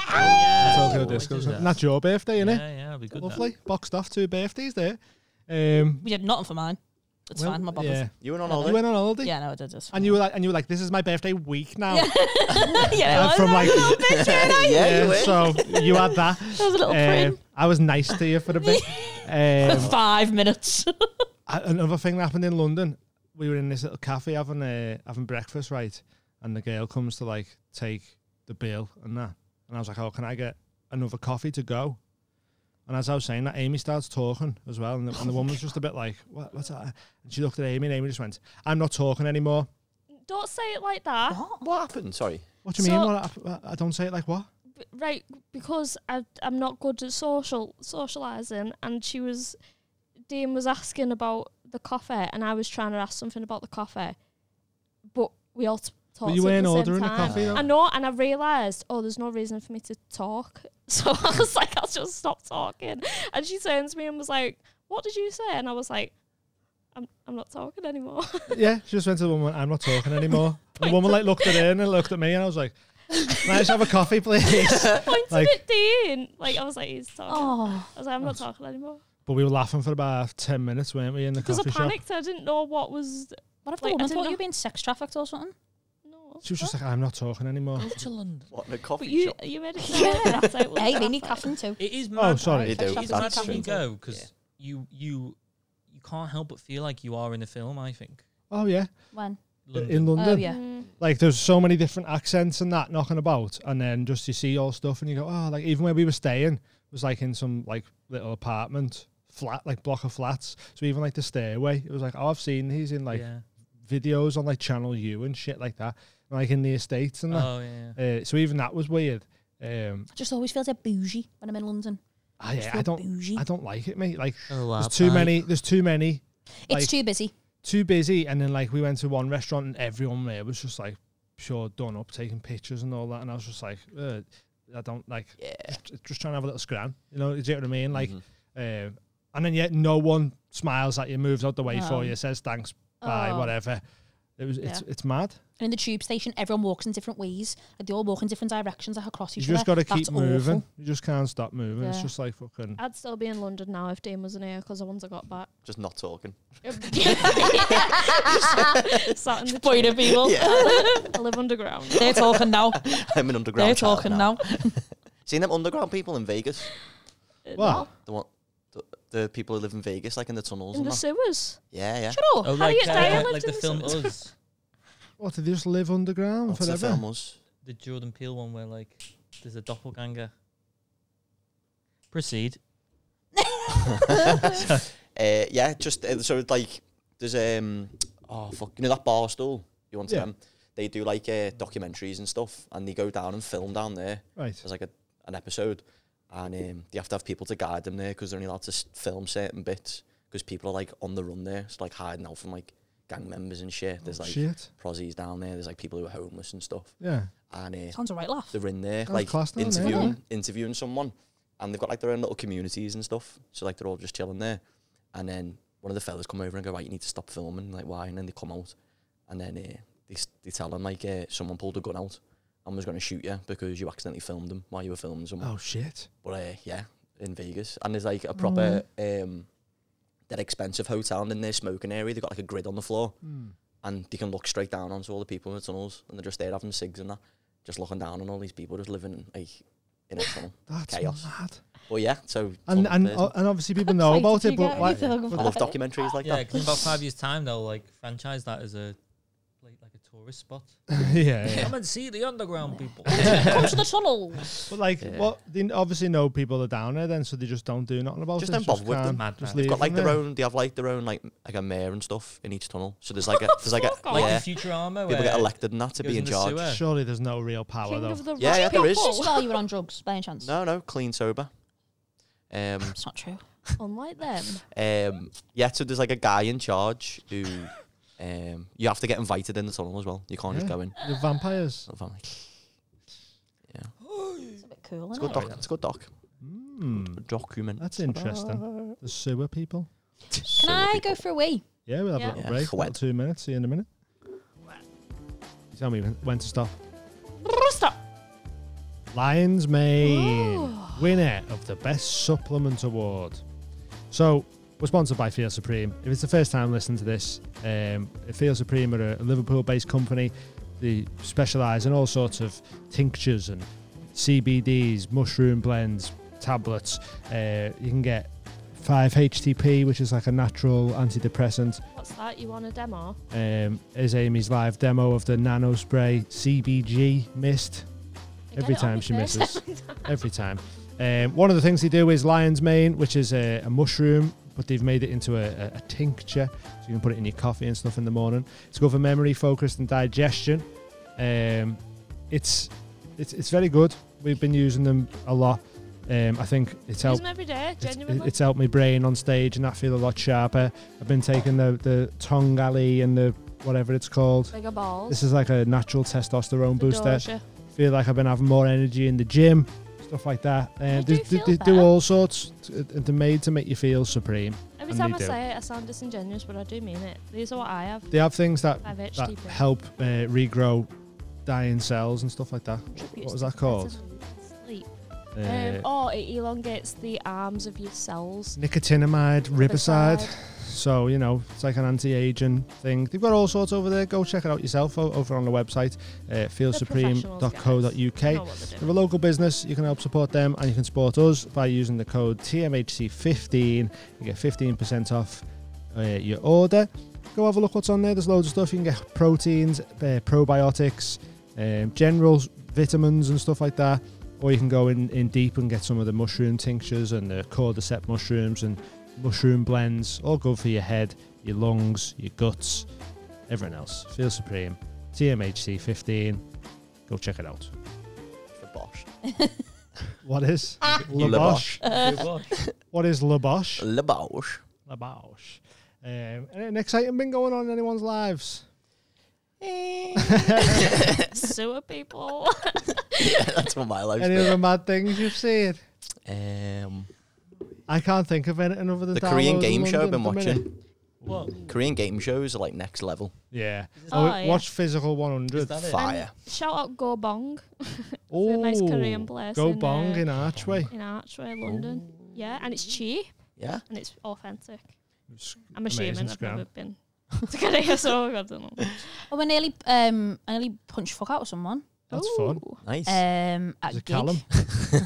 Speaker 1: Tokyo
Speaker 6: I
Speaker 1: Disco.
Speaker 6: do
Speaker 1: something.
Speaker 6: that.
Speaker 1: That's your birthday, innit?
Speaker 6: Yeah, yeah, it'll be good. that.
Speaker 1: Lovely. Boxed off two birthdays there. Um,
Speaker 4: We did nothing for mine. It's
Speaker 1: well,
Speaker 4: fine. My bubbles.
Speaker 1: yeah.
Speaker 4: Yeah.
Speaker 5: You went on
Speaker 1: You
Speaker 5: holiday?
Speaker 1: went
Speaker 5: (laughs)
Speaker 1: on holiday.
Speaker 4: no, it did. It's (laughs)
Speaker 1: And you were like, and you were like, this is my birthday week now.
Speaker 4: fine. yeah,
Speaker 1: And
Speaker 4: I
Speaker 1: from
Speaker 4: know.
Speaker 1: like,
Speaker 5: yeah, you
Speaker 1: yeah,
Speaker 5: went.
Speaker 1: so you had that.
Speaker 4: (laughs) That was a little
Speaker 1: Um,
Speaker 4: print.
Speaker 1: I was nice to you for a
Speaker 4: (laughs)
Speaker 1: bit. Um,
Speaker 4: Five minutes. (laughs)
Speaker 1: a- another thing that happened in London. We were in this little cafe having uh, having breakfast, right? And the girl comes to like take the bill and that, and I was like, "Oh, can I get another coffee to go?" And as I was saying that, Amy starts talking as well, and the,
Speaker 2: Oh
Speaker 1: and the woman was just a bit like, what, "What's that?" And she looked at Amy, and Amy just went, "I'm not talking anymore."
Speaker 2: Don't say it like that.
Speaker 5: What happened? Sorry.
Speaker 1: What do you mean?
Speaker 2: So-
Speaker 1: What, hap- I, I don't say it like what?
Speaker 2: B- Right, because I, I'm not good at social socializing, and she was, Dean was asking about the coffee, and I was trying to ask something about the coffee, but we all t- talked.
Speaker 1: But you weren't
Speaker 2: at the same
Speaker 1: ordering the
Speaker 2: time.
Speaker 1: coffee. Though.
Speaker 2: I know, and I realised, oh, there's no reason for me to talk. (laughs) So I was like, I'll just stop talking. And she turns to me and was like, What did you say? And I was like, I'm, I'm not talking anymore. (laughs)
Speaker 1: Yeah, she just went to the woman, I'm not talking anymore. And the woman like looked at her and then looked at me and I was like, Can I just have a coffee, please?
Speaker 2: Pointed
Speaker 1: Like-
Speaker 2: at Dean. Like, I was like, He's talking.
Speaker 4: Oh,
Speaker 2: I was like, I'm not talking anymore.
Speaker 1: But we were laughing for about ten minutes, weren't we, in the
Speaker 2: Because I
Speaker 1: coffee shop?
Speaker 2: panicked. I didn't know what was.
Speaker 4: what if the
Speaker 2: Wait, I
Speaker 4: woman
Speaker 2: didn't
Speaker 4: thought
Speaker 2: know-
Speaker 4: you were being sex trafficked or something?
Speaker 2: No.
Speaker 1: She was just like, I'm not talking anymore.
Speaker 6: Go to London.
Speaker 5: What, in a
Speaker 2: But
Speaker 5: coffee
Speaker 2: you,
Speaker 5: shop?
Speaker 2: you made
Speaker 4: (laughs)
Speaker 2: it sound like that. so it was
Speaker 4: Hey, they
Speaker 2: that
Speaker 4: need
Speaker 2: bad.
Speaker 4: caffeine too.
Speaker 6: It is mad.
Speaker 1: Oh, sorry.
Speaker 5: They do.
Speaker 6: It is mad
Speaker 5: That's
Speaker 6: how you
Speaker 5: true.
Speaker 6: go because
Speaker 5: Yeah.
Speaker 6: you you you can't help but feel like you are in the film. I think.
Speaker 1: Oh yeah.
Speaker 4: When?
Speaker 1: In London.
Speaker 4: Oh yeah.
Speaker 2: Mm.
Speaker 1: Like there's so many different accents and that knocking about and then just you see all stuff and you go, Oh, like even where we were staying it was like in some like little apartment flat, like block of flats. So even like the stairway, it was like, Oh, I've seen these in like
Speaker 6: yeah.
Speaker 1: videos on like channel U and shit like that. Like in the estates and that.
Speaker 6: Oh yeah.
Speaker 1: Uh, so even that was weird. Um,
Speaker 4: I just always feel a bougie when I'm in London.
Speaker 1: I,
Speaker 4: just
Speaker 1: I
Speaker 4: feel
Speaker 1: don't,
Speaker 4: bougie.
Speaker 1: I don't like it, mate. Like
Speaker 6: Oh,
Speaker 1: there's too many, there's too many,
Speaker 4: It's
Speaker 1: Like-
Speaker 4: too busy.
Speaker 1: too busy. And then like we went to one restaurant and everyone there was just like pure done up, taking pictures and all that. And I was just like, uh, I don't like,
Speaker 5: Yeah.
Speaker 1: just, just trying to have a little scran. You know, do you get what I mean? Like,
Speaker 5: Mm-hmm.
Speaker 1: um, and then yet no one smiles at you, moves out the way for
Speaker 4: No.
Speaker 1: you, says thanks, bye,
Speaker 4: Oh.
Speaker 1: whatever. It was, it's, it's mad.
Speaker 4: And in the tube station, everyone walks in different ways. Like they all walk in different directions, like across
Speaker 1: You
Speaker 4: each
Speaker 1: just got
Speaker 4: other.
Speaker 1: to keep
Speaker 4: That's
Speaker 1: moving.
Speaker 4: Awful.
Speaker 1: You just can't stop moving. It's
Speaker 4: Yeah.
Speaker 1: just like fucking.
Speaker 2: I'd still be in London now if Dean wasn't here because I once I got
Speaker 4: (laughs)
Speaker 2: back.
Speaker 5: Just not talking. (laughs)
Speaker 2: (laughs) Sat in the
Speaker 4: Point of people.
Speaker 2: I
Speaker 1: (laughs)
Speaker 2: live underground.
Speaker 4: They're talking (laughs) now.
Speaker 5: I'm an underground.
Speaker 4: They're
Speaker 5: child
Speaker 4: talking now.
Speaker 5: Seen them underground people in Vegas?
Speaker 1: Wow.
Speaker 5: The one, the, the people who live in Vegas, like in the tunnels.
Speaker 2: In
Speaker 5: and
Speaker 2: the
Speaker 5: that.
Speaker 2: sewers.
Speaker 5: yeah, yeah.
Speaker 4: Sure. (laughs)
Speaker 6: Oh,
Speaker 2: How do
Speaker 6: like,
Speaker 2: you get
Speaker 6: uh,
Speaker 2: dialect
Speaker 6: like the
Speaker 2: in
Speaker 6: film
Speaker 2: something?
Speaker 6: Us,
Speaker 1: What did they just live underground
Speaker 5: What's the
Speaker 1: forever?
Speaker 5: film was?
Speaker 6: the Jordan Peele one, where like there's a doppelganger. Proceed.
Speaker 5: (laughs) Uh, yeah, just uh, so it's like there's um oh fuck, you know that bar stool you want
Speaker 1: Yeah.
Speaker 5: them? They do like uh, documentaries and stuff, and they go down and film down there.
Speaker 1: Right.
Speaker 5: There's like a, an episode, and um, they have to have people to guide them there because they're only allowed to s- film certain bits because people are like on the run there, so like hiding out from like gang members and shit. There's like
Speaker 1: Oh, Shit.
Speaker 5: prozzies down there. There's like people who are homeless and stuff,
Speaker 1: Yeah.
Speaker 5: and uh,
Speaker 4: (laughs) Sounds a right laugh.
Speaker 5: they're in there
Speaker 1: Sounds
Speaker 5: like
Speaker 1: class down there,
Speaker 5: interviewing
Speaker 1: doesn't
Speaker 5: interviewing someone and they've got like their own little communities and stuff so like they're all just chilling there and then one of the fellas come over and go right you need to stop filming like why and then they come out and then uh, they, s- they tell them like uh, someone pulled a gun out and was going to shoot you because you accidentally filmed them while you were filming someone
Speaker 1: Oh shit.
Speaker 5: but uh, yeah in Vegas and there's like a proper
Speaker 1: Mm.
Speaker 5: um that expensive hotel and in their smoking area they've got like a grid on the floor
Speaker 1: Hmm.
Speaker 5: and you can look straight down onto all the people in the tunnels, and they're just there having cigs and that, just looking down on all these people just living like in a tunnel.
Speaker 1: That's
Speaker 5: Chaos.
Speaker 1: mad.
Speaker 5: But yeah, so
Speaker 1: And
Speaker 5: some
Speaker 1: and uh,
Speaker 5: person-
Speaker 1: and obviously people know
Speaker 4: Excited
Speaker 1: about
Speaker 4: to
Speaker 1: it, but
Speaker 4: get
Speaker 1: like, (laughs)
Speaker 4: anything
Speaker 1: but
Speaker 5: I
Speaker 4: about
Speaker 5: love
Speaker 4: it.
Speaker 5: documentaries like
Speaker 6: Yeah,
Speaker 5: that.
Speaker 6: 'cause in about (laughs) five years' time, they'll like franchise that as a like, like a tourist spot.
Speaker 1: yeah, yeah.
Speaker 6: Come and see the underground people.
Speaker 4: Come to the tunnels.
Speaker 1: But like,
Speaker 5: Yeah.
Speaker 1: what they obviously know people are down there, then so they just don't do nothing about
Speaker 5: Just
Speaker 1: it.
Speaker 5: don't bother with them.
Speaker 1: can't,
Speaker 6: Mad
Speaker 1: just
Speaker 6: man.
Speaker 1: leave
Speaker 5: They've got like
Speaker 1: them
Speaker 5: their
Speaker 1: there.
Speaker 5: own. They have like their own like like a mayor and stuff in each tunnel. So there's like a there's like a
Speaker 2: Fuck
Speaker 6: like
Speaker 5: yeah,
Speaker 2: off.
Speaker 6: in Futurama, where
Speaker 5: people get elected and that to
Speaker 6: goes
Speaker 5: be in
Speaker 6: the
Speaker 5: charge.
Speaker 6: sewer.
Speaker 1: Surely there's no real power
Speaker 2: King
Speaker 1: though.
Speaker 2: of the
Speaker 5: Yeah,
Speaker 2: rock
Speaker 5: yeah, there is.
Speaker 2: people.
Speaker 4: Just while you were on drugs, by any chance.
Speaker 5: No, no, clean sober. Um,
Speaker 4: It's not true.
Speaker 2: (laughs) Unlike them.
Speaker 5: um, yeah. So there's like a guy in charge who, um, you have to get invited in the tunnel as well. You can't just
Speaker 1: Yeah.
Speaker 5: go in.
Speaker 1: The vampires.
Speaker 5: So I'm like, yeah,
Speaker 4: It's a bit cool,
Speaker 5: it's
Speaker 4: isn't
Speaker 5: good
Speaker 4: it?
Speaker 5: doc. It's good doc.
Speaker 1: Hmm.
Speaker 4: Mm.
Speaker 5: Document.
Speaker 1: That's interesting. The sewer people.
Speaker 4: Can I go for a wee?
Speaker 1: Yeah, we'll have
Speaker 2: Yeah.
Speaker 1: a little
Speaker 5: Yeah,
Speaker 1: break.
Speaker 5: wet.
Speaker 1: About two minutes. See you in a minute. You tell me when- when to stop.
Speaker 4: Stop.
Speaker 1: Lion's Mane, winner of the Best Supplement Award. So, we're sponsored by Feel Supreme. If it's the first time listening to this, um, Feel Supreme are a Liverpool based company. They specialise in all sorts of tinctures and CBDs, mushroom blends, tablets. Uh, you can get 5-HTP, which is like a natural antidepressant.
Speaker 2: What's that? You want a demo?
Speaker 1: um, is Amy's live demo of the Nano Spray CBG mist
Speaker 2: Again,
Speaker 1: every
Speaker 2: it'll
Speaker 1: time
Speaker 2: be
Speaker 1: she
Speaker 2: first.
Speaker 1: misses. every time. Um, one of the things they do is lion's mane, which is a, a mushroom, but they've made it into a, a, a tincture, so you can put it in your coffee and stuff in the morning. It's good for memory, focus, and digestion. Um, it's, it's it's very good. We've been using them a lot. Um, I think it's
Speaker 2: Use
Speaker 1: helped.
Speaker 2: them every day,
Speaker 1: It's,
Speaker 2: genuinely.
Speaker 1: it's helped my brain on stage, and I feel a lot sharper. I've been taking the the tongue alley and the whatever it's called.
Speaker 2: Bigger balls.
Speaker 1: This is like a natural testosterone
Speaker 2: The
Speaker 1: booster.
Speaker 2: doja.
Speaker 1: Feel like I've been having more energy in the gym, stuff like that.
Speaker 2: You
Speaker 1: And
Speaker 2: do
Speaker 1: they, they,
Speaker 2: feel
Speaker 1: they do
Speaker 2: better.
Speaker 1: all sorts. t- uh, They're made to make you feel supreme.
Speaker 2: Every
Speaker 1: and
Speaker 2: time
Speaker 1: they
Speaker 2: I
Speaker 1: do.
Speaker 2: say it, I sound disingenuous, but I do mean it. These are what I have.
Speaker 1: They have things that
Speaker 2: I've itched
Speaker 1: that
Speaker 2: deeper.
Speaker 1: help uh, regrow dying cells and stuff like that. What was that called?
Speaker 2: Sleep.
Speaker 1: Uh,
Speaker 2: Um, oh, it elongates the arms of your cells.
Speaker 1: nicotinamide riboside.
Speaker 2: Beside-
Speaker 1: So, you know, it's like an anti-aging thing. They've got all sorts over there. Go check it out yourself o- over on the website, uh, feelsupreme.co.uk.
Speaker 2: Know what they're
Speaker 1: If you're
Speaker 2: doing.
Speaker 1: a local business, you can help support them and you can support us by using the code TMHC15. You get 15% off uh, your order. Go have a look what's on there. There's loads of stuff. You can get proteins, uh, probiotics, um, general vitamins, and stuff like that. Or you can go in, in deep and get some of the mushroom tinctures and the cordyceps mushrooms and mushroom blends. All good for your head, your lungs, your guts, everyone else. Feel supreme. TMHC15. Go check it out.
Speaker 5: for Bosch.
Speaker 1: What is
Speaker 5: Labosh.
Speaker 1: Labosh? What is Labosh?
Speaker 5: Labosh.
Speaker 1: Labosh. Um, an exciting been going on in anyone's lives. (laughs)
Speaker 2: Sewer people.
Speaker 5: (laughs) That's what my life's
Speaker 1: Any
Speaker 5: been.
Speaker 1: other mad things you've seen?
Speaker 5: Um,
Speaker 1: I can't think of anything other than
Speaker 5: the Korean
Speaker 1: downloads
Speaker 5: game
Speaker 1: in
Speaker 5: show I've
Speaker 1: London
Speaker 5: been
Speaker 1: at the minute.
Speaker 5: watching.
Speaker 6: What?
Speaker 5: Korean game shows are like next level.
Speaker 1: Yeah.
Speaker 2: Oh,
Speaker 1: I
Speaker 2: yeah.
Speaker 1: watched Physical
Speaker 6: Is
Speaker 1: 100.
Speaker 6: that it?
Speaker 5: Fire.
Speaker 2: (laughs) Shout out Go Bong.
Speaker 1: Oh,
Speaker 2: a nice Korean place
Speaker 1: Go
Speaker 2: in,
Speaker 1: bong
Speaker 2: uh,
Speaker 1: in Oh. Archway.
Speaker 2: in Archway, London. Yeah, and it's cheap
Speaker 5: Yeah.
Speaker 2: and it's authentic.
Speaker 1: It's
Speaker 2: I'm
Speaker 1: amazing
Speaker 2: assuming I've
Speaker 1: scram.
Speaker 2: never been (laughs) to Korea, so I don't know.
Speaker 4: Oh, I nearly, um, I nearly punched fuck out of someone.
Speaker 1: That's fun.
Speaker 2: Ooh.
Speaker 5: Nice.
Speaker 4: Um, at
Speaker 1: Is it
Speaker 4: gig.
Speaker 1: Callum?
Speaker 6: Who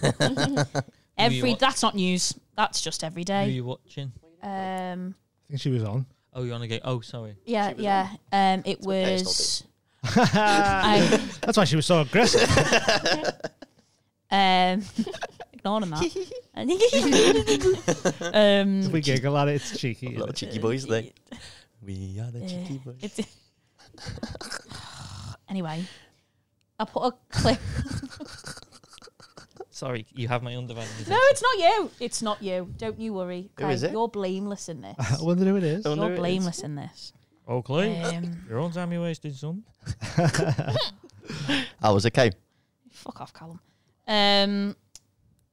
Speaker 6: you
Speaker 4: (laughs) Every
Speaker 6: wa-
Speaker 4: that's not news. That's just every
Speaker 6: Who are
Speaker 4: day.
Speaker 6: you watching?
Speaker 4: Um,
Speaker 1: I think she was on. (laughs)
Speaker 6: Oh, you're on a game. Oh, sorry.
Speaker 4: yeah, yeah. Um, it
Speaker 5: okay, it's not
Speaker 4: was.
Speaker 1: That's
Speaker 4: I
Speaker 1: why she was so aggressive.
Speaker 4: um, (laughs)
Speaker 5: (laughs)
Speaker 4: ignoring that. um,
Speaker 1: we giggle at it. It's cheeky.
Speaker 5: Little cheeky boys, Uh, they. We are the
Speaker 4: Yeah.
Speaker 5: cheeky boys.
Speaker 4: It's (sighs) anyway. I put a clip. (laughs)
Speaker 6: Sorry, you have
Speaker 1: (laughs)
Speaker 6: my underwear.
Speaker 4: no, it's not you. It's not you. Don't you worry.
Speaker 5: Who is
Speaker 4: Okay,
Speaker 5: it?
Speaker 4: You're blameless in this.
Speaker 1: (laughs) I wonder who it
Speaker 5: (laughs)
Speaker 1: is.
Speaker 5: Oh, no, it
Speaker 4: You're
Speaker 5: is.
Speaker 4: blameless in this.
Speaker 6: Oh,
Speaker 5: Uh,
Speaker 6: Okay,
Speaker 4: Um,
Speaker 6: your own time you wasted some.
Speaker 5: I was okay.
Speaker 4: fuck off, Callum. Um,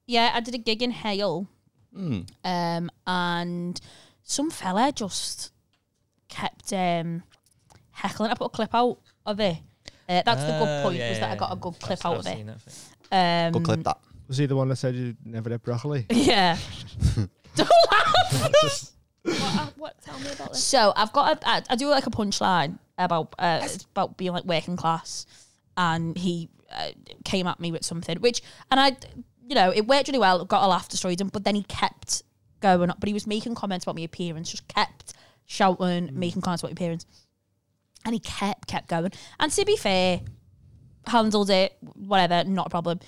Speaker 4: yeah, I did a gig in Hale.
Speaker 5: Mm.
Speaker 4: um, and some fella just kept um, heckling. I put a clip out of it. Uh, that's the
Speaker 5: Oh,
Speaker 4: good point was that I got a good clip out of it. Um,
Speaker 5: Good clip that.
Speaker 1: Was he the one that said you never had broccoli?
Speaker 4: (laughs) Yeah. Don't laugh.
Speaker 2: What, uh, what? Tell me about this.
Speaker 4: So I've got a, I, I do like a punchline about uh, it's about being like working class, and he uh, came at me with something which and I you know it worked really well got a laugh destroyed him but then he kept going up but he was making comments about my appearance just kept shouting making comments about my appearance and he kept kept going and to be fair handled it whatever not a problem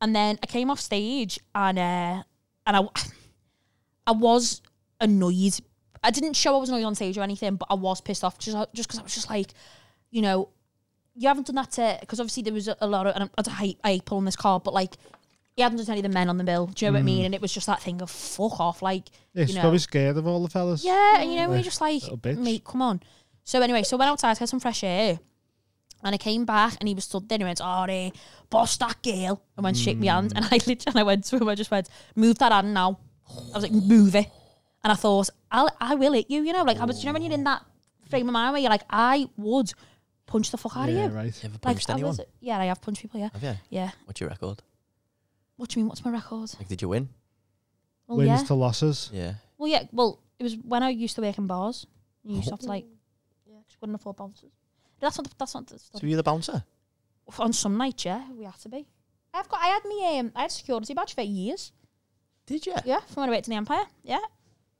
Speaker 4: and then I came off stage and uh, and I (laughs) I was annoyed. I didn't show I was annoyed on stage or anything, but I was pissed off just just because I was just like, you know, you haven't done that to because obviously there was a, a lot of and I, I, I hate pulling this card, but like you haven't done to any of the men on the bill. Do you know what I mean? And it was just that thing of fuck off, like
Speaker 1: Yeah, he's
Speaker 4: you know,
Speaker 1: probably scared of all the fellas.
Speaker 4: yeah, and you know,
Speaker 1: Yeah.
Speaker 4: we're just like,
Speaker 1: Little bitch.
Speaker 4: mate, come on. So anyway, so I went outside, had some fresh air, and I came back, and he was stood there, and he went, "Ari, boss that girl," and went, "Shake me
Speaker 1: Mm.
Speaker 4: hand," and I literally, and I went to him, I just went, "Move that hand now." I was like, "Move it," and I thought, "I'll, I will hit you," you know, like I was, you know, when you're in that frame of mind where you're like, "I would punch the fuck out
Speaker 1: yeah
Speaker 4: of you."
Speaker 1: right.
Speaker 5: Ever
Speaker 4: Like,
Speaker 5: punched
Speaker 4: I
Speaker 5: anyone?
Speaker 4: was, yeah, I have punched people, yeah,
Speaker 5: Have you?
Speaker 4: yeah.
Speaker 5: What's your record?
Speaker 4: What do you mean? What's my record?
Speaker 5: Like, did you win?
Speaker 4: Well,
Speaker 1: Wins
Speaker 4: Oh, yeah,
Speaker 1: to losses.
Speaker 5: Yeah.
Speaker 4: well, yeah, well, it was when I used to work in bars. You used to have
Speaker 1: (laughs)
Speaker 4: to like just wouldn't afford bouncers. That's not. The, that's not the
Speaker 5: So
Speaker 4: stuff.
Speaker 5: were you the bouncer?
Speaker 4: On some nights, yeah, we had to be. I've got. I had me. Um, I had a security badge for years.
Speaker 5: Did you?
Speaker 4: Yeah, from when I worked in the Empire. Yeah,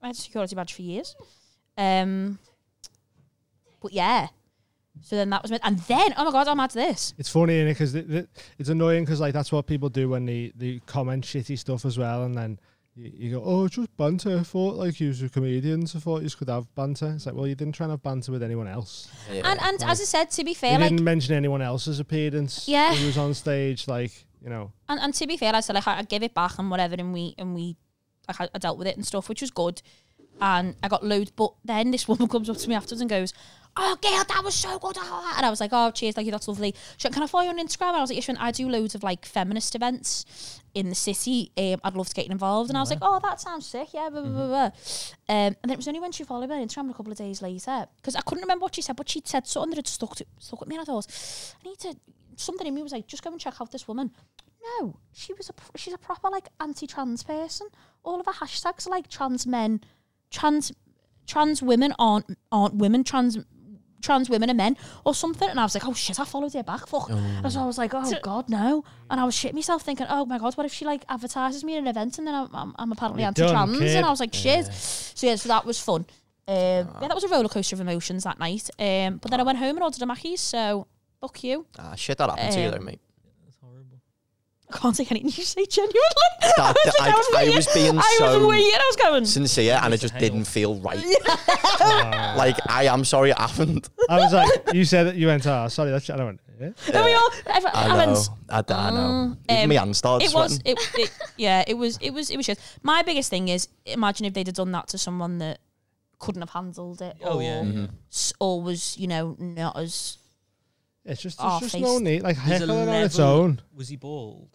Speaker 4: I had a security badge for years. Um, but yeah. So then that was meant, and then oh my god, I'm mad to this.
Speaker 1: It's funny, innit? Because th- th- it's annoying because like that's what people do when they, they comment shitty stuff as well, and then you, you go, "Oh, it's just banter." I thought like you were comedians. I thought you could have banter. It's like, well, you didn't try and have banter with anyone else.
Speaker 5: Yeah.
Speaker 4: And and as I said, to be
Speaker 1: You
Speaker 4: fair, like
Speaker 1: didn't mention anyone else's appearance.
Speaker 4: Yeah.
Speaker 1: he was on stage, like you know.
Speaker 4: and, and to be fair, I said like I, I gave it back and whatever, and we and we like I, I dealt with it and stuff, which was good. And I got loads, but then this woman (laughs) comes up to me afterwards and goes, "Oh, girl, that was so good!" ah." And I was like, "Oh, cheers, thank you, that's lovely." She went, "Can I follow you on Instagram?" And I was like, "Yes, she went, I do loads of like feminist events in the city. Um, I'd love to get involved." And I was like, "Oh, that sounds sick, yeah." Blah, blah, blah, blah. Um, and then it was only when she followed me on Instagram a couple of days later because I couldn't remember what she said, but she would said something that had stuck to, stuck with me, and I thought, "I need to." Something in me was like, "Just go and check out this woman." No, she was a pr- she's a proper like anti-trans person. All of her hashtags are like trans men, trans trans women aren't aren't women trans trans women are men or something. And I was like, oh shit, I followed her back. Fuck. And so I was like, oh god, no. And I was shitting myself thinking, oh my god, what if she like advertises me in an event and then I'm, I'm, I'm apparently
Speaker 1: You're done,
Speaker 4: anti-trans?
Speaker 1: kid.
Speaker 4: And I was like, shit. So yeah, so that was fun. Um, yeah, that was a roller coaster of emotions that night. Um, but then I went home and ordered a Mackey's. So fuck you.
Speaker 5: ah, shit, that happened to you, though,
Speaker 4: Um, (laughs)
Speaker 5: mate.
Speaker 6: It's horrible.
Speaker 4: I can't take anything you say genuinely.
Speaker 5: That-
Speaker 4: I, was
Speaker 5: I-
Speaker 4: just-
Speaker 5: I was being
Speaker 4: I
Speaker 5: so-
Speaker 4: was weird. I was going.
Speaker 5: Sincere, and it
Speaker 6: It's a
Speaker 5: just
Speaker 6: hail.
Speaker 5: didn't feel right. like, I am sorry it happened.
Speaker 1: I was like, you said that you went. Ah, sorry, that's. And I went. Yeah.
Speaker 4: And we all. everyone-
Speaker 5: I know.
Speaker 4: everyone's-
Speaker 5: I, d- I know.
Speaker 4: Mm,
Speaker 5: Even
Speaker 4: um,
Speaker 5: my hand started
Speaker 4: it
Speaker 5: sweating.
Speaker 4: was. It, it, yeah. It was. It was. It was shit. My biggest thing is imagine if they'd have done that to someone that couldn't have handled it.
Speaker 6: Oh
Speaker 4: or,
Speaker 6: yeah.
Speaker 5: Mm-hmm.
Speaker 6: yeah.
Speaker 4: s- Or was you know not as
Speaker 1: It's just
Speaker 4: Oh,
Speaker 1: there's just no
Speaker 4: faced.
Speaker 1: need. Like
Speaker 6: There's a
Speaker 1: heckling on its
Speaker 6: level-
Speaker 1: own.
Speaker 6: Was he bald?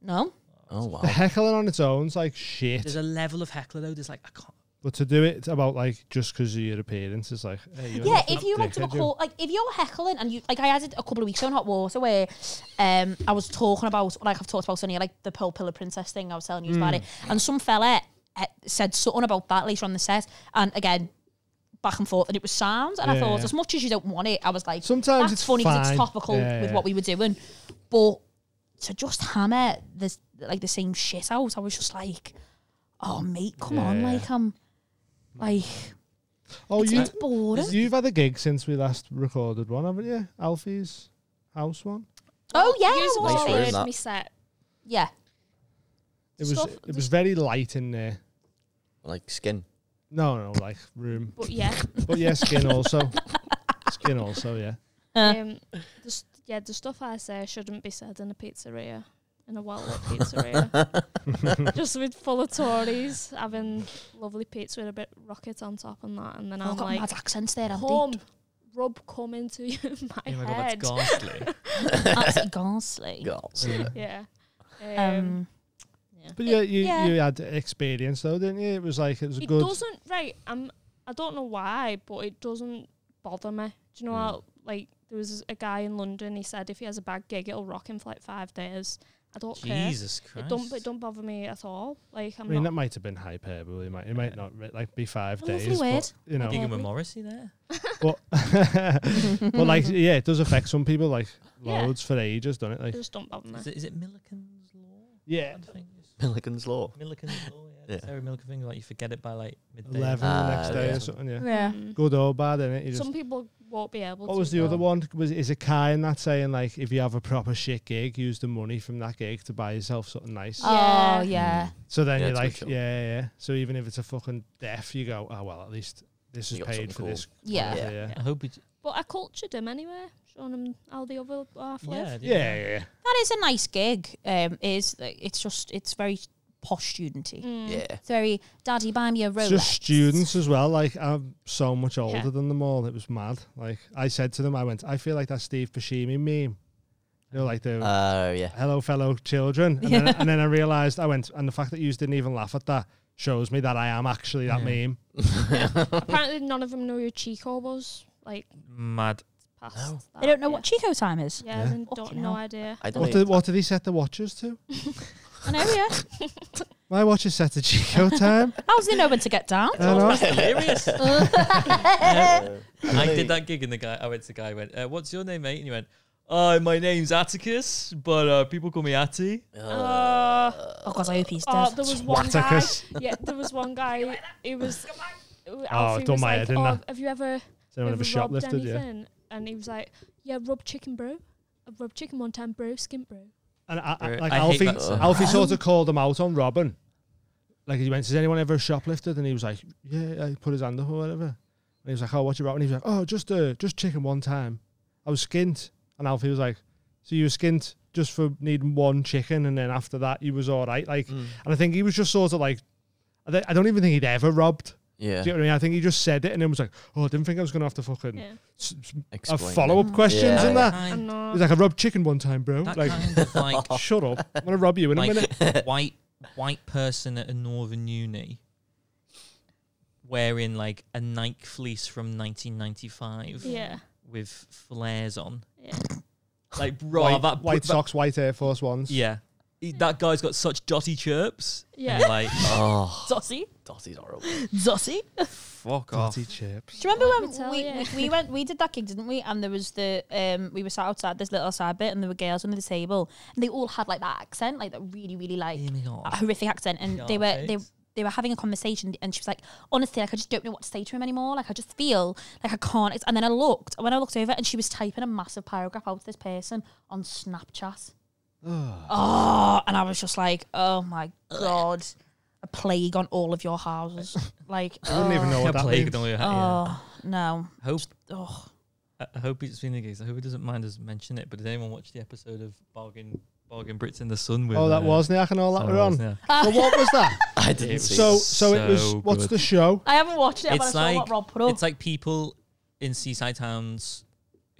Speaker 4: no.
Speaker 5: oh, wow.
Speaker 1: (laughs) The heckling on its own's like shit.
Speaker 6: There's a level of heckler though. There's like I can't.
Speaker 1: But to do it about like just because of your appearance is like hey, you're
Speaker 4: Yeah,
Speaker 1: not
Speaker 4: if
Speaker 1: a
Speaker 4: you like to
Speaker 1: dickhead, you.
Speaker 4: recall, like if you're heckling and you like, I had it a couple of weeks ago on Hot Water where, um, I was talking about like I've talked about on here, like the pearl pillar princess thing. I was telling you about it,
Speaker 1: Mm.
Speaker 4: and some fella eh, said something about that later on the set, and again, back and forth, and it was sound, and I
Speaker 1: Yeah,
Speaker 4: thought
Speaker 1: yeah.
Speaker 4: as much as you don't want it, I was like,
Speaker 1: Sometimes
Speaker 4: that's
Speaker 1: it's
Speaker 4: funny because
Speaker 1: fine.
Speaker 4: it's topical
Speaker 1: Yeah,
Speaker 4: with
Speaker 1: yeah.
Speaker 4: what we were doing, but to just hammer this like the same shit out, I was just like, oh mate, come on,
Speaker 1: Yeah.
Speaker 4: like I'm, like
Speaker 1: Oh,
Speaker 4: it's,
Speaker 1: you
Speaker 4: it's boring.
Speaker 1: You've had a gig since we last recorded one, haven't you? Alfie's house one.
Speaker 4: Oh yeah,
Speaker 2: Use
Speaker 4: I
Speaker 2: what
Speaker 5: Nice
Speaker 4: was.
Speaker 5: room,
Speaker 2: word
Speaker 5: that.
Speaker 2: me set.
Speaker 4: yeah.
Speaker 1: It was
Speaker 2: Stuff-
Speaker 1: it was very light in there.
Speaker 5: Like, skin.
Speaker 1: No, no, like room.
Speaker 2: But yeah,
Speaker 1: But yeah, skin also. Skin also,
Speaker 4: (laughs)
Speaker 1: yeah.
Speaker 4: Uh,
Speaker 2: um, the, s- yeah, the stuff I say shouldn't be said in a pizzeria, in a well-lit pizzeria,
Speaker 6: (laughs)
Speaker 2: just with full of Tories having lovely pizza with a bit rocket on top and that, and then
Speaker 4: I've
Speaker 2: I'm
Speaker 4: got
Speaker 2: like,
Speaker 4: mad accents there, (laughs)
Speaker 2: home,
Speaker 4: haven't
Speaker 2: rub cum into (laughs) your- my
Speaker 6: Oh my god,
Speaker 2: head. (laughs)
Speaker 6: that's
Speaker 5: (laughs)
Speaker 4: they?
Speaker 6: ghastly.
Speaker 4: Absolutely ghastly.
Speaker 5: Girls.
Speaker 2: yeah. Um,
Speaker 4: Um,
Speaker 1: But yeah, you,
Speaker 2: Yeah.
Speaker 1: you had experience though, didn't you? It was like it was a
Speaker 2: it
Speaker 1: good.
Speaker 2: doesn't right um i don't know why but it doesn't bother me do you
Speaker 6: Hmm.
Speaker 2: know how like there was a guy in london he said if he has a bad gig it'll rock him for like five days i don't
Speaker 6: Jesus
Speaker 2: care
Speaker 6: Christ.
Speaker 2: it don't it don't bother me at all like
Speaker 1: I
Speaker 2: i'm
Speaker 1: mean, that
Speaker 2: not
Speaker 1: might have been hyperbole. It might, it might not re- like be five
Speaker 4: A lovely
Speaker 1: days.
Speaker 4: word.
Speaker 1: But, you know,
Speaker 6: Gigging
Speaker 2: Yeah,
Speaker 6: with
Speaker 2: we-
Speaker 6: Morrissey there.
Speaker 1: but (laughs) but like yeah, it does affect some people like
Speaker 2: Yeah.
Speaker 1: loads for ages, doesn't it?
Speaker 2: it
Speaker 1: Like
Speaker 2: just don't bother me
Speaker 6: Is it, is it Milliken's Law?
Speaker 1: yeah,
Speaker 6: I think it's
Speaker 5: Milligan's Law.
Speaker 6: Milliken's Law, yeah.
Speaker 5: Yeah.
Speaker 6: Sarah Milliken thing, like you forget it by like midday.
Speaker 1: eleven the next
Speaker 5: Ah,
Speaker 1: day
Speaker 5: yeah.
Speaker 1: or something. Yeah,
Speaker 4: yeah.
Speaker 2: Mm.
Speaker 1: good or bad, and it. You just
Speaker 2: some people won't be able
Speaker 1: What
Speaker 2: to
Speaker 1: was the
Speaker 2: though.
Speaker 1: other one? Was is it Kai in that saying like if you have a proper shit gig, use the money from that gig to buy yourself something nice?
Speaker 2: Uh,
Speaker 4: Oh yeah.
Speaker 1: so then
Speaker 5: Yeah,
Speaker 1: you're
Speaker 5: it's good
Speaker 1: like, yeah,
Speaker 5: show.
Speaker 1: yeah, yeah. So even if it's a fucking death, you go, oh well, at least this is
Speaker 5: You got
Speaker 1: paid
Speaker 5: something
Speaker 1: for
Speaker 5: cool.
Speaker 1: this.
Speaker 4: Yeah.
Speaker 1: whatever,
Speaker 6: I hope it.
Speaker 2: but i cultured him anyway showing him how the other half
Speaker 6: Yeah,
Speaker 2: live
Speaker 1: yeah, yeah, yeah.
Speaker 4: That is a nice gig. Um, it is like, it's just it's very posh studenty.
Speaker 2: Mm.
Speaker 5: Yeah.
Speaker 4: It's very daddy buy me a Rolex.
Speaker 1: It's just students as well. Like I'm so much older
Speaker 2: Yeah.
Speaker 1: than them all. It was mad. Like I said to them, I went, I feel like that Steve Buscemi meme. You know, like the
Speaker 5: Oh, yeah.
Speaker 1: hello fellow children and, then, and then i realized i went and the fact that you didn't even laugh at that shows me that i am actually that
Speaker 6: Yeah.
Speaker 1: meme
Speaker 2: apparently none of them know who chico was like
Speaker 6: Mad.
Speaker 2: past
Speaker 5: No.
Speaker 2: that.
Speaker 4: They don't know
Speaker 2: yeah.
Speaker 4: what Chico time is.
Speaker 2: yeah,
Speaker 1: Yeah.
Speaker 2: they don't
Speaker 4: Fucking
Speaker 2: no
Speaker 4: hell.
Speaker 2: idea
Speaker 5: I don't
Speaker 1: what
Speaker 5: know. (laughs)
Speaker 1: did, what did he set the watches to
Speaker 4: I know, yeah.
Speaker 1: my watch is set to chico time
Speaker 4: How does they know when to get
Speaker 2: (laughs)
Speaker 4: down?
Speaker 1: I don't know.
Speaker 6: Hilarious.
Speaker 5: Uh,
Speaker 6: (laughs) I did that gig and the guy, I went to the guy, who went, uh, what's your name, mate? And he went, uh, my name's Atticus, but uh, people call me Atty.
Speaker 2: Uh,
Speaker 4: Oh god, I hope he's dead.
Speaker 2: Oh, there was one guy.
Speaker 1: Twatticus.
Speaker 2: (laughs) Yeah, there was one guy. He was. Oh,
Speaker 1: it done my head in
Speaker 2: oh,
Speaker 1: that.
Speaker 2: have you ever,
Speaker 1: Has anyone
Speaker 2: ever
Speaker 1: ever
Speaker 2: robbed
Speaker 1: shoplifted yeah
Speaker 2: anything? And he was like, "Yeah, rub chicken, bro. I rubbed chicken one time, bro. Skin, bro."
Speaker 1: and I, I,
Speaker 6: Bro,
Speaker 1: like
Speaker 6: I hate
Speaker 1: alfie
Speaker 6: that so
Speaker 1: alfie sort of called him out on robin like he went has anyone ever shoplifted and he was like yeah i put his hand up or whatever and he was like oh what you robbing he was like oh just uh just chicken one time i was skint and alfie was like so you were skint just for needing one chicken and then after that you was all right like
Speaker 5: Mm.
Speaker 1: And I think he was just sort of like, I thi- I don't even think he'd ever robbed.
Speaker 5: Yeah.
Speaker 1: Do you know what I mean? I think he just said it and then was like, oh, I didn't think I was going to have to fucking
Speaker 2: Yeah.
Speaker 1: s- s- have
Speaker 5: Explain
Speaker 1: follow up questions
Speaker 5: Yeah.
Speaker 1: and that.
Speaker 2: I
Speaker 6: kind,
Speaker 2: know.
Speaker 1: He's like, I robbed chicken one time, bro.
Speaker 6: that
Speaker 1: like,
Speaker 6: kind of (laughs) like
Speaker 1: shut up. I'm going to rob you in a minute.
Speaker 6: like white white person at a northern uni wearing like a Nike fleece from 1995
Speaker 2: Yeah.
Speaker 6: with flares on.
Speaker 2: Yeah.
Speaker 6: Like, bro,
Speaker 1: white
Speaker 6: that
Speaker 1: white
Speaker 6: that-
Speaker 1: socks, white Air Force ones.
Speaker 6: Yeah. He- That guy's got such dotty chirps. And
Speaker 2: Yeah.
Speaker 6: you're
Speaker 1: (laughs)
Speaker 6: like,
Speaker 5: Oh,
Speaker 4: Zossie.
Speaker 5: Dottie's horrible.
Speaker 4: Zossie.
Speaker 6: fuck off.
Speaker 1: Dirty
Speaker 2: (sighs)
Speaker 1: chips.
Speaker 4: Do you remember
Speaker 2: Hotel,
Speaker 4: when we,
Speaker 2: yeah.
Speaker 4: we, we went we did that gig, didn't we? And there was the um we were sat outside this little side bit and there were girls under the table and they all had like that accent, like that really, really like
Speaker 6: Oh my God.
Speaker 4: a horrific accent and Um, they were they
Speaker 6: Yarface.
Speaker 4: they were having a conversation and she was like honestly like i just don't know what to say to him anymore like i just feel like i can't and then i looked and when i looked over and she was typing a massive paragraph out to this person on snapchat oh and i was just like oh my god a plague on all of your houses (laughs) like
Speaker 1: I wouldn't even know
Speaker 6: Yeah,
Speaker 1: what that
Speaker 6: plague
Speaker 1: means.
Speaker 6: and all your- yeah.
Speaker 4: oh no
Speaker 6: Hope
Speaker 4: oh
Speaker 6: I I hope it's been the case. I hope he doesn't mind us mentioning it. But did anyone watch the episode of Bargain Bargain Brits in the Sun? With
Speaker 1: Oh, that
Speaker 6: uh,
Speaker 1: was Niak and all that
Speaker 6: Sarah
Speaker 1: were on.
Speaker 6: Wozniak?
Speaker 1: So what was that?
Speaker 5: I didn't
Speaker 6: It's
Speaker 5: see
Speaker 1: so,
Speaker 5: this.
Speaker 1: so it was,
Speaker 6: So
Speaker 1: what's
Speaker 6: good.
Speaker 1: the show?
Speaker 4: (laughs) i haven't watched it but i
Speaker 6: It's
Speaker 4: saw
Speaker 6: like
Speaker 4: what rob put up
Speaker 6: it's like people in seaside towns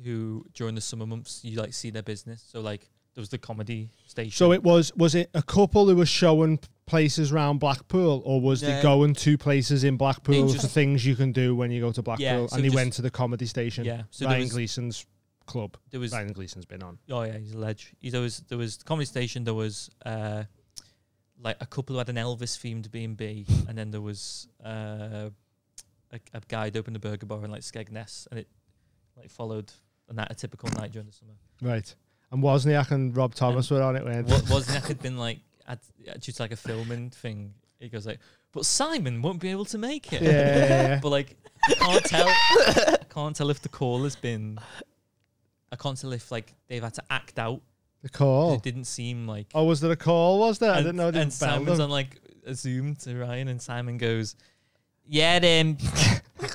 Speaker 6: who during the summer months you like see their business. So like there was the comedy station.
Speaker 1: So it was, was it a couple who were showing places around Blackpool or was they
Speaker 6: No.
Speaker 1: going to places in Blackpool
Speaker 6: just-
Speaker 1: for things you can do when you go to Blackpool?
Speaker 6: so
Speaker 1: and he
Speaker 6: just-
Speaker 1: went to the comedy station.
Speaker 6: yeah. So there
Speaker 1: Ryan
Speaker 6: was,
Speaker 1: Gleason's club.
Speaker 6: there was
Speaker 1: Ryan Gleason's been on.
Speaker 6: oh yeah he's a ledge. He- There was there was the comedy station. There was uh like a couple who had an Elvis themed B and B, and then there was uh a, a guy who opened a burger bar in like Skegness, and it like followed. And that a typical night during the summer.
Speaker 1: Right. And Wozniak and Rob Thomas were on it. When
Speaker 6: What Wozniak had been like, at, due to like a filming thing, he goes like, "But Simon won't be able to make it."
Speaker 1: yeah, yeah, yeah.
Speaker 6: (laughs) but like I can't tell I can't tell if the call has been I can't tell if like they've had to act out.
Speaker 1: the
Speaker 6: 'cause
Speaker 1: call.
Speaker 6: It didn't seem like
Speaker 1: Oh, was there a call? Was there? I
Speaker 6: and-
Speaker 1: didn't know. They
Speaker 6: And
Speaker 1: didn't bell
Speaker 6: Simon's
Speaker 1: them.
Speaker 6: on like a Zoom to Ryan and Simon goes,
Speaker 7: Yeah, um,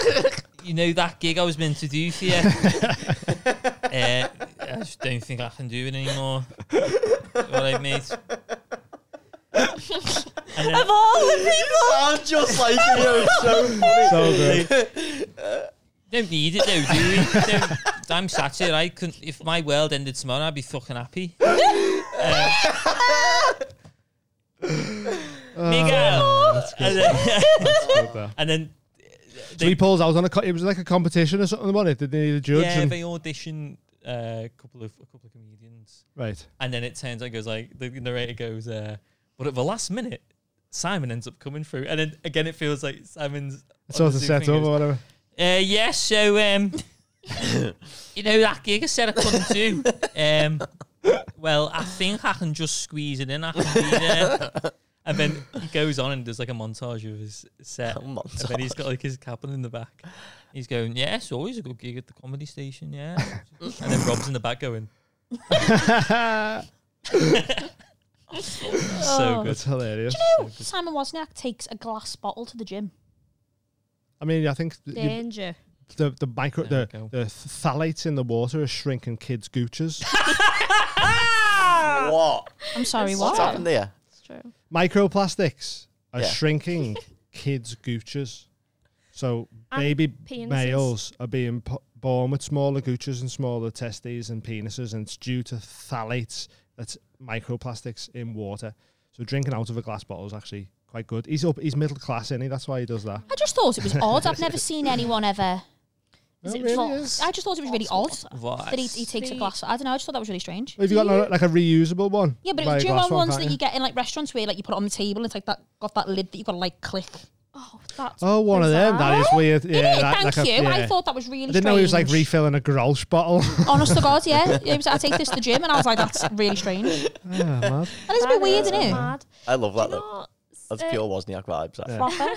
Speaker 7: (laughs) you know that gig I was meant to
Speaker 1: (laughs)
Speaker 7: do for you. uh, I just don't think I can do it anymore. All right, mate. And then-
Speaker 4: (laughs) Of all the people,
Speaker 5: I'm just like, you know, it's so (laughs) funny.
Speaker 1: So good.
Speaker 7: don't need it though, do we? Don't- I'm sat here. I couldn't. If my world ended tomorrow, I'd be fucking happy.
Speaker 1: (laughs)
Speaker 7: Uh,
Speaker 1: Oh,
Speaker 7: Miguel, and then, (laughs)
Speaker 1: Good there.
Speaker 7: and then uh,
Speaker 1: So he pulls out on a. Co- it was like a competition or something. Wasn't it? Did they need a judge?
Speaker 7: yeah,
Speaker 1: and-
Speaker 7: they audition uh, a couple of a couple of comedians.
Speaker 1: right.
Speaker 7: And then it turns out it goes like the narrator goes, uh, but at the last minute, Simon ends up coming through, and then again it feels like Simon's.
Speaker 1: It's sort of
Speaker 7: on the
Speaker 1: set
Speaker 7: Zoom
Speaker 1: up or
Speaker 7: thing goes,
Speaker 1: whatever.
Speaker 7: (laughs) Uh, yeah, so um, you know that gig I said I couldn't do. Um, well, I think I can just squeeze it in. I can be there. And then he goes on and does like a montage of his set.
Speaker 5: A montage.
Speaker 7: And then he's got like his cabin in the back. He's going, yeah, it's always a good gig at the comedy station, yeah. and then Rob's in the back going, so
Speaker 4: Oh.
Speaker 7: good.
Speaker 1: That's hilarious.
Speaker 4: Simon Wozniak takes a glass bottle to the gym.
Speaker 1: I mean, I think th- you-
Speaker 2: Danger.
Speaker 1: the the micro
Speaker 7: There
Speaker 1: the,
Speaker 7: we go.
Speaker 1: the phthalates in the water are shrinking kids' gooches.
Speaker 5: What?
Speaker 4: I'm sorry,
Speaker 5: What's
Speaker 4: what?
Speaker 5: happened there?
Speaker 2: It's true.
Speaker 1: Microplastics are
Speaker 5: Yeah.
Speaker 1: shrinking (laughs) kids' gooches. So
Speaker 2: And
Speaker 1: baby
Speaker 2: penises.
Speaker 1: males are being po- born with smaller gooches and smaller testes and penises, and it's due to phthalates, that's microplastics in water. So drinking out of a glass bottle is actually quite good. He's up, he's middle class, is he? That's why he does that.
Speaker 4: I just
Speaker 1: (laughs)
Speaker 4: thought it was odd. I've never seen anyone ever.
Speaker 1: No,
Speaker 4: Is
Speaker 1: it
Speaker 4: it
Speaker 1: really
Speaker 4: vol-
Speaker 1: is.
Speaker 4: I just thought it was really odd
Speaker 7: What?
Speaker 4: that he, he takes a
Speaker 2: The-
Speaker 4: glass. I don't know. I just thought that was really strange.
Speaker 1: Well, Have you got
Speaker 2: Do you-
Speaker 1: like, like a reusable one?
Speaker 4: Yeah, but it
Speaker 1: Buy a
Speaker 4: was, do you know
Speaker 1: glass one,
Speaker 4: ones
Speaker 1: can't
Speaker 4: that you get in like restaurants where like you put it on the table. It's like that got that lid that you got to like click.
Speaker 2: Oh, that's
Speaker 1: Oh, one of them. That is weird. Yeah,
Speaker 4: Isn't it?
Speaker 1: that-
Speaker 4: Thank
Speaker 1: like a-
Speaker 4: you. I
Speaker 1: yeah.
Speaker 4: thought that was really.
Speaker 1: I didn't know he was like
Speaker 4: strange. Oh.
Speaker 1: refilling a Grolsch (laughs) bottle.
Speaker 4: Honest to God, yeah.
Speaker 1: (laughs)
Speaker 4: It was, I take this to the gym, and I was like, that's really strange. That
Speaker 1: yeah, mad.
Speaker 4: is a bit weird, isn't it?
Speaker 2: Mad.
Speaker 5: I love
Speaker 2: Do you
Speaker 5: that though.
Speaker 2: know,
Speaker 5: That's
Speaker 2: uh,
Speaker 5: pure Wozniak vibes. That.
Speaker 1: Yeah.
Speaker 4: Proper.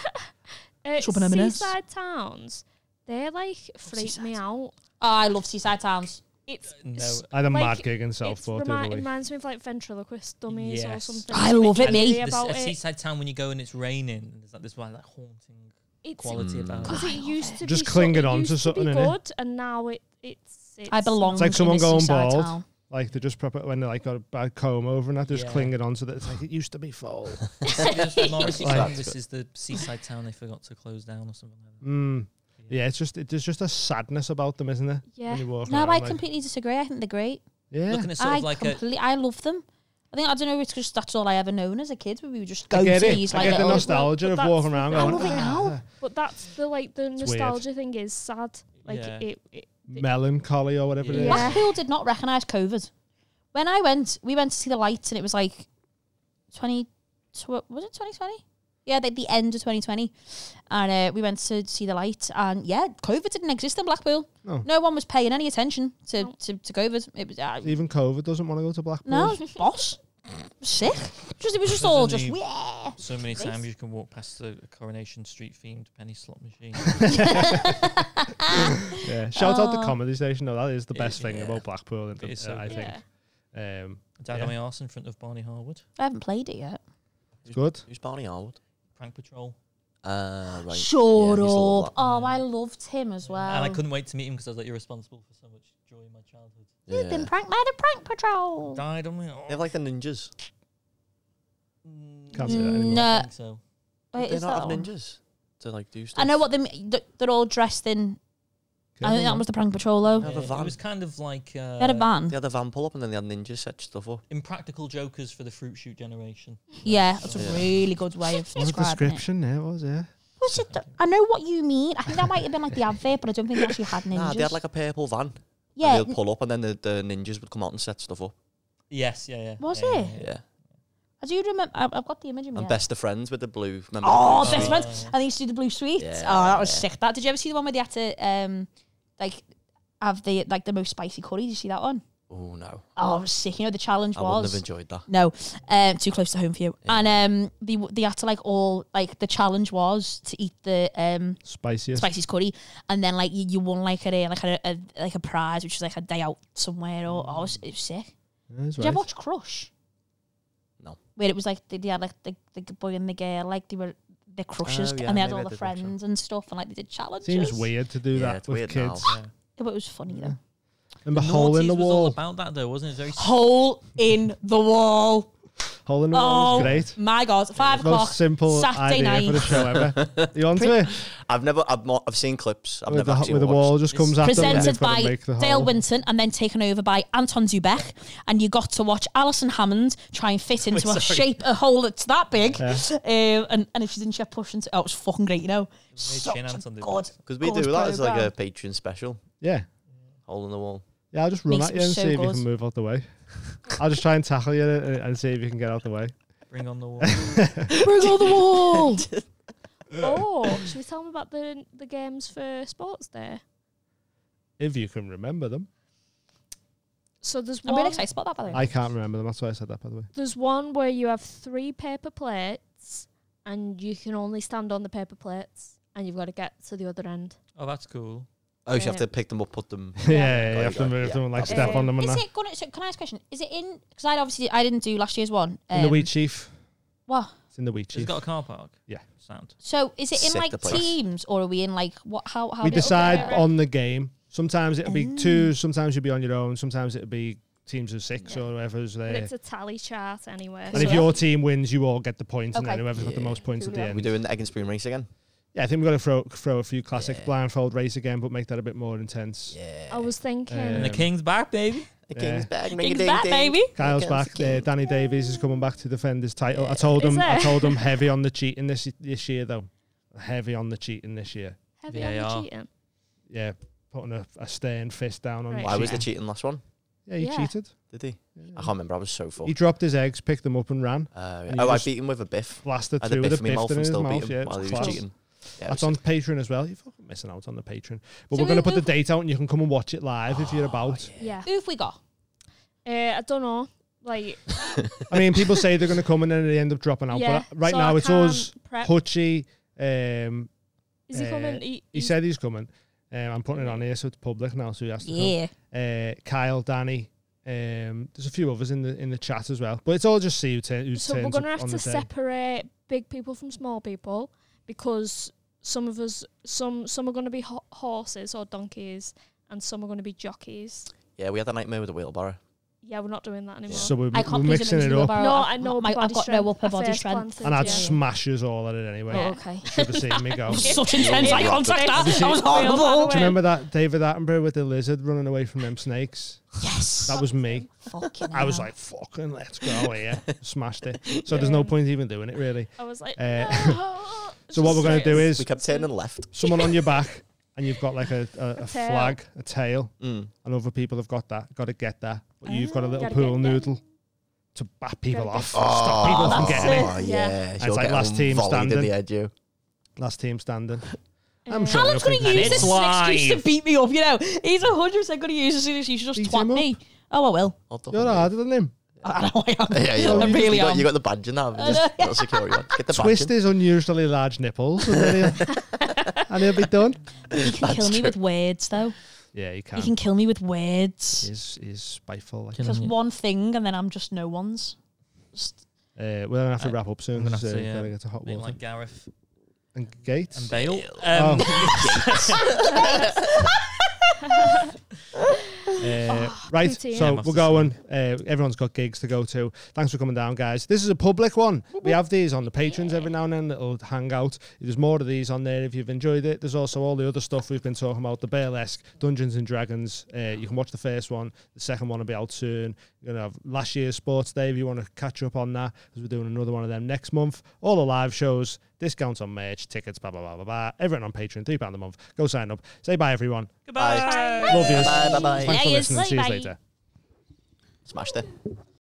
Speaker 2: uh,
Speaker 4: Chopping M&Ms.
Speaker 2: seaside towns, they like freak me out.
Speaker 4: Oh, I love seaside towns.
Speaker 1: Uh,
Speaker 2: It's
Speaker 7: No,
Speaker 1: I had a
Speaker 2: Like,
Speaker 1: mad gig in
Speaker 2: it's
Speaker 1: Southport the
Speaker 2: remi-
Speaker 1: other
Speaker 2: it
Speaker 1: week.
Speaker 2: reminds me of like ventriloquist dummies or
Speaker 7: Yes.
Speaker 2: something.
Speaker 4: I love it,
Speaker 2: It's
Speaker 4: mate.
Speaker 2: eerie
Speaker 7: There's
Speaker 2: About
Speaker 7: a
Speaker 2: it.
Speaker 7: seaside town when you go and it's raining. and There's like this one like haunting
Speaker 2: It's
Speaker 7: quality about it.
Speaker 2: because it used to
Speaker 1: Just
Speaker 2: be so-
Speaker 1: clinging
Speaker 2: it
Speaker 1: on
Speaker 2: used
Speaker 1: to
Speaker 2: be
Speaker 1: something, innit?
Speaker 2: good, and now it it's, it's
Speaker 4: I belong.
Speaker 1: It's like
Speaker 4: in
Speaker 1: someone
Speaker 4: a
Speaker 1: going
Speaker 4: seaside
Speaker 1: bald.
Speaker 4: town.
Speaker 1: Like they just proper when they like got a bad comb over and that, just
Speaker 7: Yeah.
Speaker 1: clinging on to that. It's like it used to be
Speaker 7: (laughs)
Speaker 1: full.
Speaker 4: (laughs)
Speaker 1: (laughs)
Speaker 7: Obviously,
Speaker 5: Like-
Speaker 7: this is the seaside town they forgot to close down or something like that.
Speaker 1: mm. Yeah, it's just it, there's just a sadness about them, isn't there?
Speaker 2: Yeah.
Speaker 1: When you walk
Speaker 4: No,
Speaker 1: around,
Speaker 4: I
Speaker 1: like-
Speaker 4: completely disagree. I think they're great.
Speaker 1: yeah.
Speaker 7: Looking at sort
Speaker 4: I
Speaker 7: of like a
Speaker 4: completely. I love them. I think I don't know. It's just that's all I ever known as a kid. But we would just go
Speaker 1: I get
Speaker 4: to
Speaker 1: it.
Speaker 4: these
Speaker 1: I
Speaker 4: like oh,
Speaker 1: get the
Speaker 4: little.
Speaker 1: nostalgia
Speaker 2: But
Speaker 1: of
Speaker 2: that's
Speaker 1: walking
Speaker 2: the
Speaker 1: around.
Speaker 2: thing. I
Speaker 1: Going, "Ah,
Speaker 4: love it now.
Speaker 2: But that's the like the
Speaker 1: weird.
Speaker 2: nostalgia thing is sad. Like
Speaker 7: Yeah.
Speaker 2: it, it,
Speaker 1: melancholy or whatever it is.
Speaker 2: Yeah.
Speaker 4: Blackpool did not recognise COVID. When I went, we went to see the lights, and it was like twenty. tw- Was it twenty twenty? Yeah, the, the end of twenty twenty, and uh, we went to see the lights, and yeah, COVID didn't exist in Blackpool.
Speaker 1: No.
Speaker 4: one was paying any attention to
Speaker 2: No.
Speaker 4: to, to COVID. It was uh,
Speaker 1: Even COVID doesn't want to go to Blackpool.
Speaker 4: no boss sick. Just it was just all just (laughs) yeah.
Speaker 7: so many
Speaker 4: Nice.
Speaker 7: times you can walk past a, a Coronation Street themed penny slot machine.
Speaker 1: (laughs) Yeah. Shout out the
Speaker 4: Oh.
Speaker 1: comedy station. though. that is the
Speaker 7: It-
Speaker 1: best thing
Speaker 7: yeah.
Speaker 1: about Blackpool. and
Speaker 7: It is so
Speaker 1: I
Speaker 7: good.
Speaker 1: think.
Speaker 2: yeah.
Speaker 1: Um,
Speaker 7: Dad
Speaker 1: Yeah.
Speaker 7: on my arse in front of Barney Harwood.
Speaker 4: I haven't played it yet.
Speaker 1: it's good.
Speaker 5: Who's Barney Harwood?
Speaker 7: Prank Patrol.
Speaker 4: (gasps)
Speaker 5: Uh, right.
Speaker 4: Shut
Speaker 5: Yeah, I used to love
Speaker 4: up!
Speaker 5: that.
Speaker 4: Oh, I loved him as well.
Speaker 7: And I couldn't wait to meet him because I was like, you're responsible for so much joy in my childhood.
Speaker 4: You've
Speaker 5: Yeah.
Speaker 4: been pranked by the prank patrol.
Speaker 7: Died on my
Speaker 6: Oh,
Speaker 5: They're
Speaker 7: arse.
Speaker 5: like the ninjas.
Speaker 1: Can't say that anymore.
Speaker 4: No.
Speaker 7: I think so.
Speaker 4: Wait,
Speaker 5: they
Speaker 4: is that
Speaker 5: not have
Speaker 4: one?
Speaker 5: ninjas to like do stuff.
Speaker 4: I know what they m- th- they're all dressed in. I think that was the prank patrol though.
Speaker 5: They have
Speaker 7: Yeah,
Speaker 5: a van.
Speaker 7: It was kind of like uh,
Speaker 4: They had a van.
Speaker 5: They had a van pull up and then they had ninjas set stuff up.
Speaker 7: impractical jokers for the fruit shoot generation.
Speaker 4: Yeah, that's a
Speaker 5: Yeah.
Speaker 4: really good way of
Speaker 1: What a
Speaker 4: describing it.
Speaker 1: description there was, yeah.
Speaker 4: Was it th- I know what you mean. I think that might have been like the advert, but I don't think they actually had
Speaker 5: (laughs)
Speaker 4: ninjas.
Speaker 5: Nah, they had like a purple van.
Speaker 4: yeah,
Speaker 5: And they'd pull up and then the, the ninjas would come out and set stuff up.
Speaker 7: Yes, yeah, yeah.
Speaker 4: Was
Speaker 7: yeah, yeah,
Speaker 4: it?
Speaker 7: yeah,
Speaker 5: Yeah.
Speaker 7: yeah.
Speaker 4: I do remember. I- I've got the image in
Speaker 5: And
Speaker 4: my head.
Speaker 5: best of friends with the blue. Remember the
Speaker 4: Oh,
Speaker 5: blue
Speaker 4: best
Speaker 7: Uh,
Speaker 5: suit?
Speaker 4: friends. And they used to do the blue sweets.
Speaker 5: Yeah.
Speaker 4: Oh, that was sick. That did you ever see the one where they had to um like have the like the most spicy curry? Did you see that one?
Speaker 5: Oh no,
Speaker 4: Oh, it was sick. You know the challenge
Speaker 5: I wouldn't
Speaker 4: was.
Speaker 5: have enjoyed that.
Speaker 4: No, um, too close to home for you.
Speaker 5: Yeah.
Speaker 4: And um, they w- they had to like all like the challenge was to eat the um
Speaker 1: Spiciest.
Speaker 4: spiciest curry, and then like you, you won like a like a, a like a prize, which was like a day out somewhere. Or oh, it, was, it was sick.
Speaker 1: Yeah, it's
Speaker 4: Did you ever
Speaker 1: right.
Speaker 4: watch Crush?
Speaker 5: No.
Speaker 4: Where it was like they, they had like the, the boy and the girl like they were the crushes
Speaker 5: Oh, yeah,
Speaker 4: and they had
Speaker 5: maybe I
Speaker 4: all the
Speaker 5: did watch that.
Speaker 4: friends and stuff and like they did challenges.
Speaker 1: Seems weird to do
Speaker 5: Yeah,
Speaker 1: that
Speaker 5: it's
Speaker 1: with
Speaker 5: weird now.
Speaker 1: kids.
Speaker 6: Yeah.
Speaker 4: But it was funny though.
Speaker 1: Remember hole in
Speaker 6: Naughties
Speaker 1: the
Speaker 6: was all
Speaker 1: wall?
Speaker 6: about that though, wasn't it? Very
Speaker 4: Hole in the wall.
Speaker 1: Hole in the wall
Speaker 4: Oh
Speaker 1: is great.
Speaker 4: my god! Five o'clock.
Speaker 1: Most simple idea
Speaker 4: Saturday night.
Speaker 1: for the show ever.
Speaker 4: (laughs)
Speaker 1: You onto it?
Speaker 5: I've never, I've, mo- I've seen clips. I've
Speaker 1: With
Speaker 5: never
Speaker 1: the,
Speaker 5: actually
Speaker 1: with the
Speaker 5: watched.
Speaker 1: wall just
Speaker 6: It's
Speaker 1: comes after them and
Speaker 4: presented
Speaker 1: they've got to
Speaker 4: by
Speaker 1: make the
Speaker 4: Dale
Speaker 1: hole.
Speaker 4: Winton and then taken over by Anton Zubek. And you got to watch Alison Hammond try and
Speaker 1: (laughs)
Speaker 4: fit into a
Speaker 6: sorry.
Speaker 4: shape, a hole that's that big. (laughs)
Speaker 1: Yeah.
Speaker 4: Um, and, and if she didn't, she had pushed into Oh, it was fucking great, you know. Such
Speaker 6: Shane
Speaker 4: a
Speaker 6: Anton did
Speaker 4: good.
Speaker 5: Because we
Speaker 4: good
Speaker 5: do that as like
Speaker 4: programme.
Speaker 5: a Patreon special.
Speaker 1: Yeah.
Speaker 5: Hole in the wall.
Speaker 1: Yeah, I'll just run
Speaker 4: Makes
Speaker 1: at
Speaker 4: it
Speaker 1: you and
Speaker 4: so
Speaker 1: see if you
Speaker 4: good.
Speaker 1: can move out the way. I'll just try and tackle you and, and see if you can get out the way.
Speaker 6: Bring on the
Speaker 4: (laughs)
Speaker 6: wall.
Speaker 4: Bring
Speaker 1: (laughs)
Speaker 4: on the wall.
Speaker 2: oh, should we tell them about the the games for sports there?
Speaker 1: If you can remember them.
Speaker 2: So there's
Speaker 4: I'm
Speaker 2: one.
Speaker 4: really excited about that, by the way.
Speaker 1: I can't remember them. That's why I said that, by the way.
Speaker 2: There's one where you have three paper plates, and you can only stand on the paper plates, and you've got to get to the other end.
Speaker 6: Oh, that's cool.
Speaker 5: Oh, you have
Speaker 2: Yeah.
Speaker 5: to pick them up, put them.
Speaker 1: Yeah, yeah, you
Speaker 5: Got
Speaker 1: have
Speaker 5: it,
Speaker 1: to
Speaker 5: got it.
Speaker 1: move
Speaker 5: Yeah,
Speaker 1: them and like
Speaker 5: okay.
Speaker 1: step on them and
Speaker 4: Is
Speaker 1: that.
Speaker 4: it gonna? So can I ask a question? Is it in? Because I obviously I didn't do last year's one.
Speaker 1: in the
Speaker 4: um,
Speaker 1: wheat chief.
Speaker 4: What?
Speaker 1: It's in the wheat
Speaker 6: She's
Speaker 1: chief.
Speaker 6: got a car park.
Speaker 1: Yeah.
Speaker 6: Sound.
Speaker 4: So is it in
Speaker 5: Sick
Speaker 4: like
Speaker 5: the place.
Speaker 4: teams or are we in like what? How? how
Speaker 1: we
Speaker 4: do you-
Speaker 1: decide
Speaker 4: Okay.
Speaker 1: on the game. Sometimes it'll
Speaker 2: Oh.
Speaker 1: be two, sometimes you'll be on your own, sometimes it'll be teams of six or whoever's
Speaker 2: But
Speaker 1: there.
Speaker 2: it's a tally chart anyway.
Speaker 1: And if
Speaker 4: Yeah.
Speaker 1: your team wins, you all get the points, and then
Speaker 4: Okay.
Speaker 1: whoever's got the
Speaker 5: Yeah.
Speaker 1: most points at the
Speaker 4: Cool, yeah.
Speaker 1: end.
Speaker 5: We're doing the Egginspoon race again.
Speaker 1: Yeah, I think we're going to throw, throw a few classic
Speaker 5: Yeah.
Speaker 1: blindfold race again, but make that a bit more intense.
Speaker 5: Yeah.
Speaker 2: I was thinking.
Speaker 6: And the
Speaker 1: Um,
Speaker 6: king's back, baby.
Speaker 5: The
Speaker 1: Yeah.
Speaker 5: king's back.
Speaker 4: Things that baby.
Speaker 1: Kyle's
Speaker 5: Kyle's
Speaker 1: back.
Speaker 5: the
Speaker 1: Uh,
Speaker 5: king.
Speaker 1: Danny Davies is coming back to defend his title. I told him.
Speaker 2: Is
Speaker 1: I
Speaker 2: it?
Speaker 1: told
Speaker 2: (laughs)
Speaker 1: him heavy on the cheating this this year though. Heavy on the cheating this year.
Speaker 2: Heavy on
Speaker 6: VAR.
Speaker 2: the cheating.
Speaker 1: Yeah, putting a, a stern fist down on.
Speaker 2: Right.
Speaker 5: Why was the
Speaker 1: cheating.
Speaker 5: cheating last one?
Speaker 1: Yeah, he
Speaker 2: Yeah.
Speaker 1: cheated.
Speaker 5: Did he? I
Speaker 1: Yeah.
Speaker 5: can't remember. I was so full.
Speaker 1: He dropped his eggs, picked them up, and ran.
Speaker 5: Uh,
Speaker 1: And you
Speaker 5: oh, I
Speaker 1: just-
Speaker 5: beat him with a biff.
Speaker 1: Blasted
Speaker 5: I had
Speaker 1: through
Speaker 5: a
Speaker 1: with
Speaker 5: biff
Speaker 1: a
Speaker 5: in my
Speaker 1: biff
Speaker 5: mouth
Speaker 1: in
Speaker 5: and
Speaker 1: his
Speaker 5: still
Speaker 1: mouth.
Speaker 5: beat
Speaker 1: Yeah,
Speaker 5: him
Speaker 1: it was
Speaker 5: while he was
Speaker 1: class.
Speaker 5: cheating. Yeah, it
Speaker 1: That's on
Speaker 5: was
Speaker 1: Patreon as well. You're fucking missing out on the Patreon. But
Speaker 4: So
Speaker 1: we're going to
Speaker 4: who-
Speaker 1: put the
Speaker 4: who-
Speaker 1: date out and you can come and watch it live if
Speaker 2: Oh,
Speaker 1: you're about.
Speaker 2: Yeah.
Speaker 4: Who have we got?
Speaker 2: Uh, I don't know. Like,
Speaker 1: I mean, people say they're going to come and then they end up dropping out.
Speaker 2: yeah.
Speaker 1: But right
Speaker 2: so
Speaker 1: now,
Speaker 2: I
Speaker 1: it's us,
Speaker 2: can't prep.
Speaker 1: Hutchie. Um,
Speaker 2: Is he
Speaker 1: uh,
Speaker 2: coming? He,
Speaker 1: he said he's coming. Um, I'm putting it on here so it's public now, so he has to come.
Speaker 4: Yeah.
Speaker 1: uh, Kyle, Danny. Um, there's a few others in the in the chat as well, but it's all just see who, turn, who
Speaker 2: So
Speaker 1: turns
Speaker 2: we're
Speaker 1: up
Speaker 2: gonna have
Speaker 1: on
Speaker 2: to
Speaker 1: the day.
Speaker 2: separate big people from small people because some of us, some some are gonna be ho- horses or donkeys, and some are gonna be jockeys.
Speaker 5: (laughs) yeah, we had a nightmare with a wheelbarrow.
Speaker 2: Yeah, we're not doing that anymore.
Speaker 4: (laughs)
Speaker 1: So we're,
Speaker 4: I
Speaker 1: we're
Speaker 4: can't please
Speaker 1: mixing
Speaker 4: him
Speaker 1: it up,
Speaker 2: no, I know.
Speaker 4: My,
Speaker 2: body
Speaker 4: I've got
Speaker 2: strength.
Speaker 4: no upper
Speaker 2: I
Speaker 4: body
Speaker 2: first
Speaker 4: strength.
Speaker 2: planted,
Speaker 1: and I'd
Speaker 2: yeah.
Speaker 1: smashes all at it anyway.
Speaker 4: Oh, okay.
Speaker 1: Should have seen me
Speaker 2: (laughs)
Speaker 1: go. Do you
Speaker 4: Such intense eye contact. That, that was
Speaker 2: Real
Speaker 4: horrible.
Speaker 2: bad
Speaker 1: remember that David Attenborough with the lizard running away from them snakes?
Speaker 4: Yes.
Speaker 1: That was me.
Speaker 4: Fucking
Speaker 1: I was
Speaker 4: hell.
Speaker 1: like, "Fucking let's go here!" Smashed it. So there's no point even doing it really.
Speaker 2: I was like,
Speaker 1: Uh,
Speaker 2: (laughs) no.
Speaker 1: So what we're going to do
Speaker 5: We
Speaker 1: is
Speaker 5: kept turning left.
Speaker 1: someone on your back, and you've got like a, a, a flag, a tail,
Speaker 5: Mm.
Speaker 1: and other people have got that, got to get that. But you've got a
Speaker 4: Oh.
Speaker 1: little
Speaker 2: Gotta
Speaker 1: pool
Speaker 2: get that.
Speaker 1: noodle to bat people
Speaker 2: Gotta
Speaker 1: off,
Speaker 2: get
Speaker 1: stop people from
Speaker 5: Oh,
Speaker 1: getting it.
Speaker 5: yeah.
Speaker 2: Yeah.
Speaker 5: she'll
Speaker 1: like
Speaker 5: get
Speaker 1: last
Speaker 5: them
Speaker 1: team
Speaker 5: volleyed in
Speaker 1: standing.
Speaker 5: the head, you.
Speaker 1: Last team standing. I'm
Speaker 2: Um,
Speaker 1: sure
Speaker 4: Alan's going to
Speaker 1: you'll
Speaker 4: use
Speaker 1: think
Speaker 4: this
Speaker 1: that
Speaker 4: as an excuse to beat me up, you know. He's 100% going to use this as you
Speaker 1: Beat
Speaker 4: should just
Speaker 1: him
Speaker 4: twat
Speaker 1: up.
Speaker 4: me. Oh, I will.
Speaker 5: I'll double
Speaker 1: You're
Speaker 5: you.
Speaker 1: harder than him.
Speaker 4: I know I am.
Speaker 5: (laughs) Yeah, yeah.
Speaker 4: I
Speaker 5: you-
Speaker 4: (laughs) really
Speaker 5: you got,
Speaker 4: am.
Speaker 5: you got the badge in now.
Speaker 4: I
Speaker 5: Just, not secure you. Get the
Speaker 1: Twist
Speaker 5: badge.
Speaker 1: his unusually large nipples, and, then he'll, and he'll be done.
Speaker 4: You can kill me with words, though.
Speaker 1: Yeah, he can.
Speaker 4: You can kill me with words.
Speaker 1: He's, he's spiteful. Like.
Speaker 6: Killing
Speaker 4: Just
Speaker 6: you.
Speaker 4: one thing, and then I'm just no one's. Just,
Speaker 1: Uh, we're gonna have to
Speaker 6: I-
Speaker 1: wrap up soon.
Speaker 6: I'm gonna
Speaker 1: so
Speaker 6: have to, yeah,
Speaker 1: gotta get to hot
Speaker 6: Being
Speaker 1: water
Speaker 6: like Gareth
Speaker 1: and Gates.
Speaker 6: and Bale.
Speaker 1: Oh.
Speaker 6: Um,
Speaker 1: Uh, right,
Speaker 2: poutine.
Speaker 1: so
Speaker 6: Yeah, must
Speaker 1: we're
Speaker 6: have
Speaker 1: going. Uh, everyone's got gigs to go to. Thanks for coming down, guys. This is a public one. We have these on the patrons every now and then. Little hangout. There's more of these on there if you've enjoyed it. There's also all the other stuff we've been talking about. The burlesque, Dungeons and Dragons. Uh, you can watch the first one. The second one will be out soon. You're gonna have last year's sports day if you want to catch up on that because we're doing another one of them next month. All the live shows, discounts on merch, tickets, blah blah blah blah blah. Everyone on Patreon, three pound a month. Go sign up. Say bye, everyone.
Speaker 6: Goodbye.
Speaker 1: Love you.
Speaker 5: Bye, bye, bye.
Speaker 1: Thanks for
Speaker 4: Yeah, yes,
Speaker 1: listening. See you
Speaker 4: bye-bye.
Speaker 1: later.
Speaker 5: Smashed it.